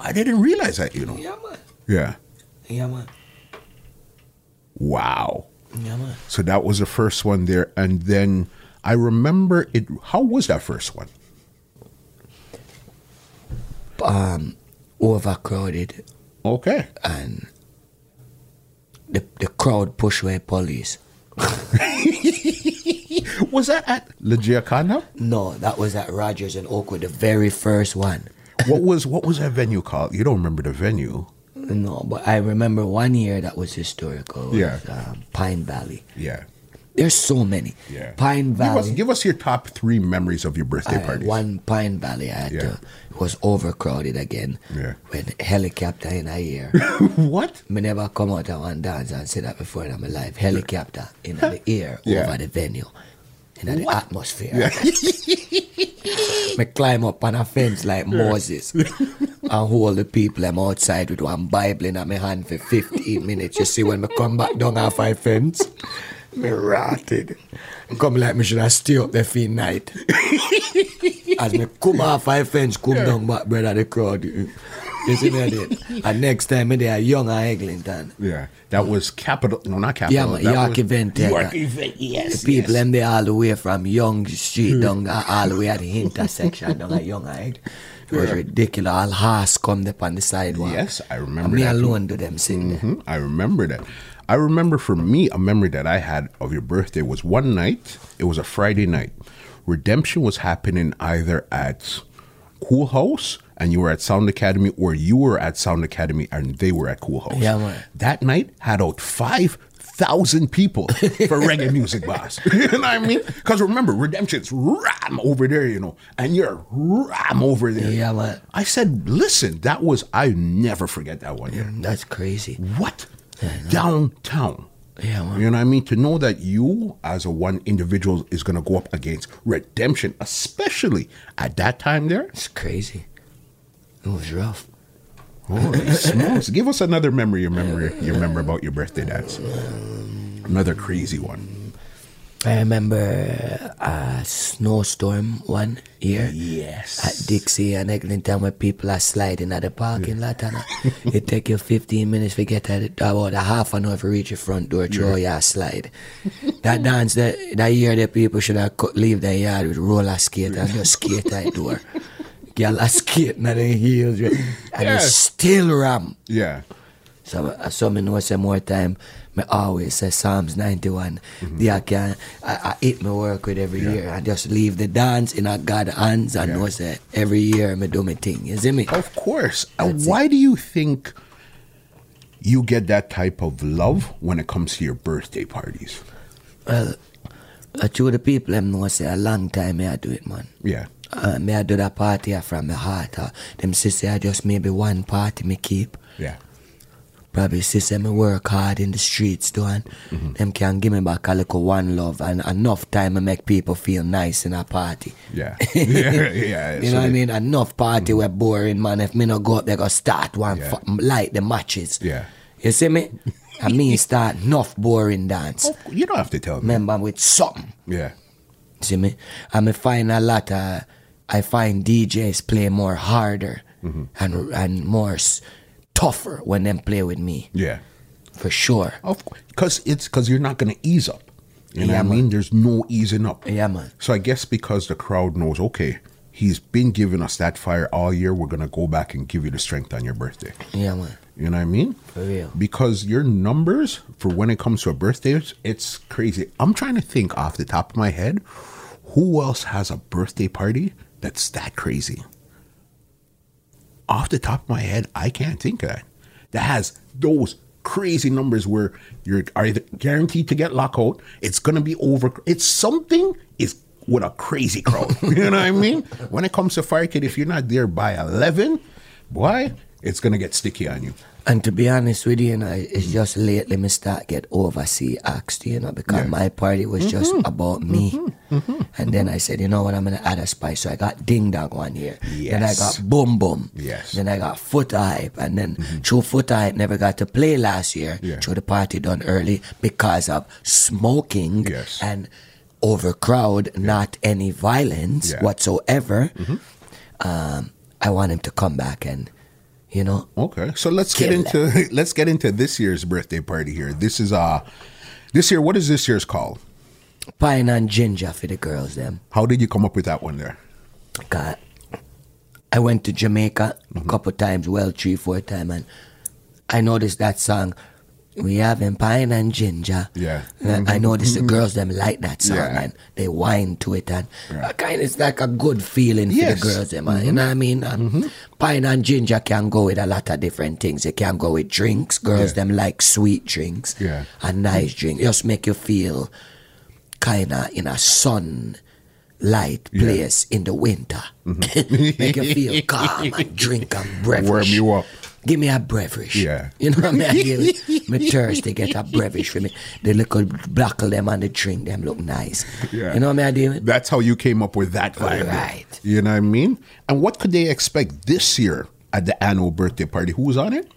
Speaker 1: I didn't realize that, you know.
Speaker 2: Yeah, man.
Speaker 1: Yeah.
Speaker 2: Yeah, man.
Speaker 1: Wow.
Speaker 2: Yeah, man.
Speaker 1: So that was the first one there, and then I remember it. How was that first one?
Speaker 2: Um, overcrowded
Speaker 1: Okay,
Speaker 2: and the, the crowd push away police.
Speaker 1: was that at La Giacana?
Speaker 2: No, that was at Rogers and Oakwood, the very first one.
Speaker 1: What was what was that venue called? You don't remember the venue?
Speaker 2: No, but I remember one year that was historical. was,
Speaker 1: Yeah.
Speaker 2: um, Pine Valley.
Speaker 1: Yeah,
Speaker 2: There's so many.
Speaker 1: yeah.
Speaker 2: Pine
Speaker 1: Give us,
Speaker 2: Valley.
Speaker 1: give us your top three memories of your birthday
Speaker 2: I-
Speaker 1: parties.
Speaker 2: One Pine Valley I had
Speaker 1: Yeah.
Speaker 2: to, it was overcrowded again.
Speaker 1: Yeah.
Speaker 2: With helicopter in a year.
Speaker 1: what?
Speaker 2: me never come out and one dance and say that before in my life. Helicopter in the air
Speaker 1: Yeah.
Speaker 2: over the venue. In the
Speaker 1: What?
Speaker 2: atmosphere.
Speaker 1: Yeah.
Speaker 2: me climb up on a fence like Moses and hold the people I'm outside with one Bible in my hand for 15 minutes. You see, when me come back down off my fence, me rotted. Come like me should have stay up there for night. As me come off my fence, come down back, brother, the crowd. You see me I did. And next time me there, young and Eglinton.
Speaker 1: Yeah, that was capital. No, not
Speaker 2: Yeah,
Speaker 1: capital.
Speaker 2: man,
Speaker 1: that
Speaker 2: York
Speaker 1: was-
Speaker 2: event. eh,
Speaker 1: York
Speaker 2: that-
Speaker 1: event. Yes,
Speaker 2: the people
Speaker 1: yes. Hmm.
Speaker 2: them they all the way from Young Street down a- all the way at the intersection down at Young Height. It was ridiculous. All horse come up on the sidewalk.
Speaker 1: Yes, I remember
Speaker 2: And me
Speaker 1: that too.
Speaker 2: alone do them sitting there.
Speaker 1: Mhm, I remember that. I remember for me, a memory that I had of your birthday was one night, it was a Friday night. Redemption was happening either at Cool House and you were at Sound Academy, or you were at Sound Academy and they were at Cool House.
Speaker 2: Yeah, man.
Speaker 1: That night had out 5,000 people for reggae music, boss. you know what I mean? Because remember, Redemption's ram over there, you know, and you're ram over there.
Speaker 2: Yeah, man.
Speaker 1: I said, listen, that was, I never forget that one year
Speaker 2: That's crazy.
Speaker 1: what downtown
Speaker 2: Yeah, man.
Speaker 1: you know what i mean to know that you as a one individual is going to go up against redemption especially at that time there
Speaker 2: It's crazy. It was rough.
Speaker 1: holy smokes give us another memory you remember you remember about your birthday dance another crazy one
Speaker 2: I remember a snowstorm one year.
Speaker 1: yes
Speaker 2: At Dixie and Eglinton, where people are sliding at the parking lot, and uh, it take you 15 minutes to get at it, about a half an hour to reach your front door through your slide. that dance that that year, the people should have cut, leave their yard with roller skate and just skate at the door. Girl, I skate in the heels, right? and
Speaker 1: Yes.
Speaker 2: it's still ram.
Speaker 1: yeah
Speaker 2: So, uh, so me know say more time. Me always say Psalms 91. The I can I, I eat my work with every year. I just leave the dance in a God hands and
Speaker 1: Yeah.
Speaker 2: know say every year me do my thing. You see me?
Speaker 1: Of course. and why do you think you get that type of love when it comes to your birthday parties?
Speaker 2: I Uh, to the people them know say a long time me I do it man.
Speaker 1: Yeah.
Speaker 2: Uh, me I do that party from my heart. Uh, them sister I just maybe one party me keep.
Speaker 1: Yeah.
Speaker 2: Probably sister me work hard in the streets doing. Them can give me back a little one love and enough time to make people feel nice in a party.
Speaker 1: Yeah. yeah. yeah.
Speaker 2: You
Speaker 1: So
Speaker 2: know what
Speaker 1: they-
Speaker 2: I
Speaker 1: Mm.
Speaker 2: mean? Enough party were boring, man. If me no go up, they go start one
Speaker 1: Yeah.
Speaker 2: fu- light the matches.
Speaker 1: Yeah.
Speaker 2: You see me? I mean, start enough boring dance.
Speaker 1: Oh, you don't have to tell me.
Speaker 2: Remember with something.
Speaker 1: Yeah.
Speaker 2: See me? I me find a lot. Uh, I find DJs play more harder
Speaker 1: Mm-hmm.
Speaker 2: and and more s- tougher when them play with me
Speaker 1: Yeah.
Speaker 2: for sure.
Speaker 1: Of course, because it's because you're not going to ease up. You know
Speaker 2: Yeah,
Speaker 1: what I mean? There's no easing up.
Speaker 2: Yeah, man.
Speaker 1: So I guess because the crowd knows, okay, he's been giving us that fire all year. We're gonna go back and give you the strength on your birthday.
Speaker 2: Yeah, man.
Speaker 1: You know what I mean?
Speaker 2: For real.
Speaker 1: Because your numbers for when it comes to a birthday, it's- it's crazy. I'm trying to think off the top of my head, who else has a birthday party that's that crazy? Off the top of my head, I can't think of that. That has those crazy numbers where you're either guaranteed to get locked out, it's gonna be over. It's something is with a crazy crowd. you know what I mean? When it comes to fire kid, if you're not there by eleven, boy, it's gonna get sticky on you.
Speaker 2: And to be honest with you, you know, it's just lately me start get oversee axed, you know, because my party was just
Speaker 1: Mm-hmm.
Speaker 2: about me. And then I said, you know what, I'm gonna add a spice. So I got ding dong one year. Then I
Speaker 1: Yes.
Speaker 2: got boom boom.
Speaker 1: Yes. Mm-hmm.
Speaker 2: Then I got foot hype. And then true foot hype never got to play last year.
Speaker 1: Yeah.
Speaker 2: True the party done early because of smoking
Speaker 1: Yes.
Speaker 2: and overcrowd, not any violence
Speaker 1: Yeah. Mm-hmm.
Speaker 2: whatsoever. Um, I want him to come back and you know,
Speaker 1: Okay, so let's get
Speaker 2: Kill
Speaker 1: into let's get into this year's birthday party here. This is uh this year. What is this year's called?
Speaker 2: pine and ginger for the girls them.
Speaker 1: How did you come up with that one there?
Speaker 2: God. I went to Jamaica
Speaker 1: Mm-hmm.
Speaker 2: a couple times, well, three, four times, and I noticed that song. We having pine and ginger.
Speaker 1: Yeah. Mm-hmm.
Speaker 2: And I noticed the girls them like that song
Speaker 1: Yeah.
Speaker 2: and they whine to it and
Speaker 1: Yeah.
Speaker 2: kind it's like a good feeling
Speaker 1: Yes. Mm-hmm.
Speaker 2: for the girls them. You know what I mean? And Pine and ginger can go with a lot of different things. It can go with drinks. Girls
Speaker 1: Yeah.
Speaker 2: them like sweet drinks.
Speaker 1: Yeah.
Speaker 2: A nice drink. Just make you feel kinda in a sun light
Speaker 1: Yeah. Mm-hmm.
Speaker 2: place in the winter. Make you feel calm and drink a beverage.
Speaker 1: Warm you up.
Speaker 2: Give me a beverage.
Speaker 1: Yeah.
Speaker 2: You know what I mean? I give my thirsty get a beverage for me. The little blackle them and the drink them look nice.
Speaker 1: Yeah.
Speaker 2: You know what I mean? I deal with?
Speaker 1: That's how you came up with that vibe.
Speaker 2: Right.
Speaker 1: You know what I mean? And what could they expect this year at the annual birthday party? Who's on it?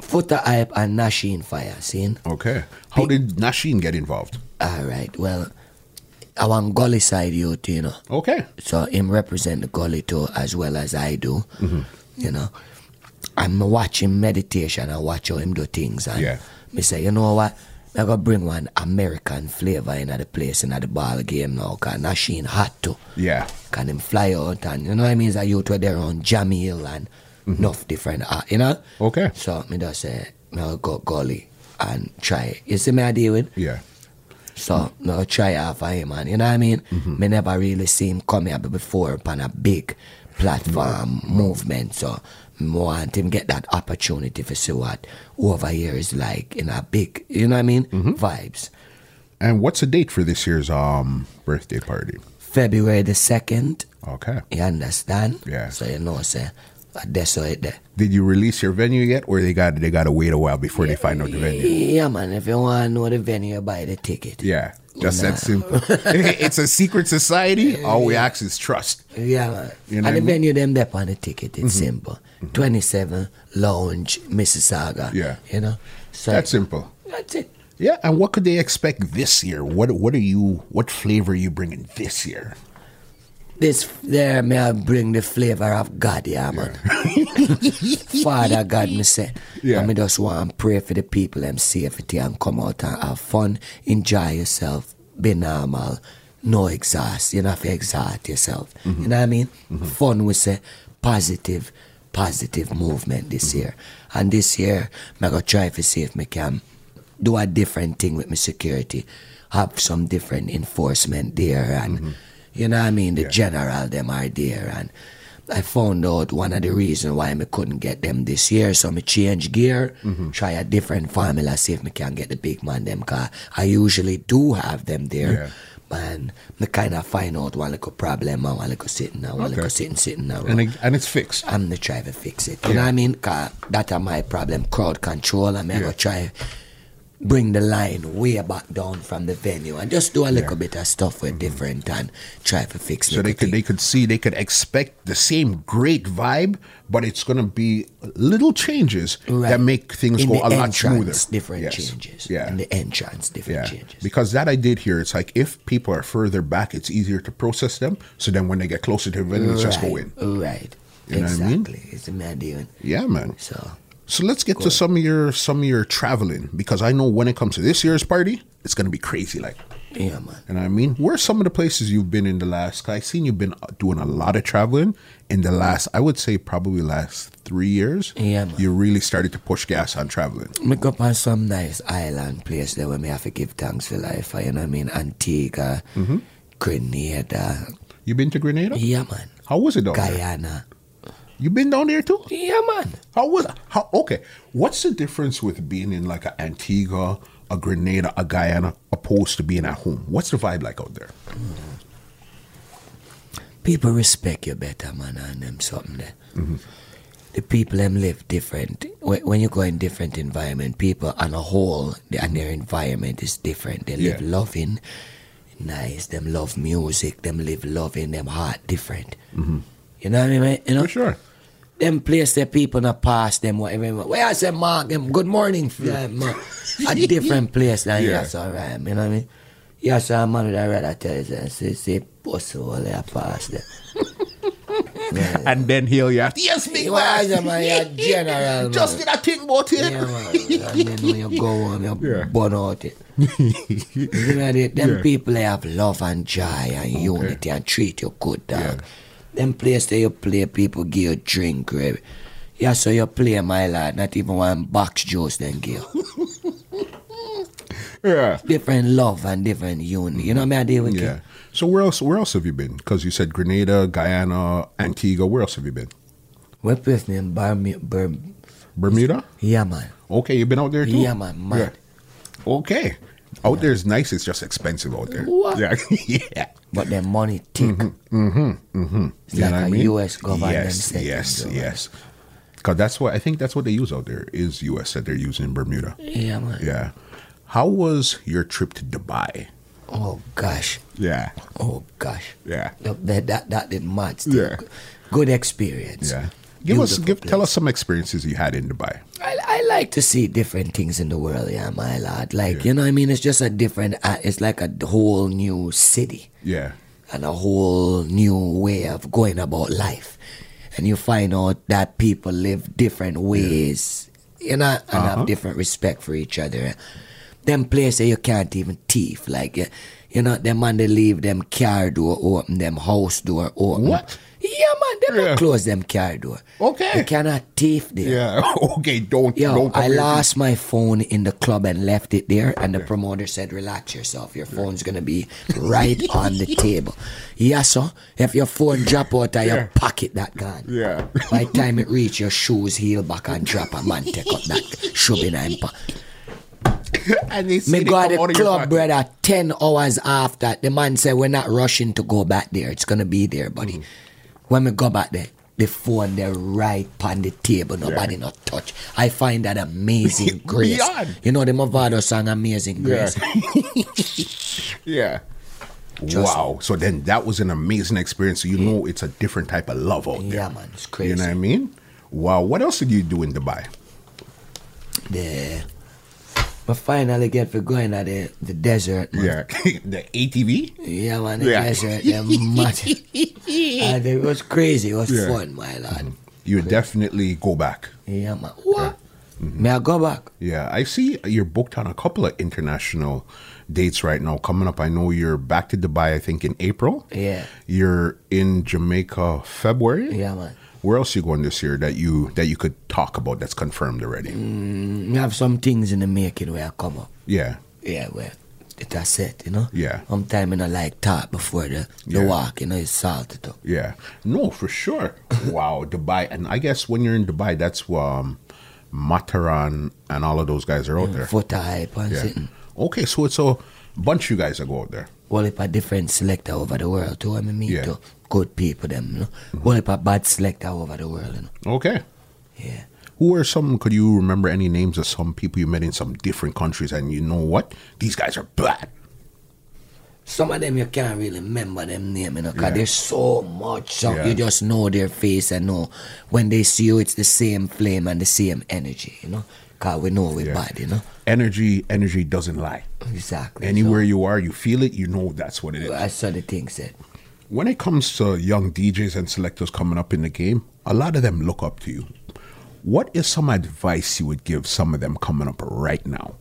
Speaker 2: Footer hype and Nashin fire, seen?
Speaker 1: Okay. How did Nasheen get involved?
Speaker 2: All right, well, I want gully side youth, you know.
Speaker 1: Okay.
Speaker 2: So him represent the gully too as well as I do.
Speaker 1: Mm-hmm.
Speaker 2: You know. I'm watching meditation, I watch how him do things and
Speaker 1: Yeah.
Speaker 2: me say, you know what? I gonna bring one American flavor in the place in the ball game now, cause Nasheen had to.
Speaker 1: Yeah.
Speaker 2: Can him fly out and you know what I mean? It's a youth where they're on Jamil and enough different art, you know?
Speaker 1: Mm-hmm. Okay.
Speaker 2: So me just say, I'll go gully and try it. You see me I deal with?
Speaker 1: Yeah.
Speaker 2: So no try out for him and you know what I mean?
Speaker 1: Mm-hmm.
Speaker 2: Me never really see him come here before upon a big platform movement. So me want him get that opportunity to see what over here is like in a big you know what I mean?
Speaker 1: Mm-hmm.
Speaker 2: Vibes.
Speaker 1: And what's the date for this year's um birthday party?
Speaker 2: February the second,
Speaker 1: Okay.
Speaker 2: you understand?
Speaker 1: Yeah.
Speaker 2: So you know say I desolate there.
Speaker 1: Did you release your venue yet, or they got they got to wait a while before they find out the venue?
Speaker 2: Yeah man, if you wanna know the venue you buy the ticket.
Speaker 1: Yeah, just
Speaker 2: Nah.
Speaker 1: that simple. it's a secret society. All we ask is trust.
Speaker 2: Yeah, man.
Speaker 1: You know what
Speaker 2: and the
Speaker 1: I mean? Mm-hmm.
Speaker 2: venue them there on the ticket, it's simple. Twenty seven Lounge, Mississauga.
Speaker 1: Yeah.
Speaker 2: You know? So
Speaker 1: That's simple.
Speaker 2: that's it.
Speaker 1: Yeah, and what could they expect this year? What what are you? What flavor are you bringing this year?
Speaker 2: This f- there may I bring the flavor of God, yeah, man. Father God, me say.
Speaker 1: Yeah.
Speaker 2: And me just want to pray for the people them safety and come out and have fun, enjoy yourself, be normal, no exhaust. You don't have to exhaust yourself. You know what I mean? Fun we say positive, positive movement this year. And this year, I go try to see if me can do a different thing with my security. Have some different enforcement there and
Speaker 1: Mm-hmm.
Speaker 2: you know what I mean? The general them are there and I found out one of the reason why me couldn't get them this year, so me change gear,
Speaker 1: Mm-hmm.
Speaker 2: try a different formula, see if me can get the big man them car. I usually do have them
Speaker 1: Yeah.
Speaker 2: there, but and me kind of find out one little problem and one little sitting and one
Speaker 1: Okay.
Speaker 2: little sitting sitting now.
Speaker 1: And it- and it's fixed.
Speaker 2: I'm the try to fix it. You know what I mean? Cause that are my problem. Crowd control. I'm
Speaker 1: Yeah.
Speaker 2: gonna try bring the line way back down from the venue and just do a little bit of stuff with different and try to fix
Speaker 1: Mm-hmm. So they could
Speaker 2: little thing.
Speaker 1: they could see they could expect the same great vibe, but it's gonna be little changes that
Speaker 2: Right.
Speaker 1: make things
Speaker 2: In
Speaker 1: go
Speaker 2: the
Speaker 1: a lot smoother.
Speaker 2: entrance, Different
Speaker 1: Yes.
Speaker 2: changes.
Speaker 1: Yeah.
Speaker 2: In the entrance,
Speaker 1: yeah.
Speaker 2: different changes.
Speaker 1: Because that I did here, it's like if people are further back, it's easier to process them. So then when they get closer to the venue, it's just go in.
Speaker 2: Right.
Speaker 1: You know what I mean?
Speaker 2: exactly. It's the man doing.
Speaker 1: Yeah, man.
Speaker 2: So
Speaker 1: So let's get to some of your some of your traveling because I know when it comes to this year's party, it's gonna be crazy. Like
Speaker 2: Yeah, man.
Speaker 1: You know what I mean? Where are some of the places you've been in the last? Cause I seen you've been uh, doing a lot of traveling in the last. I would say probably last three years.
Speaker 2: Yeah, man.
Speaker 1: You really started to push gas on traveling.
Speaker 2: Me go on some nice island place there where me have to give thanks for life. uh, You know what I mean? Antigua, Grenada.
Speaker 1: You been to Grenada?
Speaker 2: Yeah, man.
Speaker 1: How was it down there?
Speaker 2: Guyana.
Speaker 1: You been down there too?
Speaker 2: Yeah, man.
Speaker 1: How was how? Okay, what's the difference with being in like a Antigua, a Grenada, a Guyana, opposed to being at home? What's the vibe like out there?
Speaker 2: People respect you better, man, and them something there. The people them live different. Wh- When you go in different environment, people on a whole they- and their environment is different. They live
Speaker 1: Yeah.
Speaker 2: loving, nice. Them love music. Them live loving. Them heart different. You know what I mean? You know?
Speaker 1: For sure.
Speaker 2: them place their people not pass them whatever. Where I say Mark them good morning for them, man. a different place than
Speaker 1: Yeah.
Speaker 2: yes, all right, you know what I mean? Yes, I'm man would I rather tell you say say say pussy all there pass them. yeah.
Speaker 1: And then he'll yeah. Yes, big
Speaker 2: You are the man, you are general, man.
Speaker 1: Just did I think about it.
Speaker 2: Yeah, man. And then when you go home, you
Speaker 1: Yeah.
Speaker 2: burn out it. you know, they, them people they have love and joy and unity and treat you good,
Speaker 1: Yeah.
Speaker 2: dog. Them place that you play, people give you drink, grab. Yeah, so you play, my lad, not even one box juice then give. you.
Speaker 1: Yeah.
Speaker 2: different love and different unity. You know what I mean? I deal with
Speaker 1: Yeah. So where else? Where else have you been? Because you said Grenada, Guyana, Antigua. Where else have you been?
Speaker 2: What place name? Barmi- Bur-
Speaker 1: Bermuda.
Speaker 2: yeah, man.
Speaker 1: Okay, you've been out there too.
Speaker 2: Yeah, man, man.
Speaker 1: Okay. Out there is nice. It's just expensive out there.
Speaker 2: What?
Speaker 1: Yeah. yeah.
Speaker 2: But their money thick. Mm-hmm, mm-hmm, It's
Speaker 1: You
Speaker 2: like
Speaker 1: know what
Speaker 2: a
Speaker 1: I mean?
Speaker 2: U.S. government.
Speaker 1: Yes.
Speaker 2: setting,
Speaker 1: Yes.
Speaker 2: though.
Speaker 1: Yes. Because that's what I think. That's what they use out there is U.S. that they're using in Bermuda.
Speaker 2: Yeah, man.
Speaker 1: Yeah. How was your trip to Dubai?
Speaker 2: Oh gosh.
Speaker 1: Yeah.
Speaker 2: Oh gosh.
Speaker 1: Yeah.
Speaker 2: Look, That that that did mad.
Speaker 1: Yeah.
Speaker 2: Still. Good experience.
Speaker 1: Yeah. Give us.
Speaker 2: Beautiful
Speaker 1: Give. Tell
Speaker 2: place.
Speaker 1: us some experiences you had in Dubai.
Speaker 2: I, I like to see different things in the world, yeah, my lad. Like you know, what I mean, it's just a different. Uh, it's like a whole new city
Speaker 1: Yeah.
Speaker 2: and a whole new way of going about life, and you find out that people live different ways, you know, and
Speaker 1: Uh-huh.
Speaker 2: have different respect for each other. Them places you can't even thief, like uh, you know, them man they leave them car door open, them house door open.
Speaker 1: What?
Speaker 2: Yeah, man, them
Speaker 1: Yeah.
Speaker 2: not close them car door.
Speaker 1: Okay.
Speaker 2: you cannot thief there.
Speaker 1: Yeah. okay. Don't.
Speaker 2: Yo,
Speaker 1: don't come
Speaker 2: I
Speaker 1: here.
Speaker 2: lost my phone in the club and left it there, and the promoter said, "Relax yourself. Your phone's gonna be right on the table." Yes, sir. If your phone drop out of your pocket, that gone.
Speaker 1: Yeah.
Speaker 2: By the time it reach your shoes, heel back and drop a man take up that shoe in him pa-
Speaker 1: and they see
Speaker 2: Me
Speaker 1: they
Speaker 2: go
Speaker 1: come
Speaker 2: to
Speaker 1: out
Speaker 2: the
Speaker 1: of your
Speaker 2: club,
Speaker 1: pocket.
Speaker 2: brother. Ten hours after, the man said, "We're not rushing to go back there. It's gonna be there, buddy."
Speaker 1: Mm-hmm.
Speaker 2: When we go back there, the phone there right on the table. Nobody not touch. I find that amazing grace.
Speaker 1: Beyond.
Speaker 2: You know the Movado song, "Amazing Grace."
Speaker 1: Yeah.
Speaker 2: Just-
Speaker 1: wow. So then that was an amazing experience. So you know it's a different type of love out there.
Speaker 2: Yeah, man, it's crazy.
Speaker 1: You know what I mean? Wow. What else did you do in Dubai?
Speaker 2: The, but finally get for going at the, the desert. Man.
Speaker 1: Yeah. the ATV?
Speaker 2: Yeah, man, the
Speaker 1: Yeah.
Speaker 2: desert. The mountain. and it was crazy. It was
Speaker 1: Yeah. Mm-hmm.
Speaker 2: fun, my lad.
Speaker 1: You definitely go back.
Speaker 2: Yeah, man. What?
Speaker 1: Mm-hmm.
Speaker 2: May I go back?
Speaker 1: Yeah. I see you're booked on a couple of international dates right now coming up. I know you're back to Dubai, I think, in April.
Speaker 2: Yeah.
Speaker 1: You're in Jamaica February.
Speaker 2: Yeah, man.
Speaker 1: Where else you going this year that you that you could talk about that's confirmed already?
Speaker 2: Mm. We have some things in the making where I come up.
Speaker 1: Yeah.
Speaker 2: Yeah, where it I said, you know?
Speaker 1: Yeah.
Speaker 2: Sometimes I like talk before the, the
Speaker 1: Yeah.
Speaker 2: walk, you know, it's salted up.
Speaker 1: Yeah. No, for sure. wow, Dubai. And I guess when you're in Dubai, that's um Mataran and all of those guys are out there.
Speaker 2: Foot hype and
Speaker 1: Yeah.
Speaker 2: sitting.
Speaker 1: Okay, so it's a bunch you guys that go out there.
Speaker 2: Well, if a different selector over the world too, I mean, me
Speaker 1: Yeah.
Speaker 2: too. Good people, them, you know? Well, if a bad selector over the world, you know?
Speaker 1: Okay.
Speaker 2: Yeah.
Speaker 1: Who are some could you remember any names of some people you met in some different countries and you know what? These guys are bad.
Speaker 2: Some of them you can't really remember them name, you know, 'cause
Speaker 1: Yeah.
Speaker 2: there's so much. So
Speaker 1: Yeah.
Speaker 2: You just know their face and know when they see you, it's the same flame and the same energy, you know? 'Cause we know we're
Speaker 1: Yeah.
Speaker 2: bad, you know?
Speaker 1: Energy energy doesn't lie.
Speaker 2: Exactly. so-
Speaker 1: Anywhere you are, you feel it, you know that's what it is.
Speaker 2: I saw the thing said.
Speaker 1: when it comes to young DJs and selectors coming up in the game, a lot of them look up to you. What is some advice you would give some of them coming up right now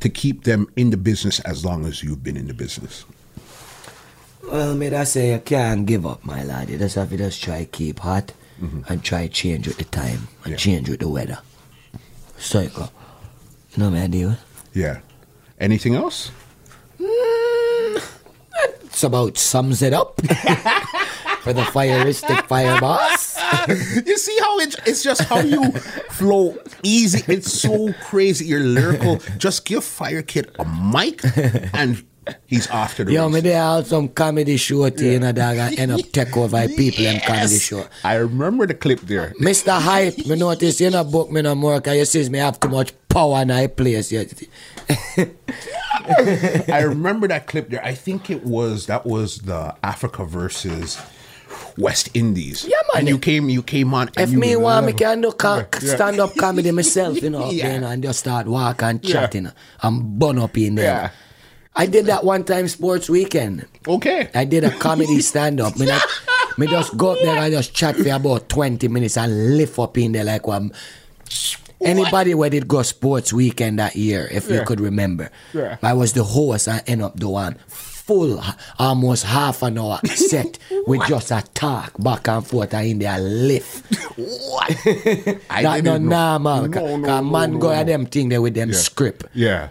Speaker 1: to keep them in the business as long as you've been in the business?
Speaker 2: Well, me I say you can't give up, my lad. You just have to just try keep hot and try change with the time and
Speaker 1: Yeah.
Speaker 2: change with the weather. Cycle. You know my idea?
Speaker 1: Yeah. Anything else?
Speaker 2: It's about sums it up for the fireistic fire boss.
Speaker 1: you see how it, it's just how you flow easy. It's so crazy. You're lyrical. Just give Fire Kid a mic and he's off to the
Speaker 2: Yo, me
Speaker 1: races.
Speaker 2: they have some comedy show to you know, dog, and end up take over by people in comedy
Speaker 1: Yes.
Speaker 2: show.
Speaker 1: I remember the clip there.
Speaker 2: Mr. Hype, me notice you know book me no more because you see me have too much power in I place. You
Speaker 1: I remember that clip there. I think it was that was the Africa versus West Indies. Yeah,
Speaker 2: man.
Speaker 1: And you came, you came on. and
Speaker 2: If
Speaker 1: you
Speaker 2: me want, me
Speaker 1: leveled.
Speaker 2: can do co-
Speaker 1: Yeah.
Speaker 2: stand up comedy myself, you know, up there,
Speaker 1: Yeah.
Speaker 2: you know, and just start walk and
Speaker 1: Yeah.
Speaker 2: chatting and bun up in there.
Speaker 1: Yeah.
Speaker 2: I did that one time sports weekend.
Speaker 1: Okay.
Speaker 2: I did a comedy stand up. Me, not- me just go up there and just chat for about 20 minutes and lift up in there like one. Anybody where did go sports weekend that year, if
Speaker 1: Yeah.
Speaker 2: you could remember.
Speaker 1: Yeah.
Speaker 2: I was the host and end up the one full, almost half an hour set with just a talk back and forth and in there lift.
Speaker 1: What? I
Speaker 2: That no
Speaker 1: didn't know.
Speaker 2: normal.
Speaker 1: No,
Speaker 2: ca-
Speaker 1: no,
Speaker 2: ca-
Speaker 1: no,
Speaker 2: man
Speaker 1: no,
Speaker 2: go
Speaker 1: no.
Speaker 2: at them thing there with them script.
Speaker 1: Yeah.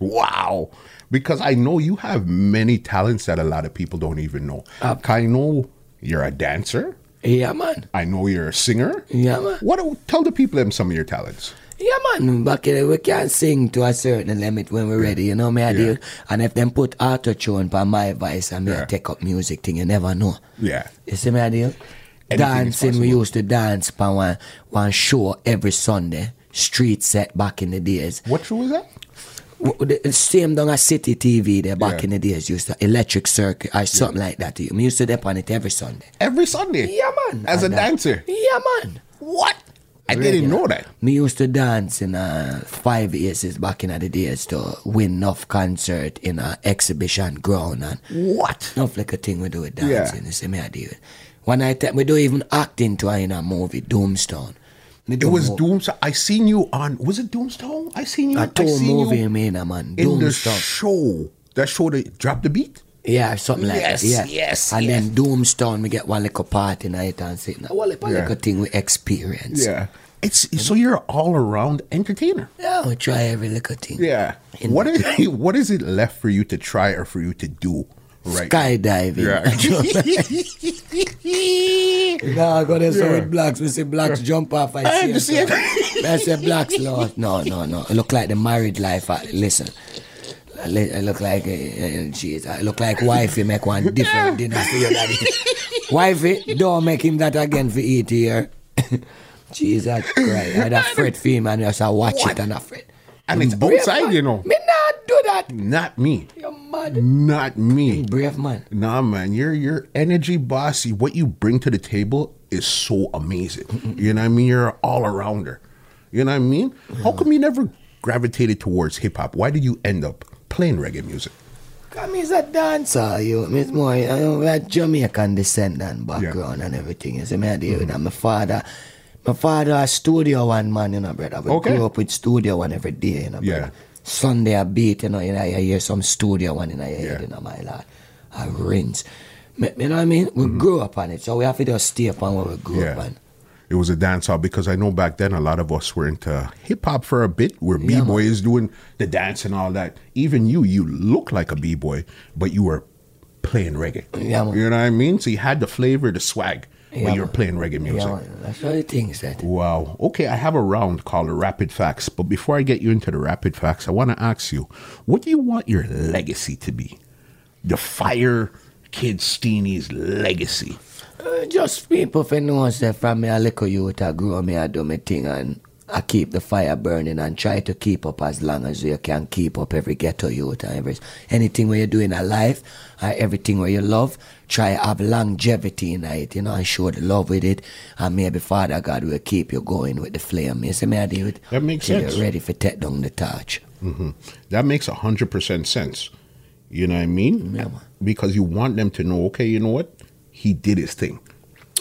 Speaker 1: Wow. Because I know you have many talents that a lot of people don't even know. I know you're a dancer.
Speaker 2: Yeah, man.
Speaker 1: I know you're a singer.
Speaker 2: Yeah, man.
Speaker 1: What? do- Tell the people them some of your talents.
Speaker 2: Yeah, man. Back in the- we can sing to a certain limit when we're ready, you know me I do. And if them put auto tune by my voice and me I
Speaker 1: Yeah.
Speaker 2: take up music thing, you never know.
Speaker 1: Yeah.
Speaker 2: You see me I do?
Speaker 1: is
Speaker 2: Dancing, we
Speaker 1: possible.
Speaker 2: used to dance by one, one show every Sunday, street set back in the days.
Speaker 1: What show was that?
Speaker 2: W- the same down at City TV there back
Speaker 1: Yeah.
Speaker 2: in the days, used to electric circuit or something like that. We used to dip on it every Sunday.
Speaker 1: Every Sunday.
Speaker 2: Yeah, man.
Speaker 1: As a
Speaker 2: And, uh,
Speaker 1: dancer.
Speaker 2: Yeah, man.
Speaker 1: What? I didn't know that.
Speaker 2: Me used to dance in uh, five aces back in the days to win enough concert in an exhibition ground and
Speaker 1: What?
Speaker 2: enough like a thing we do with
Speaker 1: Yeah.
Speaker 2: dancing. You see me, I do it. One night time, we do even acting to her in a movie, Doomstone. Me
Speaker 1: It
Speaker 2: do
Speaker 1: was
Speaker 2: mo-
Speaker 1: Doomstone. I seen you on. Was it Doomstone? I seen you.
Speaker 2: a
Speaker 1: I
Speaker 2: two
Speaker 1: seen
Speaker 2: movie,
Speaker 1: you
Speaker 2: me in a man,
Speaker 1: in the
Speaker 2: Doomstone.
Speaker 1: show. That show that dropped the beat.
Speaker 2: Yeah, something like
Speaker 1: Yes,
Speaker 2: that. Yeah.
Speaker 1: yes,
Speaker 2: And
Speaker 1: yes.
Speaker 2: then Doomstone, we get one little party night and sitting. Well, it's
Speaker 1: Yeah.
Speaker 2: like a thing we experience.
Speaker 1: It's so you're an all around entertainer.
Speaker 2: Yeah, we try every little thing.
Speaker 1: Yeah.
Speaker 2: In
Speaker 1: what is what is it left for you to try or for you to do? Right.
Speaker 2: Skydiving.
Speaker 1: Yeah.
Speaker 2: No, I got there so
Speaker 1: Yeah.
Speaker 2: with blacks. We see blacks jump off. I,
Speaker 1: I
Speaker 2: see,
Speaker 1: see
Speaker 2: it. so- I say blacks lost. No, no, no. It look like the married life. I, listen. I li- I look like, uh, uh, jeez, I look like wifey make one different dinner for your daddy. wifey, don't make him that again for eat here. Jesus Christ. I'd have fret for him and just I watch it and I fret.
Speaker 1: and it's
Speaker 2: Brave
Speaker 1: outside,
Speaker 2: man.
Speaker 1: you know.
Speaker 2: Me not do that.
Speaker 1: Not me.
Speaker 2: You're mad.
Speaker 1: Not me.
Speaker 2: Brave man.
Speaker 1: Nah, man, your your energy, bossy. What you bring to the table is so amazing. You know what I mean? You're an all arounder. You know what I mean? How come you never gravitated towards hip hop? Why did you end up playing reggae music?
Speaker 2: Come is a dancer, you. Miss more, you know, we had Jamaican descent and background and everything. You see, me I
Speaker 1: Mm-hmm.
Speaker 2: deal with that. My father, my father a studio one man, you know, brother. We
Speaker 1: Okay.
Speaker 2: grew up with studio one every day, you know,
Speaker 1: Yeah.
Speaker 2: brother. Sunday I beat, you know, you know, you hear some studio one in your head,
Speaker 1: Yeah.
Speaker 2: you know, my lad. I rinse. Me, you know what I mean? We grew up on it, so we have to just stay upon what we grew up
Speaker 1: Mm-hmm. Yeah.
Speaker 2: on.
Speaker 1: It was a dance hall because I know back then a lot of us were into hip hop for a bit, where B boy is doing the dance and all that. Even you, you look like a B boy, but you were playing reggae.
Speaker 2: Yeah, man.
Speaker 1: You know what I mean? So you had the flavor, the swag,
Speaker 2: Yeah,
Speaker 1: but you were
Speaker 2: man.
Speaker 1: playing reggae music.
Speaker 2: Yeah, man, that's what the thing that.
Speaker 1: Wow. Okay, I have a round called Rapid Facts, but before I get you into the Rapid Facts, I want to ask you, what do you want your legacy to be? The Fire Kid Steenie's legacy.
Speaker 2: Uh, just people for know say from me a little youth I grew up me I do my thing and I keep the fire burning and try to keep up as long as you can keep up every ghetto youth and every anything where you do in a life and everything where you love try have longevity in it you know and show the love with it and maybe Father God will keep you going with the flame you see me I do it
Speaker 1: That makes
Speaker 2: till
Speaker 1: sense.
Speaker 2: you're ready for take down the torch
Speaker 1: That makes 100% sense. You know what I mean?
Speaker 2: Yeah, man.
Speaker 1: Because you want them to know, okay, you know what? He did his thing.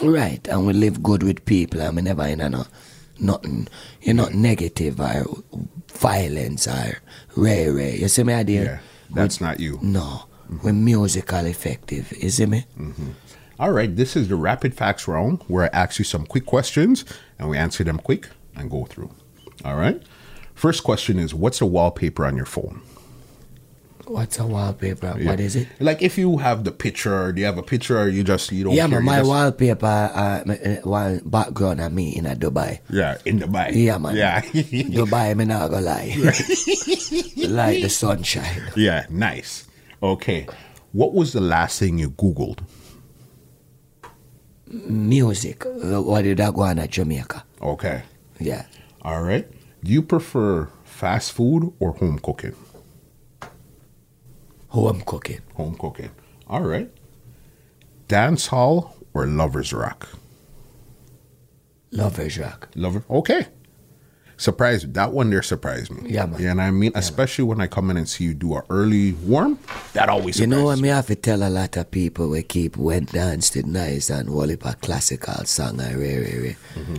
Speaker 2: Right, and we live good with people, and we never in a no, nothing, you're not negative or violence or ray ray. You see me idea?
Speaker 1: Yeah, that's not you.
Speaker 2: No. We're musical effective, you see me?
Speaker 1: All right, this is the rapid facts round where I ask you some quick questions and we answer them quick and go through. All right. First question is what's the wallpaper on your phone?
Speaker 2: What's a wallpaper? What is it?
Speaker 1: Like if you have the picture, do you have a picture or you just you don't
Speaker 2: Yeah,
Speaker 1: care,
Speaker 2: man,
Speaker 1: you
Speaker 2: my
Speaker 1: just-
Speaker 2: wallpaper, uh, my, uh, wall background of me in a Dubai.
Speaker 1: Yeah, in the back.
Speaker 2: Yeah, man.
Speaker 1: Yeah.
Speaker 2: Dubai, me not gonna lie. like the sunshine.
Speaker 1: yeah, nice. Okay. What was the last thing you Googled?
Speaker 2: Music. uh, What did I go on at Jamaica?
Speaker 1: Okay.
Speaker 2: Yeah.
Speaker 1: All right. Do you prefer fast food or home cooking?
Speaker 2: Home cooking.
Speaker 1: Home cooking. All right. Dance hall or lovers rock?
Speaker 2: Lovers rock.
Speaker 1: Lover. Okay. Surprised that one there surprised me.
Speaker 2: Yeah, man.
Speaker 1: Yeah, and I mean, especially when I come in and see you do a early warm, that always
Speaker 2: You
Speaker 1: surprises
Speaker 2: know what
Speaker 1: me.
Speaker 2: me have to tell a lot of people we keep when dance did nice and Wallipa classical song I re re re.
Speaker 1: Mm-hmm.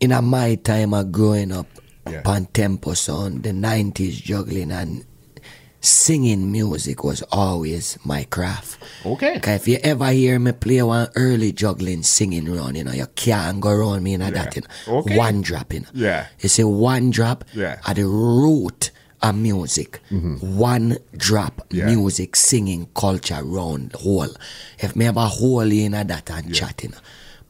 Speaker 2: In a my time of growing up
Speaker 1: Yeah.
Speaker 2: pan tempo sound, the nineties juggling and singing music was always my craft.
Speaker 1: Okay.
Speaker 2: Cause if you ever hear me play one early juggling singing run, you know, you can't go around me in a that. You know.
Speaker 1: Okay.
Speaker 2: One drop, you know.
Speaker 1: Yeah.
Speaker 2: You see, one drop
Speaker 1: Yeah. Mm-hmm.
Speaker 2: at the root of music. One drop
Speaker 1: Yeah.
Speaker 2: music, singing, culture, round, whole. If me ever hold in a that and chatting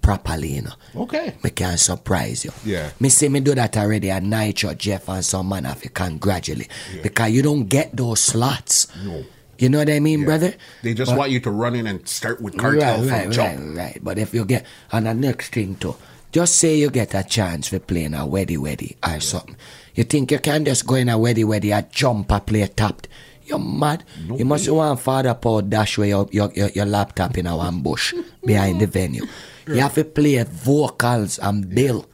Speaker 2: properly, you know,
Speaker 1: Okay.
Speaker 2: me can surprise you.
Speaker 1: Yeah.
Speaker 2: Me say me do that already at Nitro, Jeff, and some man if you can gradually. Because you don't get those slots.
Speaker 1: No.
Speaker 2: You know what I mean, brother?
Speaker 1: They just want you to run in and start with cartel
Speaker 2: right,
Speaker 1: from
Speaker 2: right,
Speaker 1: jump.
Speaker 2: Right, right. But if you get and the next thing too, just say you get a chance for playing a weddy weddy or something. You think you can just go in a weddy weddy a jump a play tapped. You're mad. you must want father Paul dash where your, your, your, your laptop in a one bush behind the venue. You have to play vocals and bill.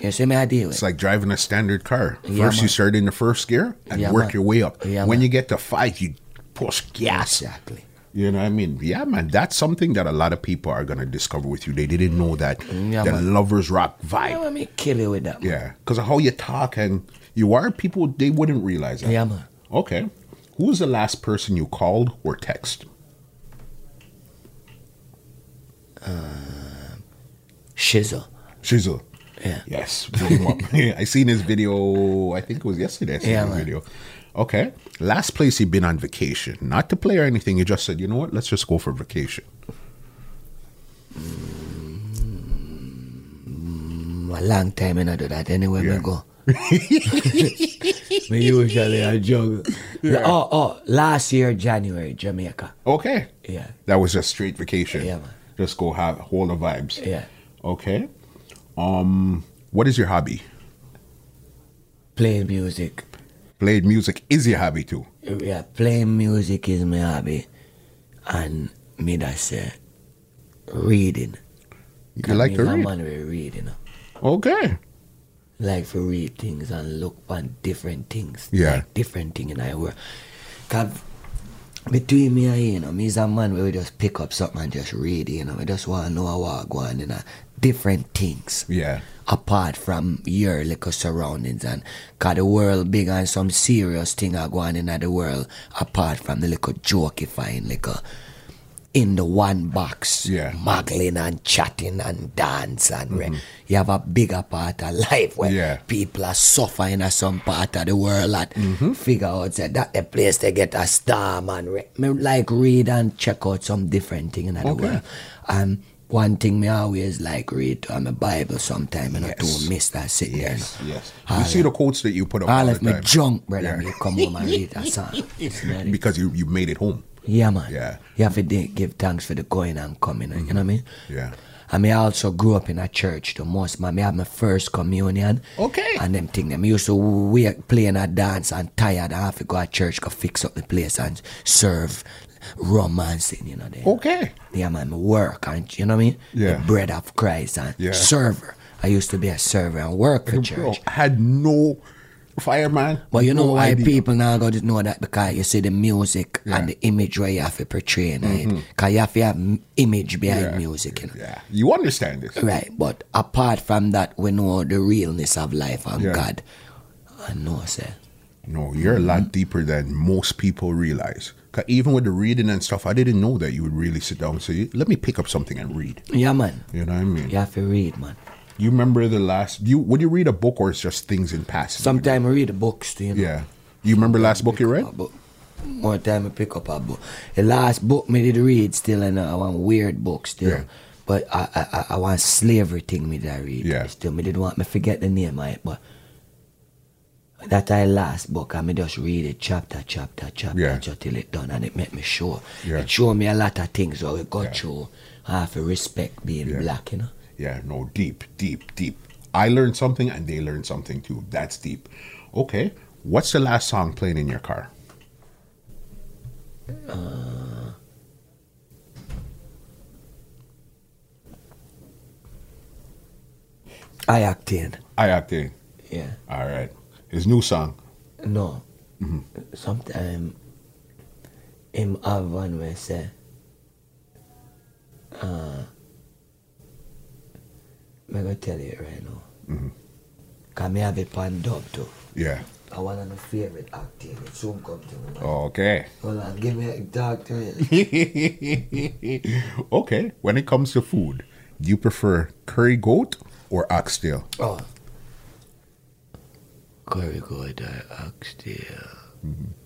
Speaker 2: You see me idea?
Speaker 1: It's like driving a standard car. First,
Speaker 2: Yeah,
Speaker 1: you
Speaker 2: man.
Speaker 1: start in the first gear and
Speaker 2: Yeah,
Speaker 1: work
Speaker 2: man.
Speaker 1: your way up.
Speaker 2: Yeah,
Speaker 1: when
Speaker 2: man.
Speaker 1: you get to five, you push gas.
Speaker 2: Exactly.
Speaker 1: You know what I mean? Yeah, man. That's something that a lot of people are gonna discover with you. They didn't know that
Speaker 2: Yeah,
Speaker 1: the
Speaker 2: man.
Speaker 1: lovers rock
Speaker 2: Yeah,
Speaker 1: vibe.
Speaker 2: let me kill you with that. man.
Speaker 1: Yeah, because of how you talk and you are, people they wouldn't realize that.
Speaker 2: Yeah, man.
Speaker 1: Okay. Who was the last person you called or text?
Speaker 2: Shizzle.
Speaker 1: Shizzle.
Speaker 2: Yeah.
Speaker 1: Yes. Bring him up. I seen his video. I think it was yesterday. I seen
Speaker 2: Yeah,
Speaker 1: his
Speaker 2: man.
Speaker 1: video. Okay. Last place you've been on vacation, not to play or anything. You just said, you know what? Let's just go for vacation.
Speaker 2: A long time and I do that anywhere
Speaker 1: Yeah.
Speaker 2: we go. me usually I juggle. Oh, oh, last year January, Jamaica.
Speaker 1: Okay.
Speaker 2: Yeah,
Speaker 1: That was just straight vacation.
Speaker 2: Yeah, man.
Speaker 1: Just go have all the vibes.
Speaker 2: yeah.
Speaker 1: Okay. Um, what is your hobby?
Speaker 2: Playing music.
Speaker 1: Played music is your hobby too.
Speaker 2: Yeah, playing music is my hobby, and me that say reading.
Speaker 1: You like
Speaker 2: me
Speaker 1: to
Speaker 2: a
Speaker 1: read.
Speaker 2: Man we read, you know.
Speaker 1: Okay.
Speaker 2: like for read things and look on different things.
Speaker 1: Yeah.
Speaker 2: Like different thing in our world. Cause between me and you, you know, me is a man where we just pick up something and just read, you know. We just wanna know what go on in a different things.
Speaker 1: Yeah.
Speaker 2: Apart from your little surroundings and cause the world big and some serious thing are going in the world apart from the little jokifying little in the one box,
Speaker 1: Yeah. Mm-hmm.
Speaker 2: muggling and chatting and dance and re- you have a bigger part of life where
Speaker 1: Yeah.
Speaker 2: people are suffering at some part of the world and
Speaker 1: Mm-hmm.
Speaker 2: figure out say, that the place they get a storm and re- me like read and check out some different thing in the
Speaker 1: Okay.
Speaker 2: world. And one thing me always like read to, I'm a Bible sometime and I
Speaker 1: Yes.
Speaker 2: don't miss that sitting there.
Speaker 1: Yes.
Speaker 2: you know.
Speaker 1: Yes. You see the quotes that you put up
Speaker 2: I
Speaker 1: all the
Speaker 2: left me
Speaker 1: time
Speaker 2: junk, brother. Me come home and read that song. It's not it.
Speaker 1: because you, you made it home.
Speaker 2: Yeah, man.
Speaker 1: Yeah.
Speaker 2: You have to de- give thanks for the going and coming. You know what I mean?
Speaker 1: Yeah.
Speaker 2: And me also grew up in a church. The most man, me had my first communion.
Speaker 1: Okay.
Speaker 2: And them thing, them used to we playing a dance and tired. I have to go to church, go fix up the place and serve rum and sing. You know that.
Speaker 1: Okay.
Speaker 2: Yeah, man. Me work and you know what I mean?
Speaker 1: Oh. Yeah.
Speaker 2: The bread of Christ and
Speaker 1: Yeah.
Speaker 2: server. I used to be a server and work for
Speaker 1: Bro,
Speaker 2: church.
Speaker 1: I had no fireman.
Speaker 2: But you know
Speaker 1: No
Speaker 2: why
Speaker 1: idea.
Speaker 2: people now got to know that because you see the music and the image where you have to portray in it. Because you have to have m- image behind music, you know.
Speaker 1: Mm-hmm. Yeah, you understand this.
Speaker 2: Right. But apart from that, we know the realness of life and
Speaker 1: Yeah.
Speaker 2: God. I know, sir.
Speaker 1: No, you're a
Speaker 2: Mm-hmm.
Speaker 1: lot deeper than most people realize. 'Cause even with the reading and stuff, I didn't know that you would really sit down and say, "Let me pick up something and read."
Speaker 2: Yeah, man.
Speaker 1: You know what I mean?
Speaker 2: You have to read, man.
Speaker 1: You remember the last? You would you read a book or it's just things in passing?
Speaker 2: Sometimes Um, I read the books, too, you know.
Speaker 1: Yeah. You remember last book you read?
Speaker 2: a book. One time I pick up a book. The last book me did read still, and uh, I want weird book still.
Speaker 1: Yeah.
Speaker 2: But I, I I- I want slavery thing me did I read.
Speaker 1: Yeah.
Speaker 2: Still, me did want me forget the name of it, but that I last book, I me just read it chapter, chapter, chapter,
Speaker 1: Yeah.
Speaker 2: chapter till it done, and it make me sure.
Speaker 1: Yeah.
Speaker 2: It show me a lot of things. So it got
Speaker 1: Yeah.
Speaker 2: you. I have to respect being
Speaker 1: Yeah.
Speaker 2: black, you know.
Speaker 1: Yeah, no, deep, deep, deep. I learned something and they learned something too. That's deep. Okay, what's the last song playing in your car?
Speaker 2: I acting.
Speaker 1: I Octane.
Speaker 2: Yeah.
Speaker 1: All right. His new song.
Speaker 2: No. Sometime him have one where say uh me go tell you right now. Cause me have it pan dub too.
Speaker 1: Yeah.
Speaker 2: I one of my favorite acting. It soon come to me. man.
Speaker 1: Okay.
Speaker 2: Hold on, give me a talk to me.
Speaker 1: okay, when it comes to food, do you prefer curry goat or oxtail?
Speaker 2: Oh. Curry good, uh, oxtail.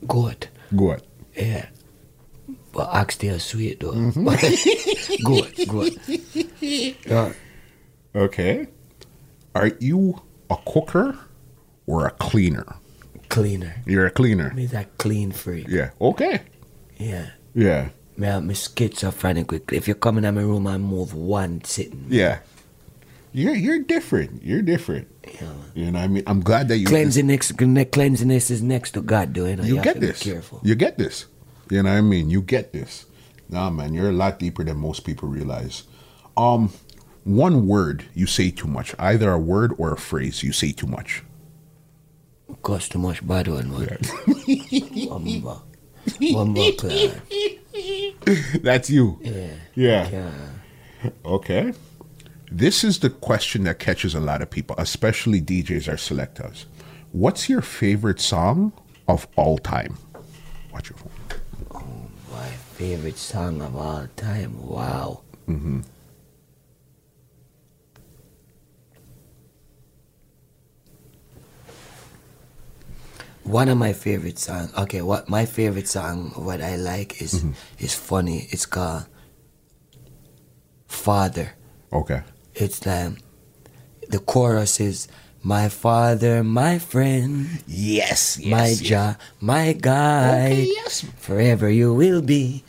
Speaker 2: Good.
Speaker 1: Goat.
Speaker 2: Yeah. But oxtail sweet though. good, good. Yeah.
Speaker 1: Okay. Are you a cooker or a cleaner?
Speaker 2: Cleaner.
Speaker 1: You're a cleaner.
Speaker 2: Me that clean freak.
Speaker 1: Yeah. Okay.
Speaker 2: Yeah.
Speaker 1: Yeah.
Speaker 2: Me I'm schizophrenic quickly. If you come in my room I move one sitting.
Speaker 1: Yeah. You're you're different. You're different.
Speaker 2: You know.
Speaker 1: You know what I mean? I'm glad that you
Speaker 2: Cleansing next ne- cleansiness is next to God though, you know.
Speaker 1: you
Speaker 2: have
Speaker 1: get
Speaker 2: to be
Speaker 1: this.
Speaker 2: careful.
Speaker 1: You get this. You know what I mean? You get this. Nah, man, you're a lot deeper than most people realize. Um, one word you say too much. Either a word or a phrase you say too much.
Speaker 2: Cost too much bad one, man. one more. One more clear.
Speaker 1: That's you.
Speaker 2: Yeah.
Speaker 1: Yeah.
Speaker 2: Yeah.
Speaker 1: Okay. This is the question that catches a lot of people, especially DJs or selectors. What's your favorite song of all time? Watch your phone.
Speaker 2: My favorite song of all time. Wow.
Speaker 1: Mm-hmm.
Speaker 2: One of my favorite songs. Okay, what my favorite song, what I like is
Speaker 1: Mm-hmm.
Speaker 2: is funny. It's called Father.
Speaker 1: Okay.
Speaker 2: It's um, the chorus is my father, my friend,
Speaker 1: Yes.
Speaker 2: my Jah, my guide.
Speaker 1: Okay, yes.
Speaker 2: Forever you will be.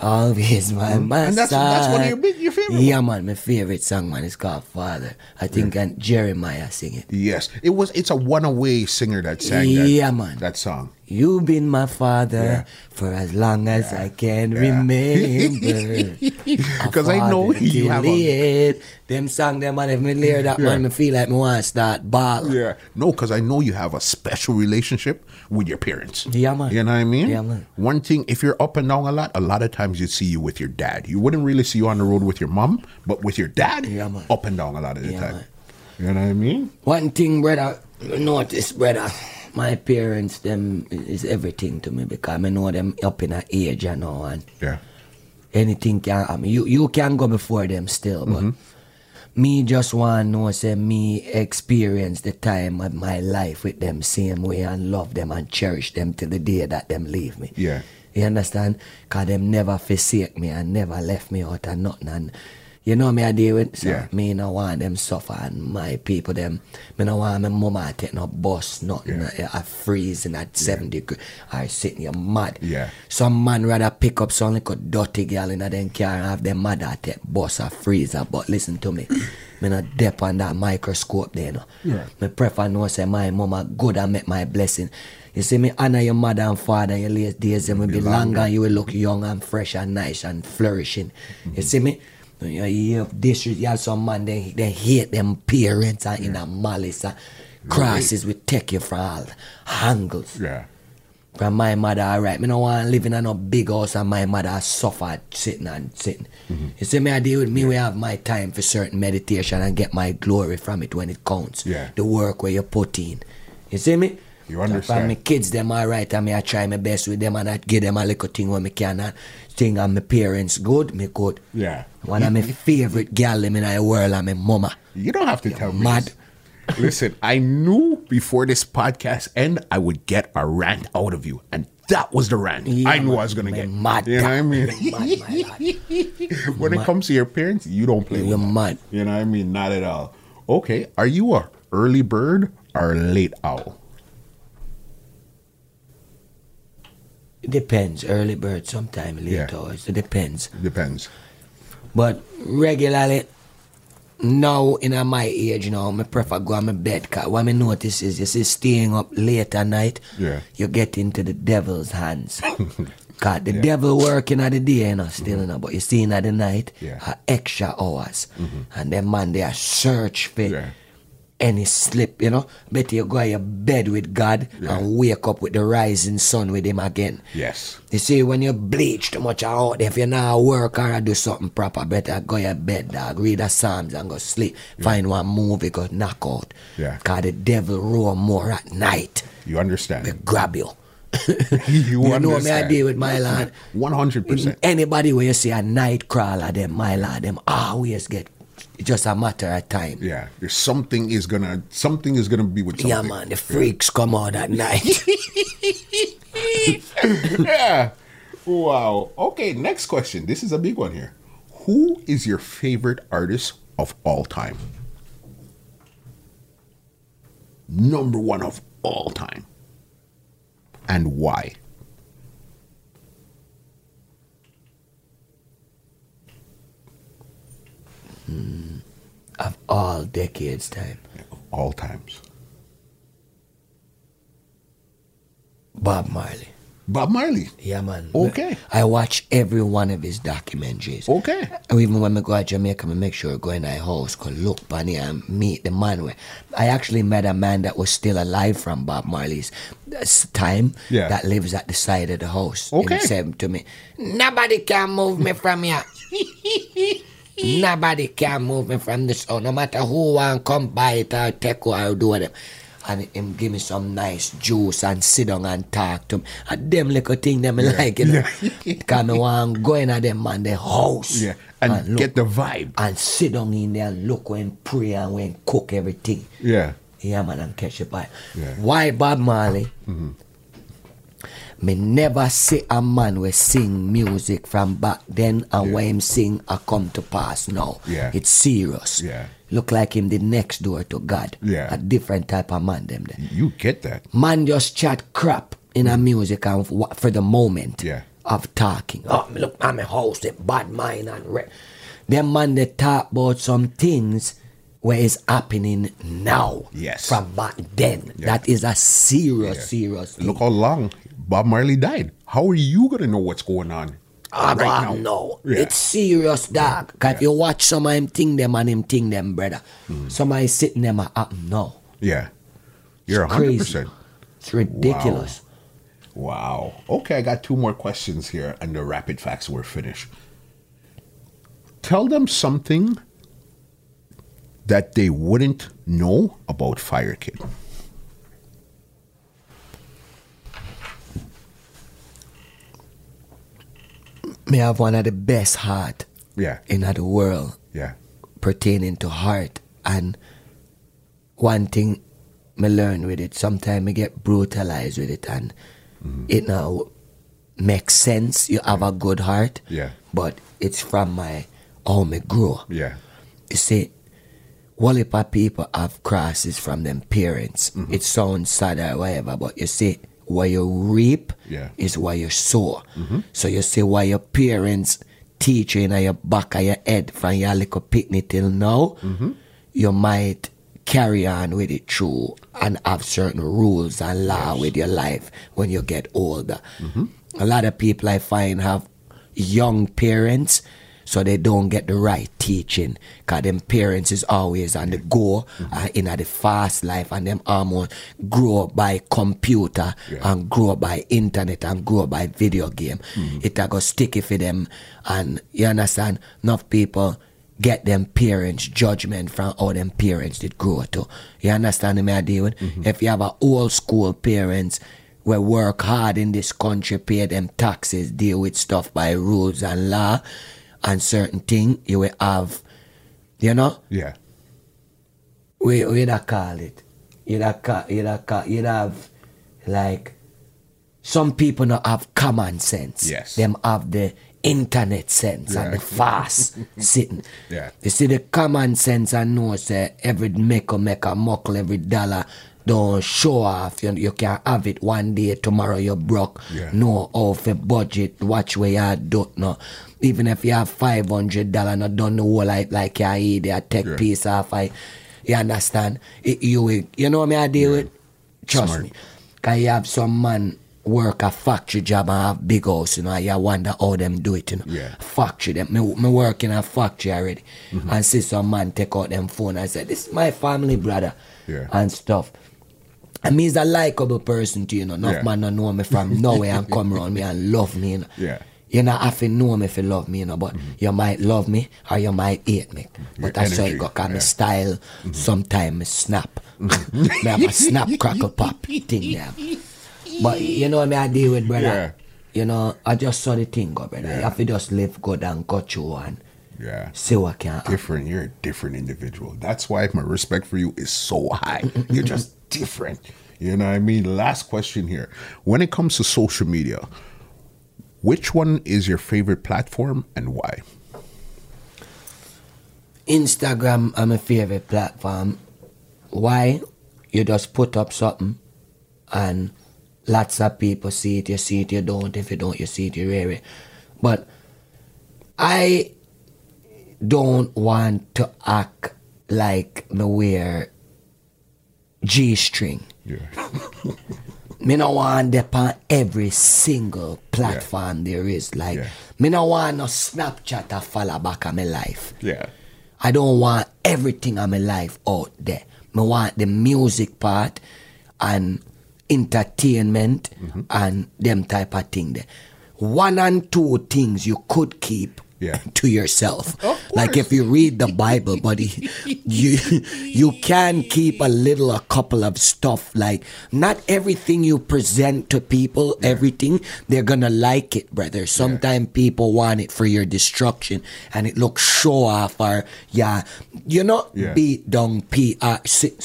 Speaker 2: Always my my
Speaker 1: And that's- that's one of your
Speaker 2: side.
Speaker 1: big- your favorite
Speaker 2: Yeah, man, my favorite song, man. It's called Father. I think and Jeremiah sing it.
Speaker 1: Yes, it was. It's a one-away singer that sang that.
Speaker 2: Yeah, man.
Speaker 1: That song.
Speaker 2: You've been my
Speaker 1: Yeah.
Speaker 2: father for as long as I can remember. A
Speaker 1: 'Cause I know
Speaker 2: father
Speaker 1: you
Speaker 2: till
Speaker 1: have
Speaker 2: the
Speaker 1: a-
Speaker 2: end. them song them man. If me hear that man, me feel like me want to start ball.
Speaker 1: Yeah. No, because I know you have a special relationship with your parents.
Speaker 2: Yeah, man.
Speaker 1: You know what I mean?
Speaker 2: Yeah, man.
Speaker 1: One thing, if you're up and down a lot, a lot of times you'd see you with your dad. You wouldn't really see you on the road with your mom, but with your dad,
Speaker 2: Yeah, man.
Speaker 1: up and down a lot of the
Speaker 2: Yeah,
Speaker 1: time.
Speaker 2: man.
Speaker 1: You know what I mean?
Speaker 2: One thing, brother, you notice, brother, my parents, them is everything to me because I know them up in a age, you know, and
Speaker 1: Yeah.
Speaker 2: anything can happen. You, you can go before them still, but
Speaker 1: Mm-hmm.
Speaker 2: me just want to know, say, me experience the time of my life with them same way and love them and cherish them till the day that them leave me.
Speaker 1: Yeah.
Speaker 2: You understand? Because them never forsake me and never left me out and nothing. And you know me, I deal with, so
Speaker 1: Yeah.
Speaker 2: me no want them suffer and my people them, me no want my mama take no bus, nothing. I, I freezing at 70 degree. I sitting here mad.
Speaker 1: Yeah.
Speaker 2: Some man rather pick up some little dirty girl in a them car and have them mother take bus or freezer. But listen to me, me not dep on that microscope there. No.
Speaker 1: Yeah.
Speaker 2: Me prefer know say my mama good and make my blessing. You see me honor your mother and father. Your late days them will be longer. You will look young and fresh and nice and flourishing. You see me. You you have disres- you have some man they, they hate them parents and in a uh, malice. And Crosses will take you from all angles.
Speaker 1: Yeah.
Speaker 2: From my mother, all right. Me no want live in a no big house and my mother suffered sitting and sitting.
Speaker 1: Mm-hmm.
Speaker 2: You see me I deal with me we have my time for certain meditation and get my glory from it when it counts.
Speaker 1: Yeah.
Speaker 2: The work where you put in. You see me?
Speaker 1: You
Speaker 2: So
Speaker 1: understand.
Speaker 2: From my kids them all right and me I try my best with them and I give them a little thing when me can and thing and my parents good, me good.
Speaker 1: Yeah.
Speaker 2: One of my favorite gal them in the world and my mama.
Speaker 1: You don't have to tell me.
Speaker 2: mad.
Speaker 1: this. Listen, I knew before this podcast end, I would get a rant out of you, and that was the rant
Speaker 2: Yeah,
Speaker 1: I knew I
Speaker 2: man.
Speaker 1: was gonna get.
Speaker 2: Mad.
Speaker 1: You know what I mean?
Speaker 2: Mad, my lad.
Speaker 1: when it comes to your parents, you don't play.
Speaker 2: You're
Speaker 1: with them.
Speaker 2: mad.
Speaker 1: You know what I mean? Not at all. Okay, are you a early bird or a late owl?
Speaker 2: It depends. Early bird, sometime late
Speaker 1: Yeah.
Speaker 2: hours. It depends.
Speaker 1: Depends.
Speaker 2: But regularly, now in a my age now, me prefer go on my bed. Cause what me notice is, you see, staying up late at night,
Speaker 1: Yeah.
Speaker 2: you get into the devil's hands. Cause the devil working at the day, you know, still, you know, but you see at the night,
Speaker 1: Yeah. Mm-hmm.
Speaker 2: are extra hours. And them man, they are search for
Speaker 1: Yeah.
Speaker 2: any slip, you know. Better you go to your bed with God and wake up with the rising sun with him again.
Speaker 1: Yes.
Speaker 2: You see, when you bleach too much out, if you not work or do something proper, better go your bed, dog. Read the Psalms and go sleep. Find one movie, go knock out.
Speaker 1: Yeah.
Speaker 2: Cause the devil roar more at night.
Speaker 1: You understand.
Speaker 2: Grab you.
Speaker 1: you,
Speaker 2: You know me, I
Speaker 1: understand.
Speaker 2: deal with my lad.
Speaker 1: One hundred percent.
Speaker 2: Anybody where you see a night crawler, them, my lad, them always get. It's just a matter of time.
Speaker 1: Yeah. There's something is gonna something is gonna be with something.
Speaker 2: Yeah, man, the freaks come out at night.
Speaker 1: yeah. Wow. Okay, next question. This is a big one here. Who is your favorite artist of all time? Number one of all time. And why?
Speaker 2: of all decades time.
Speaker 1: Of all times.
Speaker 2: Bob Marley.
Speaker 1: Bob Marley.
Speaker 2: Yeah, man.
Speaker 1: Okay.
Speaker 2: I watch every one of his documentaries.
Speaker 1: Okay.
Speaker 2: And even when I go to Jamaica, I make sure I go in my house, go look bunny and meet the man. Where I actually met a man that was still alive from Bob Marley's uh, s- time
Speaker 1: Yeah.
Speaker 2: that lives at the side of the house.
Speaker 1: Okay.
Speaker 2: And he said to me, Nobody can move me from here. Nobody can move me from this house, no matter who want come buy it or take what I do with them. And him give me some nice juice and sit down and talk to me. And them little thing them me like, you know. Because I want go in at them man, their house.
Speaker 1: Yeah. Ah, And,
Speaker 2: look,
Speaker 1: get the vibe.
Speaker 2: and sit down in there and look when pray and when cook everything.
Speaker 1: Yeah.
Speaker 2: Yeah, man, and catch it by.
Speaker 1: Yeah. Mm-hmm.
Speaker 2: Why Bob Marley? Me never see a man we sing music from back then and when him sing a come to pass now.
Speaker 1: Yeah.
Speaker 2: It's serious.
Speaker 1: Yeah.
Speaker 2: Look like him the next door to God.
Speaker 1: Yeah.
Speaker 2: A different type of man them there.
Speaker 1: You get that.
Speaker 2: Man just chat crap in a music and f- for the moment
Speaker 1: Yeah.
Speaker 2: of talking. Oh, me look, I'm a host, a bad mind and re- them man they talk about some things where it's happening now.
Speaker 1: Yes.
Speaker 2: From back then. That is a serious, serious thing.
Speaker 1: Look how long Bob Marley died. How are you gonna know what's going on?
Speaker 2: Ah,
Speaker 1: right
Speaker 2: God,
Speaker 1: now.
Speaker 2: no.
Speaker 1: Yeah.
Speaker 2: It's serious, dog. Cause if you watch some of them thing them and him thing them, brother.
Speaker 1: Hmm.
Speaker 2: Some of him sitting them are up now.
Speaker 1: Yeah. You're
Speaker 2: It's
Speaker 1: hundred
Speaker 2: crazy.
Speaker 1: percent.
Speaker 2: It's ridiculous.
Speaker 1: Wow. Okay, I got two more questions here, and the rapid facts were finished. Tell them something that they wouldn't know about Fire Kid.
Speaker 2: Me have one of the best heart
Speaker 1: Yeah,
Speaker 2: in the world.
Speaker 1: yeah,
Speaker 2: pertaining to heart and one thing me learn with it sometimes me get brutalized with it and
Speaker 1: Mm-hmm.
Speaker 2: it now makes sense you have a good heart
Speaker 1: Yeah.
Speaker 2: but it's from my how me grow
Speaker 1: yeah,
Speaker 2: you see Wallipa people have crosses from them parents.
Speaker 1: Mm-hmm.
Speaker 2: It sounds sad or whatever, but you see, what you reap
Speaker 1: Yeah.
Speaker 2: is what you sow. So you see, what your parents teach you in your back of your head from your little picnic till now, you might carry on with it through and have certain rules and law with your life when you get older. A lot of people I find have young parents. so they don't get the right teaching. Cause them parents is always on the go uh, in a the fast life and them almost grow up by computer and grow up by internet and grow up by video game. It a go sticky for them and you understand enough people get them parents judgment from how them parents did grow to. You understand me I deal with? If you have a old school parents we work hard in this country, pay them taxes, deal with stuff by rules and law and certain thing you will have you know
Speaker 1: Yeah.
Speaker 2: we we da call it. You da call you da call you da have like some people not have common sense.
Speaker 1: Yes.
Speaker 2: Them have the internet sense and the fast sitting.
Speaker 1: Yeah.
Speaker 2: You see the common sense and know say every make or make a muckle, every dollar don't show off. You, you can have it one day, tomorrow you're broke.
Speaker 1: Yeah.
Speaker 2: No off a budget, watch where you are, don't know. Even if you have five hundred dollar, not done the whole like like you eat, they take
Speaker 1: Yeah.
Speaker 2: piece off. I, you understand? It, you will- you know me I deal with. Trust
Speaker 1: Smart.
Speaker 2: me. Can you have some man work a factory job and have big house, you know, and you wonder how them do it, you know.
Speaker 1: Yeah. Mm-hmm.
Speaker 2: Factory them. Me, me work in a factory already. And see some man take out them phone and say, This is my family brother
Speaker 1: Yeah.
Speaker 2: and stuff. I mean, he's a likable person to you know. Enough
Speaker 1: Yeah.
Speaker 2: man don't know me from nowhere and come around me and love me, you know.
Speaker 1: Yeah. Mm-hmm.
Speaker 2: You not have to know me if you love me, you know, but you might love me or you might hate me. But
Speaker 1: Your
Speaker 2: that's how
Speaker 1: energy,
Speaker 2: it go, cause
Speaker 1: yeah. Mm-hmm.
Speaker 2: me style sometimes snap. me have a snap crackle pop thing there. But you know me I deal with
Speaker 1: Yeah.
Speaker 2: brother. You know, I just saw the thing go, brother.
Speaker 1: Yeah.
Speaker 2: You have to just live good and go through and
Speaker 1: Yeah.
Speaker 2: see what can happen.
Speaker 1: Different. You're a different individual. That's why my respect for you is so high. You're just different. You know what I mean? Last question here. When it comes to social media, which one is your favorite platform and why?
Speaker 2: Instagram are my favorite platform. Why? You just put up something and lots of people see it, you see it, you don't. If you don't, you see it, you rear it. But I don't want to act like me wear G string.
Speaker 1: Yeah.
Speaker 2: Me no want dep on every single platform there is. Like
Speaker 1: Yeah.
Speaker 2: me no want no Snapchat to follow back on my life.
Speaker 1: Yeah.
Speaker 2: I don't want everything of my life out there. I want the music part and entertainment and them type of thing there. One and two things you could keep
Speaker 1: Yeah.
Speaker 2: to yourself.
Speaker 1: Of
Speaker 2: Like if you read the Bible, buddy, you you can keep a little a couple of stuff like not everything you present to people, everything, they're gonna like it, brother. Sometimes people want it for your destruction and it looks show off or yeah. You know,
Speaker 1: Yeah.
Speaker 2: beat down P R ah,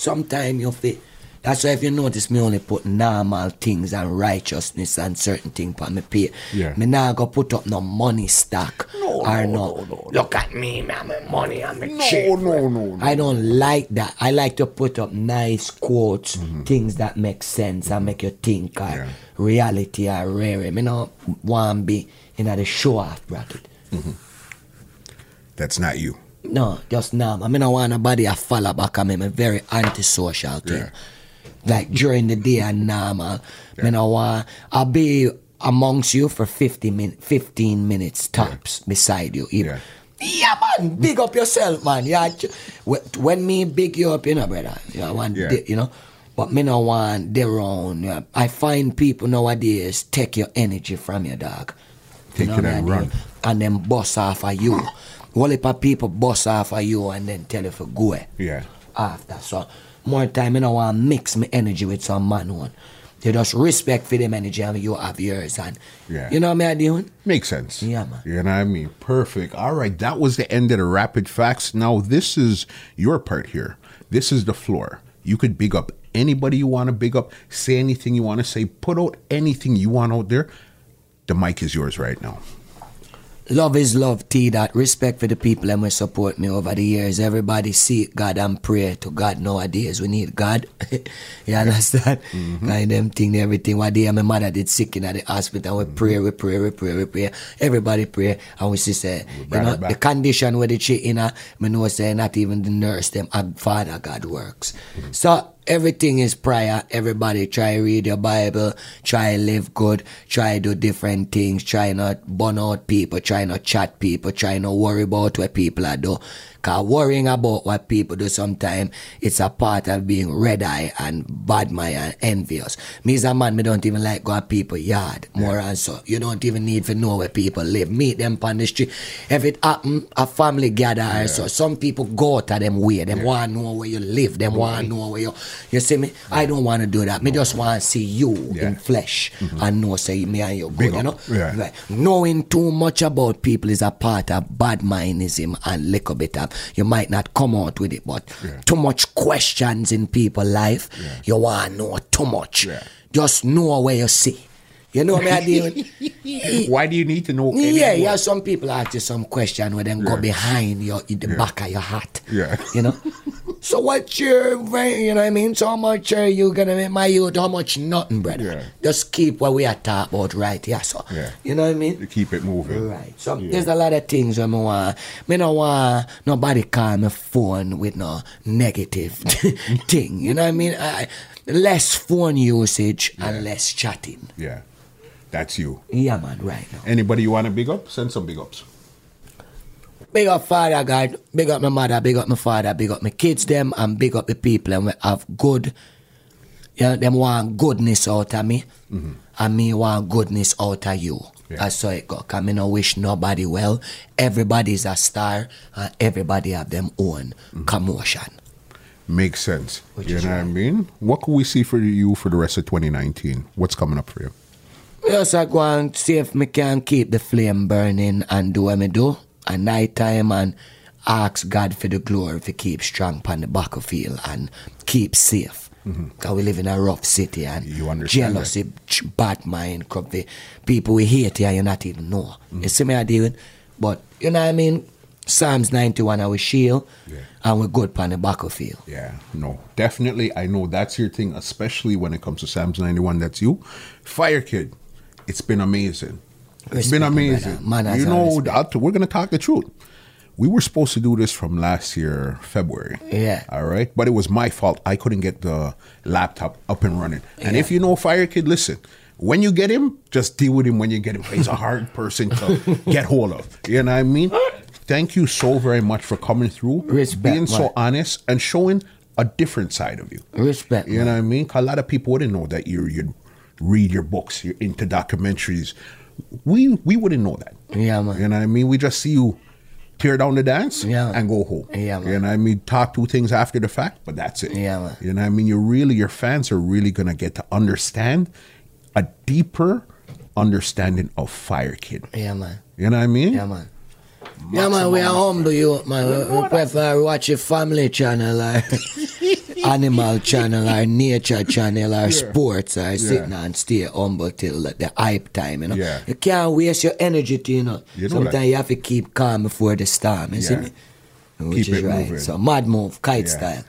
Speaker 2: sometime you fit that's why if you notice me only put normal things and righteousness and certain things on my pay.
Speaker 1: Yeah.
Speaker 2: Me nah go put up no money stack
Speaker 1: No,
Speaker 2: or
Speaker 1: no,
Speaker 2: no,
Speaker 1: no, no,
Speaker 2: Look at me, man, my money, I'm a
Speaker 1: No,
Speaker 2: chick.
Speaker 1: no, no, no.
Speaker 2: I don't like that. I like to put up nice quotes, things that make sense and make you think or
Speaker 1: Mm-hmm. Yeah.
Speaker 2: reality or rare. Me not want be in the show off bracket.
Speaker 1: That's not you.
Speaker 2: No, just now. I mean, I want nobody I follow back. I mean, I'm a very antisocial thing.
Speaker 1: Yeah.
Speaker 2: Like during the day, I'm normal. I mean, I want, I'll be amongst you for 50 min- 15 minutes tops beside you.
Speaker 1: Yeah.
Speaker 2: Yeah. yeah, man, big up yourself, man. Yeah, ch- wh- when me big you up, you know, brother. You know, I want,
Speaker 1: Yeah.
Speaker 2: the- you know. But me no want their own. yeah. I find people nowadays take your energy from your dog.
Speaker 1: Take it
Speaker 2: what I
Speaker 1: and
Speaker 2: mean?
Speaker 1: run.
Speaker 2: And then bust off of you. Well, if a people bust off of you and then tell you for go eh,
Speaker 1: Yeah.
Speaker 2: after. So more time, you know, I mix my energy with some man one. You just respect for them energy and you have yours and
Speaker 1: Yeah.
Speaker 2: you know what I'm doing?
Speaker 1: Makes sense.
Speaker 2: Yeah, man.
Speaker 1: You know what I mean? Perfect. All right. That was the end of the rapid facts. Now, this is your part here. This is the floor. You could big up anybody you want to big up, say anything you want to say, put out anything you want out there. The mic is yours right now.
Speaker 2: Love is love, T. That respect for the people and we support me over the years. Everybody seek God and pray to God nowadays. We need God. you understand?
Speaker 1: Mm-hmm.
Speaker 2: Kind them thing, everything. One day my mother did sick in at the hospital. We pray, we pray, we pray, we pray. Everybody pray. And we see say, you
Speaker 1: brought
Speaker 2: know,
Speaker 1: her back.
Speaker 2: the condition where the she in her, me know say not even the nurse them and father God works. So Everything is prayer. Everybody try read your Bible, try live good, try do different things, try not burn out people, try not chat people, try not worry about what people are do. Cause worrying about what people do sometimes it's a part of being red eye and bad mind and envious. Me as a man, me don't even like go at people yard more and so. You don't even need to know where people live. Meet them on the street. If it happen, a family gather and so some people go to them way. Them want to know where you live. Them want to know where you you see me. I don't want to do that. Me just want to see you in
Speaker 1: Yeah. Mm-hmm.
Speaker 2: flesh and know say me and you good,
Speaker 1: Big
Speaker 2: you know?
Speaker 1: up. Yeah.
Speaker 2: Right. Knowing too much about people is a part of bad mindism and little bit of you might not come out with it, but
Speaker 1: Yeah.
Speaker 2: too much questions in people' life, you want to know too much.
Speaker 1: Yeah.
Speaker 2: Just know where you see. You know what I mean?
Speaker 1: Why do you need to know? any
Speaker 2: yeah,
Speaker 1: more?
Speaker 2: yeah. Some people ask you some question where them go
Speaker 1: Yeah.
Speaker 2: behind your in the back of your hat.
Speaker 1: Yeah.
Speaker 2: You know. so what's your rate, you know what I mean? So how much are you gonna make my youth? How much nothing, brother?
Speaker 1: Yeah.
Speaker 2: Just keep what we are talking about right, yeah. So
Speaker 1: Yeah.
Speaker 2: you know what I mean?
Speaker 1: To keep it moving.
Speaker 2: Right. So there's a lot of things I want. Me no want nobody call me phone with no negative thing. You know what I mean? I, less phone usage and less chatting.
Speaker 1: Yeah, that's you.
Speaker 2: Yeah, man. Right now.
Speaker 1: Anybody you want to big up? Send some big ups.
Speaker 2: Big up Father God, big up my mother, big up my father, big up my kids them, and big up the people and we have good you know, them want goodness out of me. And me want goodness out of you.
Speaker 1: Yeah.
Speaker 2: That's how it go. Cause me no wish nobody well. Everybody's a star and everybody have them own commotion.
Speaker 1: Makes sense.
Speaker 2: Which
Speaker 1: you
Speaker 2: is
Speaker 1: know what I
Speaker 2: right.
Speaker 1: mean? What can we see for you for the rest of 2019? What's coming up for you?
Speaker 2: Yes, I go and see if me can keep the flame burning and do what me do at night time and ask God for the glory to keep strong on the battlefield and keep safe. Because we live in a rough city and
Speaker 1: Mm-hmm. You understand that.
Speaker 2: jealousy, ch- bad mind, could be people we hate here you not even know.
Speaker 1: Mm-hmm.
Speaker 2: You see me I deal with? But you know what I mean? Psalms 91 our shield
Speaker 1: Yeah.
Speaker 2: and we're good on the battlefield.
Speaker 1: Yeah, no, definitely. I know that's your thing, especially when it comes to Sam's 91. That's you. Fire Kid, it's been amazing. It's been
Speaker 2: Respect, my
Speaker 1: amazing.
Speaker 2: brother. Man has
Speaker 1: you
Speaker 2: a
Speaker 1: know,
Speaker 2: respect.
Speaker 1: that- we're going to talk the truth. We were supposed to do this from last year, February.
Speaker 2: Yeah.
Speaker 1: All right. But it was my fault. I couldn't get the laptop up and running. And if you know Fire Kid, listen, when you get him, just deal with him when you get him. He's a hard person to get hold of. You know what I mean? Thank you so very much for coming through,
Speaker 2: Respect,
Speaker 1: being so
Speaker 2: man.
Speaker 1: honest and showing a different side of you.
Speaker 2: Respect.
Speaker 1: You know what I mean? 'Cause a lot of people wouldn't know that you you read your books, you're into documentaries. We we wouldn't know that.
Speaker 2: Yeah, man.
Speaker 1: You know what I mean? We just see you tear down the dance
Speaker 2: Yeah.
Speaker 1: and go home.
Speaker 2: Yeah, man.
Speaker 1: You know what I mean? Talk two things after the fact, but that's it.
Speaker 2: Yeah, man.
Speaker 1: You know what I mean? You really your fans are really gonna get to understand a deeper understanding of Fire Kid.
Speaker 2: Yeah, man.
Speaker 1: You know what I mean?
Speaker 2: Yeah, man. Yeah, man, we are humble, you, man. We, we prefer watch a family channel or animal channel or nature channel or sports or sitting and stay humble till the, the hype time, you know.
Speaker 1: Yeah.
Speaker 2: You can't waste your energy, to, you know.
Speaker 1: You know
Speaker 2: Sometimes
Speaker 1: that.
Speaker 2: you have to keep calm before the storm, you see
Speaker 1: Yeah.
Speaker 2: me? Which
Speaker 1: Keep
Speaker 2: is
Speaker 1: it
Speaker 2: right.
Speaker 1: moving.
Speaker 2: So, mad move, kite style.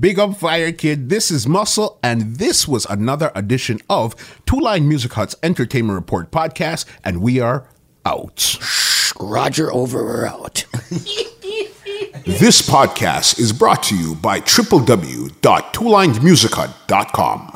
Speaker 1: Big up Fire Kid. This is Muscle, and this was another edition of Two Line Music Hut's Entertainment Report podcast, and we are out.
Speaker 2: Roger over or out.
Speaker 1: This podcast is brought to you by www.twolinedmusichut.com.